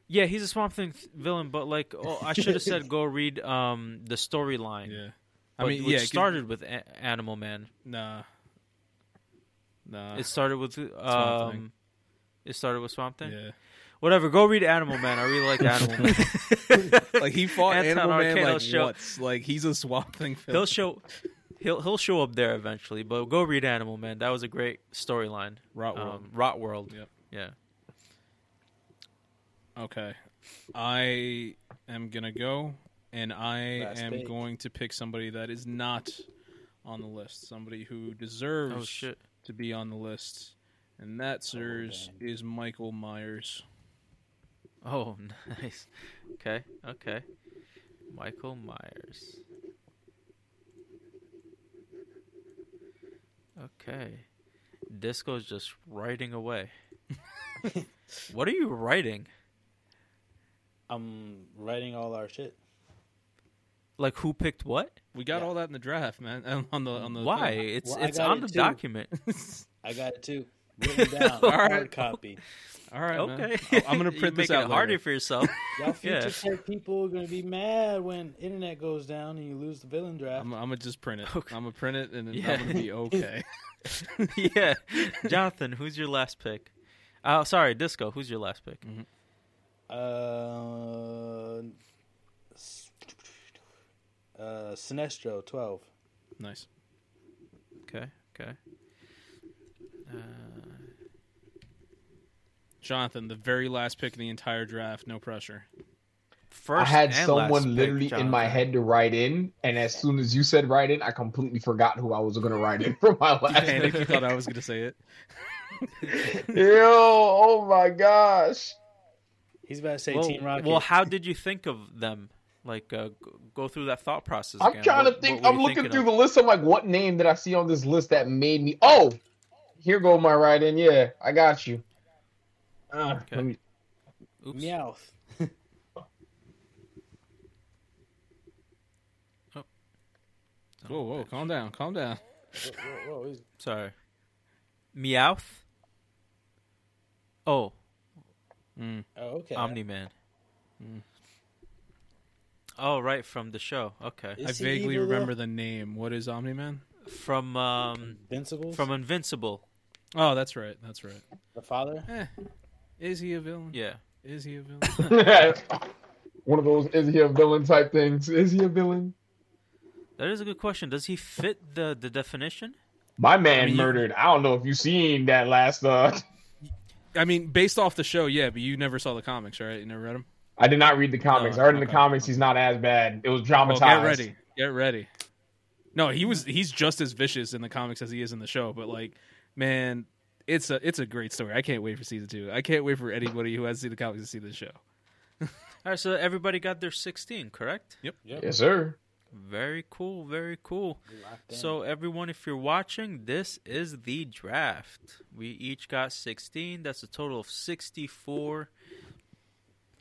S3: Yeah, he's a Swamp Thing th- villain, but like, oh, I should have said go read um the storyline.
S2: Yeah. I
S3: But-
S2: mean,
S3: which
S2: yeah, it could-
S3: started with a- Animal Man.
S2: Nah. Nah.
S3: It started with
S2: Uh, Swamp Thing.
S3: um, it started with Swamp Thing.
S2: yeah.
S3: Whatever, go read Animal Man. I really like Animal Man.
S2: Like he fought
S3: Anton
S2: Animal Man
S3: Arcano's
S2: like
S3: show.
S2: once. Like he's a Swamp Thing villain.
S3: He'll show, he'll he'll show up there eventually. But go read Animal Man. That was a great storyline.
S2: Rot World.
S3: Um, Rot World.
S2: Yep.
S3: Yeah.
S2: Okay. I am going to go, and I
S1: Last
S2: am
S1: pick.
S2: going to pick somebody that is not on the list. Somebody who deserves
S3: Oh shit.
S2: to be on the list. And that, sirs,
S1: Oh, man.
S2: is Michael Myers.
S3: Oh, nice. Okay. Okay. Michael Myers. Okay. Disco's just writing away. what are you writing?
S1: I'm writing all our shit.
S3: Like who picked what?
S2: We got
S1: Yeah.
S2: all that in the draft, man. um, On the on the thing.
S3: Why? It's
S1: Well, I
S3: it's
S1: got
S3: on
S1: it
S3: the
S1: too.
S3: document.
S1: I got it too. Written down.
S3: All
S1: hard
S2: right.
S1: copy.
S2: all right,
S3: okay.
S2: man. I- Oh, I'm gonna
S3: You're
S2: print this
S3: making
S2: out.
S3: it harder
S2: later.
S3: for yourself.
S1: Y'all future
S3: Yeah.
S1: tech people are gonna be mad when internet goes down and you lose the villain draft.
S2: I'm, I'm gonna just print it.
S3: Okay.
S2: I'm gonna print it, and then
S3: Yeah.
S2: I'm gonna be okay.
S3: yeah. Jonathan, who's your last pick? Oh, sorry, Disco, who's your last pick?
S2: Mm.
S1: Uh, s- uh, Sinestro twelve.
S2: nice.
S3: Okay, okay. Uh,
S2: Jonathan, the very last pick of the entire draft. No pressure.
S3: first
S4: I had
S3: and last
S4: someone
S3: pick,
S4: literally in my
S3: Jonathan.
S4: head to write in, and as soon as you said write in, I completely forgot who I was going to write in for my last.
S2: And if you thought I was gonna say it,
S4: Ew! Oh my gosh!
S1: He's about to say
S3: Well,
S1: Team Rocket.
S3: well, how did you think of them? Like, uh, g- go through that thought process.
S4: I'm
S3: again.
S4: trying
S3: What-
S4: to
S3: what
S4: think.
S3: were
S4: I'm
S3: you
S4: looking
S3: thinking
S4: through
S3: of?
S4: the list. I'm like, what name did I see on this list that made me? Oh, here go my write in. Yeah, I got you. Uh,
S3: Okay.
S4: let me-
S3: Oops.
S1: Meowth.
S2: whoa, whoa, calm down, calm down.
S1: Whoa, whoa, whoa, he's-
S3: Sorry. Meowth. Oh,
S2: Mm.
S1: oh, okay.
S3: Omni Man.
S2: Mm.
S3: Oh, right from the show. Okay,
S1: Is
S2: I
S1: he
S2: vaguely
S1: evil, though?
S2: remember the name. What is Omni Man?
S3: from um,
S1: Invincibles.
S3: from Invincible.
S2: Oh, that's right. That's right.
S1: the father.
S2: Eh, is he a villain?
S3: Yeah.
S2: Is he a villain?
S4: One of those is he a villain type things. Is he a villain?
S3: That is a good question. Does he fit the, the definition?
S4: My
S2: I
S4: man
S2: mean, you-
S4: murdered. I don't know if you seen that last. uh
S2: I mean, based off the show, yeah, but you never saw the comics, right? You never read them.
S4: I did not read the comics.
S3: No,
S4: I heard in the
S3: okay.
S4: comics he's not as bad. It was
S2: Oh, Well,
S4: dramatized.
S2: get ready, get ready. No, he was he's just as vicious in the comics as he is in the show. But like, man, it's a it's a great story. I can't wait for season two. I can't wait for anybody who has seen the comics to see this show.
S3: All right, so everybody got their 16, correct?
S4: Yes, sir.
S3: Very cool, very cool.
S1: Locked in.
S3: So, everyone, if you're watching, this is the draft. We each got 16. That's a total of 64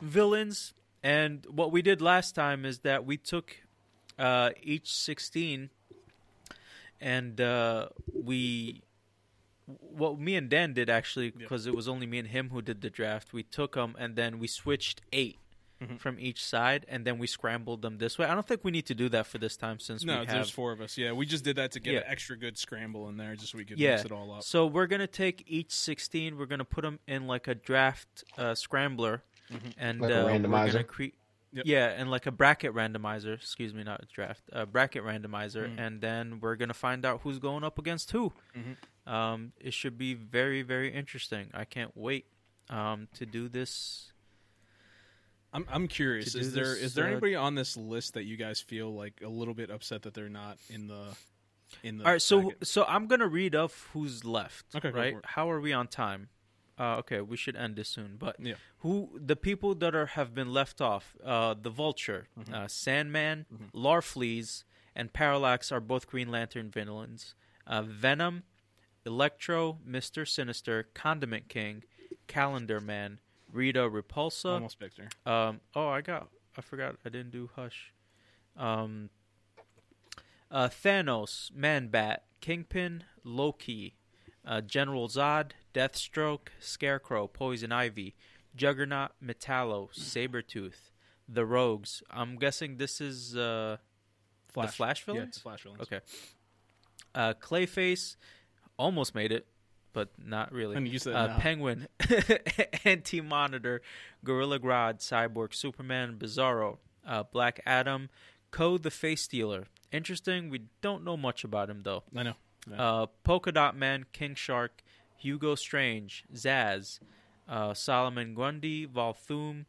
S3: villains. And what we did last time is that we took uh, each 16 and uh, we. What me and Dan did actually, because it was only me and him who did the draft, we took them and then we switched 8 from each side and then we scrambled them this way. I don't think we need to do that for this time since
S2: No,
S3: we have
S2: there's four of us. Yeah, we just did that to get an
S3: Yeah.
S2: extra good scramble in there, just so we could
S3: yeah.
S2: mix it all up.
S3: So we're gonna take each sixteen. We're gonna put them in like a draft uh, scrambler, and
S4: Like a
S3: uh, We're gonna
S4: randomizer?
S3: cre-
S2: Mm-hmm. Yep.
S3: Yeah, and like a bracket randomizer. Excuse
S2: Mm.
S3: me, not a draft. A bracket randomizer, and then we're gonna find out who's going up against who.
S2: Mm-hmm.
S3: Um, it should be very, very interesting. I can't wait um, to do this.
S2: I'm I'm curious.
S3: To
S2: Is
S3: do
S2: there is
S3: this,
S2: there
S3: uh,
S2: anybody on this list that you guys feel like a little bit upset that they're not in the in the
S3: All right, so
S2: packet?
S3: so I'm gonna read off who's left.
S2: Okay, go
S3: right?
S2: for it.
S3: How are we on time? Uh, okay, we should end this soon. But
S2: Yeah.
S3: who the people that are have been left off? Uh, the Vulture,
S2: Mm-hmm.
S3: uh, Sandman, Larfleeze, and Parallax are both Green Lantern villains. Uh, Venom, Electro, Mister Sinister, Condiment King, Calendar Man, Rita Repulsa.
S2: almost Victor.
S3: Um, oh, I got. I forgot. I didn't do Hush. Um, uh, Thanos, Man Bat, Kingpin, Loki, uh, General Zod, Deathstroke, Scarecrow, Poison Ivy, Juggernaut, Metallo, Sabretooth, The Rogues. I'm guessing this is uh, the Flash
S2: Yeah,
S3: villains?
S2: the Flash villains.
S3: Okay. Uh, Clayface almost made it, but not really.
S2: And you said
S3: uh,
S2: no.
S3: Penguin, Anti Monitor, Gorilla Grodd, Cyborg, Superman, Bizarro, uh, Black Adam, Co the Face Stealer. Interesting. We don't know much about him though.
S2: I know. Yeah.
S3: Uh, Polka Dot Man, King Shark, Hugo Strange, Zaz, uh, Solomon Grundy, Volthoom,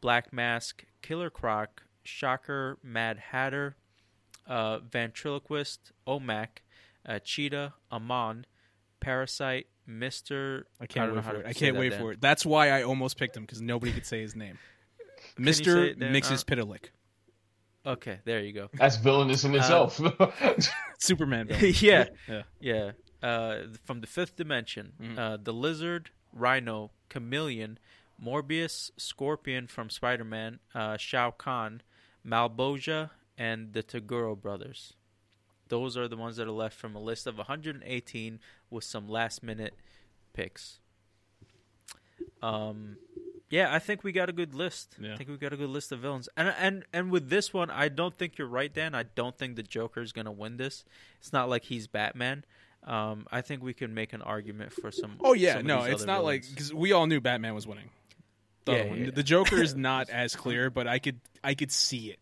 S3: Black Mask, Killer Croc, Shocker, Mad Hatter, uh, Ventriloquist, Omac, uh, Cheetah, Amon, Parasite, Mister.
S2: I can't
S3: don't know
S2: wait
S3: how
S2: for
S3: to
S2: it. I
S3: say
S2: can't
S3: that,
S2: wait
S3: Dan.
S2: for it. That's why I almost picked him because nobody could say his name.
S3: you say
S2: Mister
S3: it, Dan?
S2: mixes
S3: Uh,
S2: Pitalik.
S3: Okay, there you go.
S4: That's villainous
S2: Uh,
S4: in itself.
S2: Superman. villain.
S3: yeah,
S2: Yeah.
S3: yeah. Uh, from the fifth dimension, uh, the lizard, rhino, chameleon, Morbius, scorpion from Spider-Man, uh, Shao Kahn, Malboja, and the Taguro brothers. Those are the ones that are left from a list of 118 with some last-minute picks. Um, yeah, I think we got a good list.
S2: Yeah.
S3: I think we got a good list of villains. And and and with this one, I don't think you're right, Dan. I don't think the Joker is gonna win this. It's not like he's Batman. Um, I think we can make an argument for some.
S2: Oh yeah,
S3: some of
S2: no,
S3: these
S2: it's
S3: other
S2: not like
S3: villains.
S2: because we all knew Batman was winning. The,
S3: Yeah,
S2: other one.
S3: yeah, yeah.
S2: the Joker is not as clear, but I could I could see it.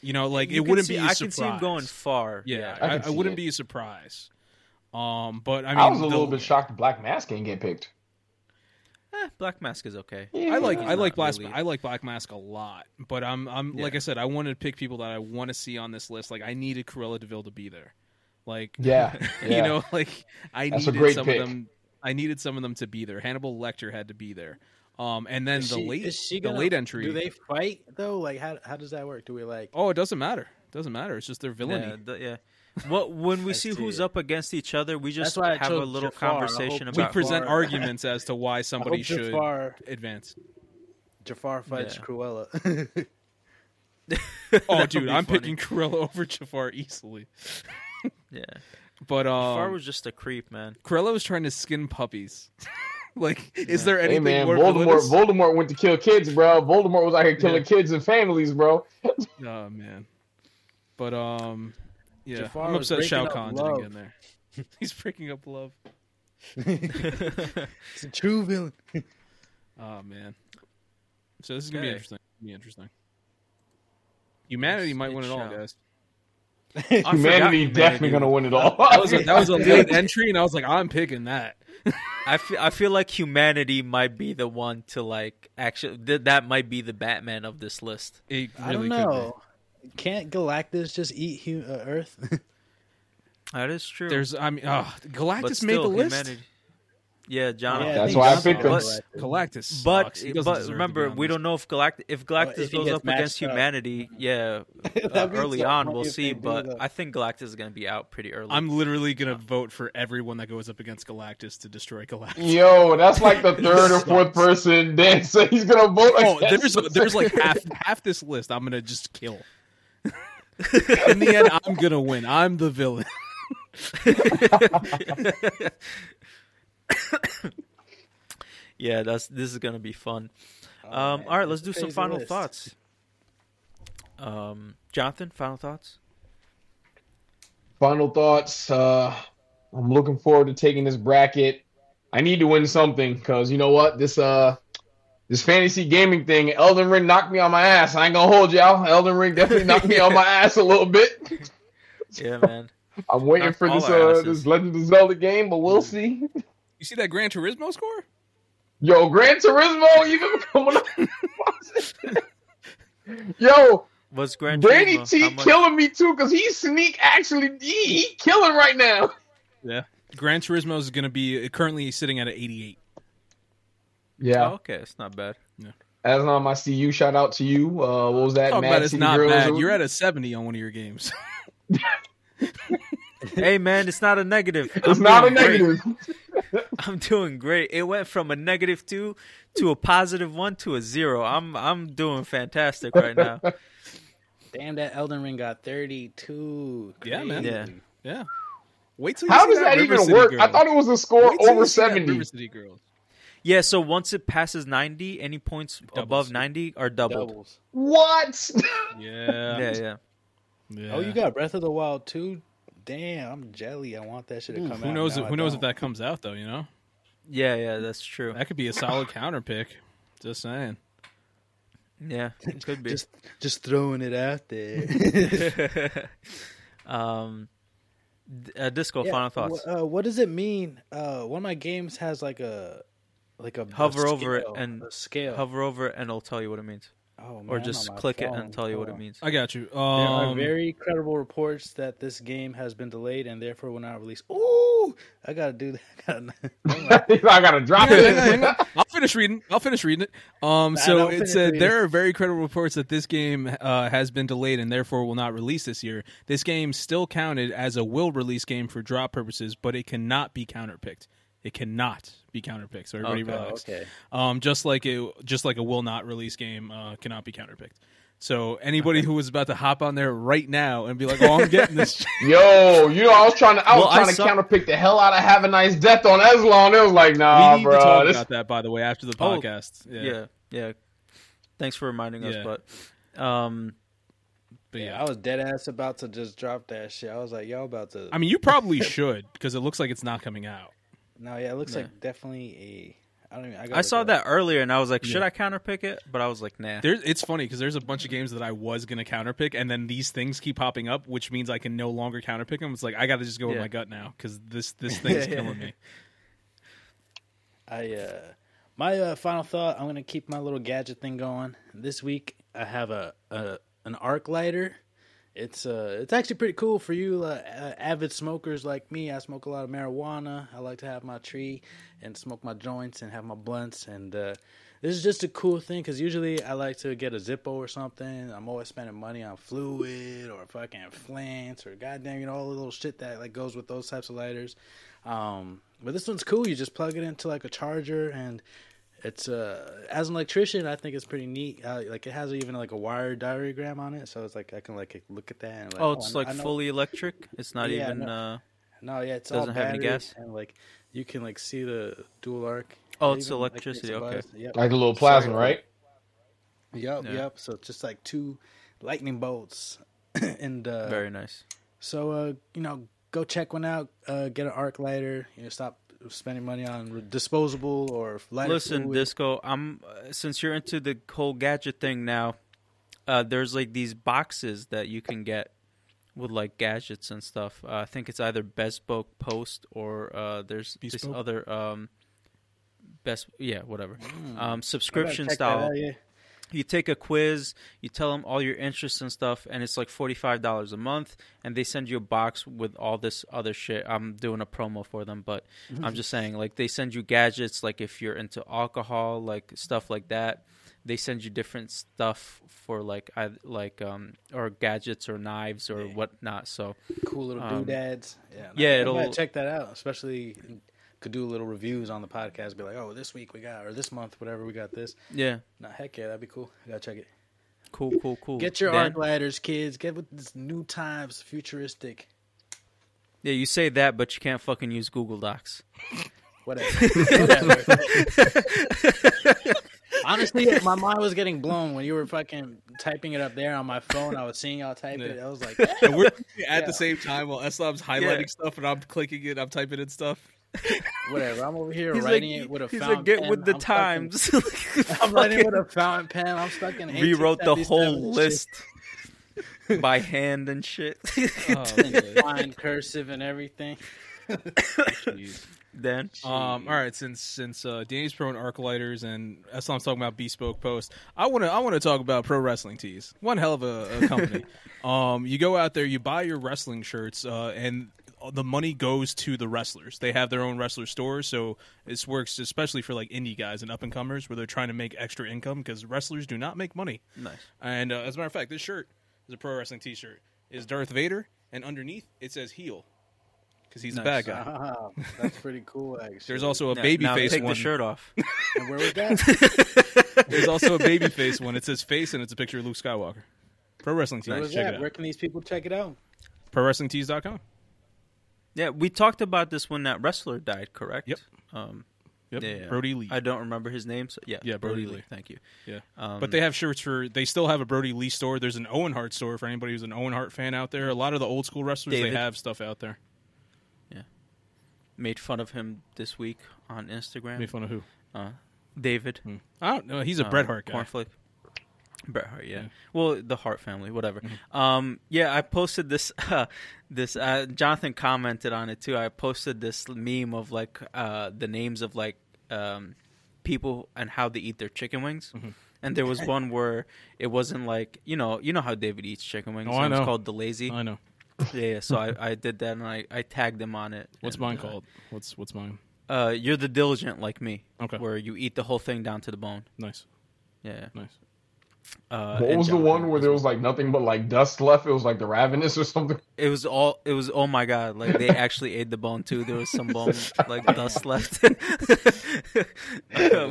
S2: You know, like
S3: You
S2: it
S3: can
S2: wouldn't
S3: see-
S2: be. I
S3: I can see him going far.
S2: Yeah,
S4: I
S2: I,
S4: could
S2: I
S4: see
S2: wouldn't
S4: it.
S2: be a surprise. Um, but I
S4: I,
S2: mean,
S4: was a
S2: the-
S4: little bit shocked Black Mask ain't get picked.
S3: Eh, Black Mask is okay.
S4: Yeah.
S2: I like
S3: He's
S2: I like
S3: not
S2: Black
S3: really-
S2: I like Black Mask a lot, but I'm I'm like I said I wanted to pick people that I want to see on this list. Like I needed Cruella Deville to be there. Like
S4: Yeah,
S2: you
S4: yeah.
S2: know, like I
S4: That's a
S2: needed
S4: great
S2: some
S4: pick.
S2: of them. I needed some of them to be there. Hannibal Lecter had to be there. Um, and then
S1: Is
S2: the
S1: she-
S2: late
S1: is she
S2: the
S1: gonna-
S2: late entry.
S1: Do they fight though? Like how how does that work? Do we like?
S2: Oh, it doesn't matter. doesn't matter. It's just their villainy.
S3: Yeah, the- yeah. Well, when we
S1: I
S3: see
S1: see
S3: who's
S1: it.
S3: up against each other, we just
S1: why I
S3: have a
S1: chose
S3: little
S1: Jafar. I hope
S3: conversation
S1: we
S2: we
S3: about.
S1: Jafar-
S2: present arguments as to why
S1: I hope
S2: somebody should
S1: Jafar
S2: advance.
S1: Jafar fights
S3: Yeah.
S1: Cruella.
S2: Oh,
S3: That would
S2: dude,
S3: be
S2: I'm
S3: funny.
S2: picking Cruella over Jafar easily.
S3: Yeah,
S2: But um,
S3: Jafar was just a creep, man.
S2: Corella was trying to skin puppies. like, is there
S4: Hey
S2: anything
S4: man,
S2: more
S4: Voldemort,
S2: villainous?
S4: Voldemort went to kill kids, bro. Voldemort was out here killing
S2: Yeah.
S4: kids and families, bro.
S2: oh man, but um, yeah,
S1: Jafar
S2: I'm
S1: was
S2: upset
S1: breaking
S2: Shao
S1: up
S2: Kahn didn't
S1: love.
S2: get in there. He's breaking up love.
S1: it's a true villain.
S2: Oh man, so this is gonna be
S3: Okay.
S2: interesting. It's gonna Be interesting. Humanity
S3: Yes,
S2: might
S3: it
S2: win it all,
S3: shall.
S2: guys.
S3: I forgot
S4: Humanity
S3: humanity.
S4: definitely gonna win it all.
S2: That was a, that was a late entry, and I was like, I'm picking that.
S3: I feel, I feel like humanity might be the one to like actually th- that might be the Batman of this list.
S2: It really
S1: I don't
S2: could be.
S1: know. Can't Galactus just eat hu- uh, Earth?
S3: That is true.
S2: There's, I mean, oh, Galactus
S3: but
S2: made the
S3: still,
S2: list.
S3: humanity- Yeah,
S1: Yeah, I
S3: Jonathan.
S4: That's
S1: think
S4: why I
S1: Johnson
S4: picked him.
S1: was Galactus.
S2: Galactus, sucks.
S3: but
S2: He doesn't
S3: but
S2: deserve to be
S3: remember,
S2: on
S3: we
S2: this.
S3: don't know if Galact if
S1: if
S3: Galactus
S1: he
S3: goes
S1: gets
S3: up against
S1: matched up.
S3: humanity. Yeah, uh,
S1: That'd be
S3: early
S1: so
S3: on
S1: funny
S3: we'll
S1: if
S3: see.
S1: they do
S3: But
S1: that.
S3: I think Galactus is gonna be out pretty early.
S2: I'm literally gonna vote for everyone that goes up against Galactus to destroy Galactus.
S4: Yo, that's like the third or fourth person Dan said he's gonna vote.
S2: Oh, there's
S4: against us.
S2: there's like half half this list. I'm gonna just kill. In the end, I'm gonna win. I'm the villain.
S3: yeah, that's this is gonna be fun. um,
S1: man,
S3: all right, let's
S1: that's
S3: do
S1: a
S3: some
S1: crazy
S3: final
S1: list.
S3: thoughts. Um, Jonathan, final thoughts.
S4: Final thoughts. Uh, I'm looking forward to taking this bracket. I need to win something because you know what? This uh, this fantasy gaming thing, Elden Ring knocked me on my ass. I ain't gonna hold y'all. Elden Ring definitely knocked me on my ass a little bit.
S3: Yeah, man.
S4: I'm waiting
S3: Not
S4: for
S3: all
S4: this
S3: our
S4: uh,
S3: asses.
S4: this Legend of Zelda game, but we'll see.
S2: You see that Gran Turismo score?
S4: Yo, Gran Turismo even coming up. Yo,
S3: Was Gran
S4: Danny
S3: Turismo-
S4: T
S3: how much-
S4: killing me too because he sneak actually he, he killing right now.
S2: Yeah. Gran Turismo is going to be uh, currently sitting at an 88.
S4: Yeah,
S3: Oh, okay, it's not bad.
S4: as on my CU, shout out to you. Uh, what was that?
S2: Talk
S4: Mad
S2: about Oh, it's
S4: City
S2: not
S4: Girls?
S2: bad. You're at a 70 on one of your games.
S3: hey man, it's not a negative.
S4: It's
S3: I'm
S4: not a
S3: doing great.
S4: negative.
S3: I'm doing great. It went from a negative two to a positive one to a zero. I'm I'm doing fantastic right now.
S1: Damn, that Elden Ring got 32.
S2: Yeah, man.
S1: Crazy.
S3: Yeah.
S2: yeah. Wait till you
S4: How
S2: see
S4: does that,
S2: River
S4: even
S2: City
S4: work?
S2: Girl.
S4: I thought it was a score
S2: Wait till
S4: over
S2: you see that
S4: seventy.
S2: River City Girl.
S3: Yeah, so once it passes ninety, any points above ninety are doubled.
S1: Doubles.
S4: What?
S2: Yeah.
S3: Yeah, yeah.
S2: yeah.
S1: Oh, you got Breath of the Wild too? Damn, I'm jelly. I want that shit to
S2: Ooh,
S1: come out.
S2: who knows?
S1: No,
S2: if-
S1: I
S2: who knows if
S1: don't.
S2: that comes out though? You know,
S3: Yeah, yeah, that's true.
S2: that could be a solid counter pick. Just saying.
S3: Yeah, it could be.
S1: Just, just throwing it out there.
S3: um, d- uh, disco.
S1: Yeah,
S3: Final
S1: wh-
S3: thoughts.
S1: Uh, what does it mean? Uh, one of my games has like a like a a
S3: Hover over it
S1: scale,
S3: and
S1: a scale.
S3: Hover over it and it'll tell you what it means,
S1: oh, man,
S3: or
S1: I'm
S3: just
S1: on my
S3: click it
S1: phone.
S3: and tell you
S1: Hold
S3: what it
S1: on.
S3: means.
S2: I got you.
S1: There
S2: Um,
S1: are very credible reports that this game has been delayed and therefore will not release. Ooh, I gotta do that. I gotta-
S2: Oh
S4: I gotta drop
S2: Hang on, hang
S4: it.
S2: on. I'll finish reading. I'll finish reading it. Um,
S1: Nah,
S2: so
S1: don't
S2: it
S1: finish
S2: said
S1: reading.
S2: there are very credible reports that this game uh, has been delayed and therefore will not release this year. This game still counted as a will release game for drop purposes, but it cannot be counterpicked. It cannot be counterpicked. So everybody
S3: Okay.
S2: relax.
S1: okay.
S2: Um, just like a just like a will not release game uh, cannot be counterpicked. So anybody who was about to hop on there right now and be like, "Oh, I'm getting this," shit,"
S4: Yo, you know I was trying to I was
S3: Well, I
S4: trying to
S3: saw-
S4: counterpick the hell out of Have a Nice Death on Eslon. It was like,
S2: we
S4: nah,
S2: need to talk
S4: bro. This
S2: about that. By the way, after the
S3: Oh,
S2: podcast, yeah.
S3: Yeah, yeah. Thanks for reminding
S2: Yeah.
S3: us. But um,
S2: But
S1: Yeah,
S2: yeah,
S1: I was dead ass about to just drop that shit. I was like, y'all about to.
S2: I mean, you probably should because it looks like it's not coming out.
S1: no, yeah, it looks
S3: Yeah.
S1: like definitely a. I don't even. I,
S3: I
S1: gotta
S3: saw
S1: look it up.
S3: that earlier and I was like, should
S2: Yeah.
S3: I counterpick it? But I was like, nah.
S2: There's, it's funny because there's a bunch of games that I was gonna counterpick, and then these things keep popping up, which means I can no longer counterpick them. It's like I gotta just go with
S3: Yeah.
S2: my gut now because this this thing's
S3: Yeah.
S2: killing me.
S1: I uh, my uh, final thought. I'm gonna keep my little gadget thing going. This week I have a, a an arc lighter. It's uh, it's actually pretty cool for you uh, uh, avid smokers like me. I smoke a lot of marijuana. I like to have my tree and smoke my joints and have my blunts. And uh, this is just a cool thing because usually I like to get a Zippo or something. I'm always spending money on fluid or fucking flint or goddamn you know all the little shit that like goes with those types of lighters. Um, but this one's cool. You just plug it into like a charger, and it's uh, as an electrician, I think it's pretty neat. Uh, like it has even like a wire diagram on it, so it's like I can like look at that. And, like,
S3: oh, it's
S1: I-
S3: like
S1: I know-
S3: fully electric. It's not
S1: Yeah,
S3: even.
S1: no.
S3: Uh,
S1: No, yeah, it's all
S3: doesn't have any
S1: battery,
S3: gas?
S1: and like you can like see the dual arc.
S3: Oh,
S1: It
S3: it's
S1: even, like, makes
S3: electricity,
S1: a
S3: okay.
S1: buzz. Yep.
S4: like a little plasma,
S1: Sorry.
S4: right?
S1: Yep,
S3: Yeah.
S1: yep. So it's just like two lightning bolts, and uh,
S3: very nice.
S1: So uh, you know, go check one out. Uh, get an arc lighter. You know, stop spending money on disposable or lighter.
S3: Listen,
S1: fluid.
S3: Disco. I'm uh, since you're into the whole gadget thing now. Uh, there's like these boxes that you can get with like gadgets and stuff. Uh, I think it's either Bespoke Post or uh, there's this
S2: Bespoke?
S3: other um, best yeah whatever um,
S1: Mm. I gotta
S3: subscription
S1: check that
S3: style.
S1: out, yeah.
S3: you take a quiz, you tell them all your interests and stuff, and it's like forty five dollars a month, and they send you a box with all this other shit. I'm doing a promo for them, but I'm just saying, like they send you gadgets, like if you're into alcohol, like stuff like that. They send you different stuff for like I like um or gadgets or knives or whatnot. So
S1: cool little
S3: Um,
S1: doodads. Yeah, no,
S3: yeah,
S1: I'm gonna
S3: it'll-
S1: check that out. Especially could do little reviews on the podcast. Be like, oh, this week we got or this month, whatever we got this.
S3: yeah,
S1: Nah, heck yeah, that'd be cool. I gotta check it.
S3: cool, cool, cool.
S1: Get your
S3: Dan?
S1: arc lighters, kids. Get with this new times, futuristic,
S3: Yeah, you say that, but you can't fucking use Google Docs.
S1: whatever. whatever. Honestly, my mind was getting blown when you were fucking typing it up there on my phone. I was seeing y'all type it. I was like,
S2: And we're at the same time while Eslam's highlighting
S3: Yeah.
S2: stuff and I'm clicking it, I'm typing in stuff.
S1: whatever. I'm over here writing it with a
S3: he's
S1: fountain
S3: like, get
S1: pen.
S3: with the
S1: I'm fucking-
S3: times.
S1: I'm writing with a fountain pen. I'm stuck in.
S3: rewrote the
S1: 1877
S3: whole
S1: shit. Uh,
S3: list. by hand and shit.
S1: Oh, Fine cursive and everything. Jeez.
S3: then
S2: Um, all right, since since uh, Danny's pro and arc lighters and Islam's talking about bespoke post, I want to I want to talk about pro wrestling tees. One hell of a, a company. um, you go out there, you buy your wrestling shirts, uh, and the money goes to the wrestlers. They have their own wrestler stores, so this works especially for like indie guys and up and comers where they're trying to make extra income because wrestlers do not make money.
S3: nice.
S2: And uh, as a matter of fact, this shirt is a pro wrestling T-shirt. Is Darth Vader, and underneath it says heel because he's a bad guy.
S1: Ah, that's pretty cool, actually.
S2: There's also a
S3: Uh-huh. Now-
S2: baby
S3: now
S2: face
S3: take
S2: one.
S3: the shirt off.
S1: And where was that?
S2: There's also a baby face one. It says face and it's a picture of Luke Skywalker. Pro Wrestling Tees.
S1: Where was
S2: Check
S1: that?
S2: it
S1: Where
S2: out.
S1: can these people check it out?
S2: ProWrestlingTees.com.
S3: Yeah, we talked about this when that wrestler died, correct?
S2: Yep.
S3: Um,
S2: Yep.
S3: yeah, yeah.
S2: Brody Lee.
S3: I don't remember his name. So yeah,
S2: Yeah, Brody Lee.
S3: Thank you.
S2: yeah.
S3: Um,
S2: but they have shirts for. They still have a Brody Lee store. There's an Owen Hart store for anybody who's an Owen Hart fan out there. A lot of the old school wrestlers
S3: David.
S2: they have stuff out there.
S3: made fun of him this week on Instagram.
S2: Made fun of who?
S3: Uh, David.
S2: I don't know.
S3: Uh,
S2: He's a Bret Hart guy. Mm-hmm.
S3: Cornflake. Bret Hart, yeah.
S2: Yeah.
S3: Well, the Hart family, whatever.
S2: Mm-hmm.
S3: Um, yeah, I posted this. Uh, this uh, Jonathan commented on it too. I posted this meme of like uh, the names of like um, people and how they eat their chicken wings.
S2: Mm-hmm.
S3: And there was one where it wasn't like you know you know how David eats chicken wings.
S2: Oh, I
S3: and It's
S2: know.
S3: called the lazy.
S2: I know.
S3: yeah, yeah. So I, I did that and I, I tagged him on it.
S2: What's
S3: And,
S2: mine
S3: uh,
S2: called? What's what's mine?
S3: Uh, you're the diligent like me.
S2: Okay.
S3: Where you eat the whole thing down to the bone.
S2: Nice,
S3: Yeah.
S2: nice.
S3: Uh,
S4: What
S3: and
S4: was the
S3: Jonathan
S4: one where there was like nothing but like dust left? It was like the ravenous or something.
S3: It was all. It was oh my god! Like they actually ate the bone too. There was some bone like dust left. But,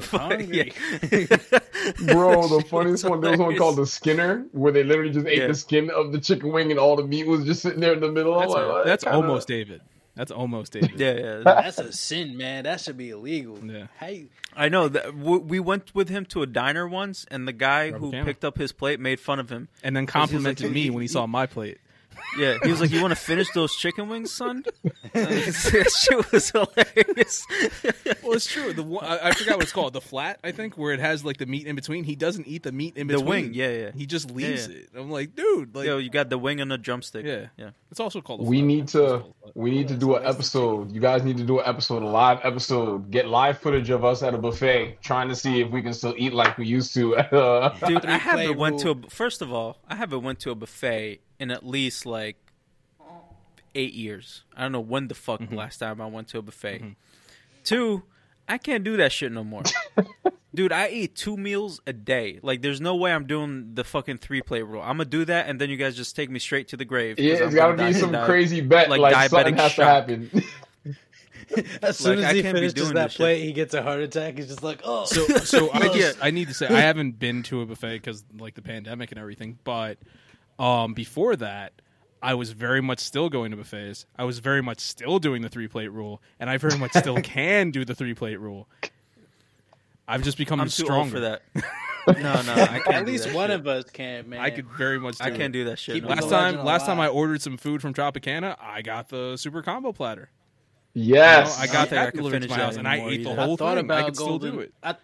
S1: hungry.
S4: Bro, the funniest
S3: It's
S4: one, there was one
S3: hilarious.
S4: called the Skinner, where they literally just ate
S3: Yeah.
S4: the skin of the chicken wing and all the meat was just sitting there in the middle.
S2: That's,
S4: I'm like, what
S2: that's
S4: kinda-
S2: almost David. That's almost David.
S3: yeah, yeah.
S1: That's a sin, man. That should be illegal.
S2: Yeah.
S1: Hey,
S3: I know. That w- we went with him to a diner once, and the guy who
S2: Cameron.
S3: picked up his plate made fun of him.
S2: And then
S3: Because he was like,
S2: complimented me when he saw my plate.
S3: Yeah, he was like, "You want to finish those chicken wings, son?" that shit was hilarious.
S2: Well, it's true. The one, I, I forgot what it's called. The flat, I think, where it has like the meat in between. He doesn't eat the meat in
S3: The
S2: between.
S3: wing, yeah, yeah.
S2: He just
S3: Yeah,
S2: leaves
S3: yeah.
S2: it. I'm like, dude, like,
S3: Yo, you got the wing and the drumstick.
S2: Yeah.
S3: yeah.
S2: it's also called. A
S4: We
S2: flat.
S4: need
S2: It's also
S4: to
S2: called a flat.
S4: we need to do an episode. You guys need to do an episode, a live episode. Get live footage of us at a buffet, trying to see if we can still eat like we used to.
S3: Dude, I
S1: Three-play
S3: haven't went to
S1: rule.
S3: a, first of all, I haven't went to a buffet in at least like eight years. I don't know when the fuck
S1: Mm-hmm.
S3: last time I went to a buffet. Two, I can't do that shit no more. Dude, I eat two meals a day. Like, there's no way I'm doing the fucking three plate rule. I'm gonna do that, and then you guys just take me straight to the grave. 'cause
S4: yeah,
S3: I'm
S4: it's got to
S3: gonna
S4: be
S3: die-
S4: some
S3: die-
S4: crazy bet.
S3: like
S4: Like,
S3: diabetic
S4: something has
S3: shock.
S4: to happen.
S1: as soon
S3: Like,
S1: as
S3: I
S1: he
S3: can't be
S1: finishes
S3: doing
S1: that
S3: this shit.
S1: plate, he gets a heart attack. He's just like, oh.
S2: So, so I
S3: Yeah.
S2: just I need to say I haven't been to a buffet because like the pandemic and everything. But um, before that, I was very much still going to buffets. I was very much still doing the three plate rule, and I very much still can do the three plate rule. I've just become
S3: I'm too
S2: stronger
S3: old for that. no, no, I can't.
S1: at
S3: do
S1: least
S3: that
S1: one
S3: shit.
S1: of us can, man.
S2: I could very much. Do
S3: I
S2: it.
S3: can't do that shit.
S1: Keep
S3: no
S1: it
S3: more.
S2: Last
S1: Legend
S2: time, last time I
S1: alive.
S2: ordered some food from Tropicana, I got the super combo platter. You know,
S4: yes,
S2: I
S3: don't
S2: got
S3: think Oh, I
S2: that
S3: could
S2: delivered to
S3: finish
S2: my
S3: that
S2: house, and I
S3: anymore
S2: ate the
S3: either.
S2: whole
S1: thought
S2: thing.
S1: about
S2: I could still
S1: Golden,
S2: do it.
S1: I,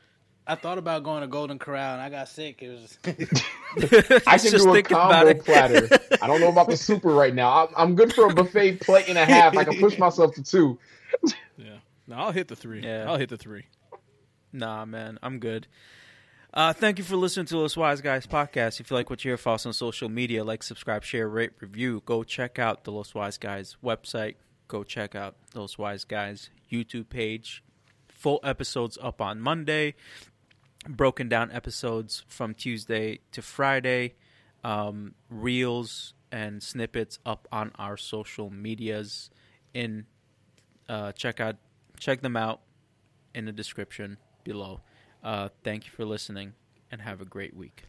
S1: I thought about going to Golden Corral and I got sick. It was
S4: I can
S3: just
S4: do a
S3: thinking about
S4: combo
S3: it.
S4: platter. I don't know about the super right now. I'm, I'm good for a buffet plate and a half. I can push myself to two.
S2: Yeah, no, I'll hit the three.
S3: Yeah.
S2: I'll hit the three.
S3: Nah, man, I'm good. Uh, thank you for listening to Us Wise Guys podcast. If you like what you hear, follow us on social media. Like, subscribe, share, rate, review. Go check out the Los Wise Guys website. Go check out Los Wise Guys YouTube page. Full episodes up on Monday. Broken down episodes from Tuesday to Friday. Um, reels and snippets up on our social medias. In uh, check out check them out in the description below. Uh, thank you for listening and have a great week.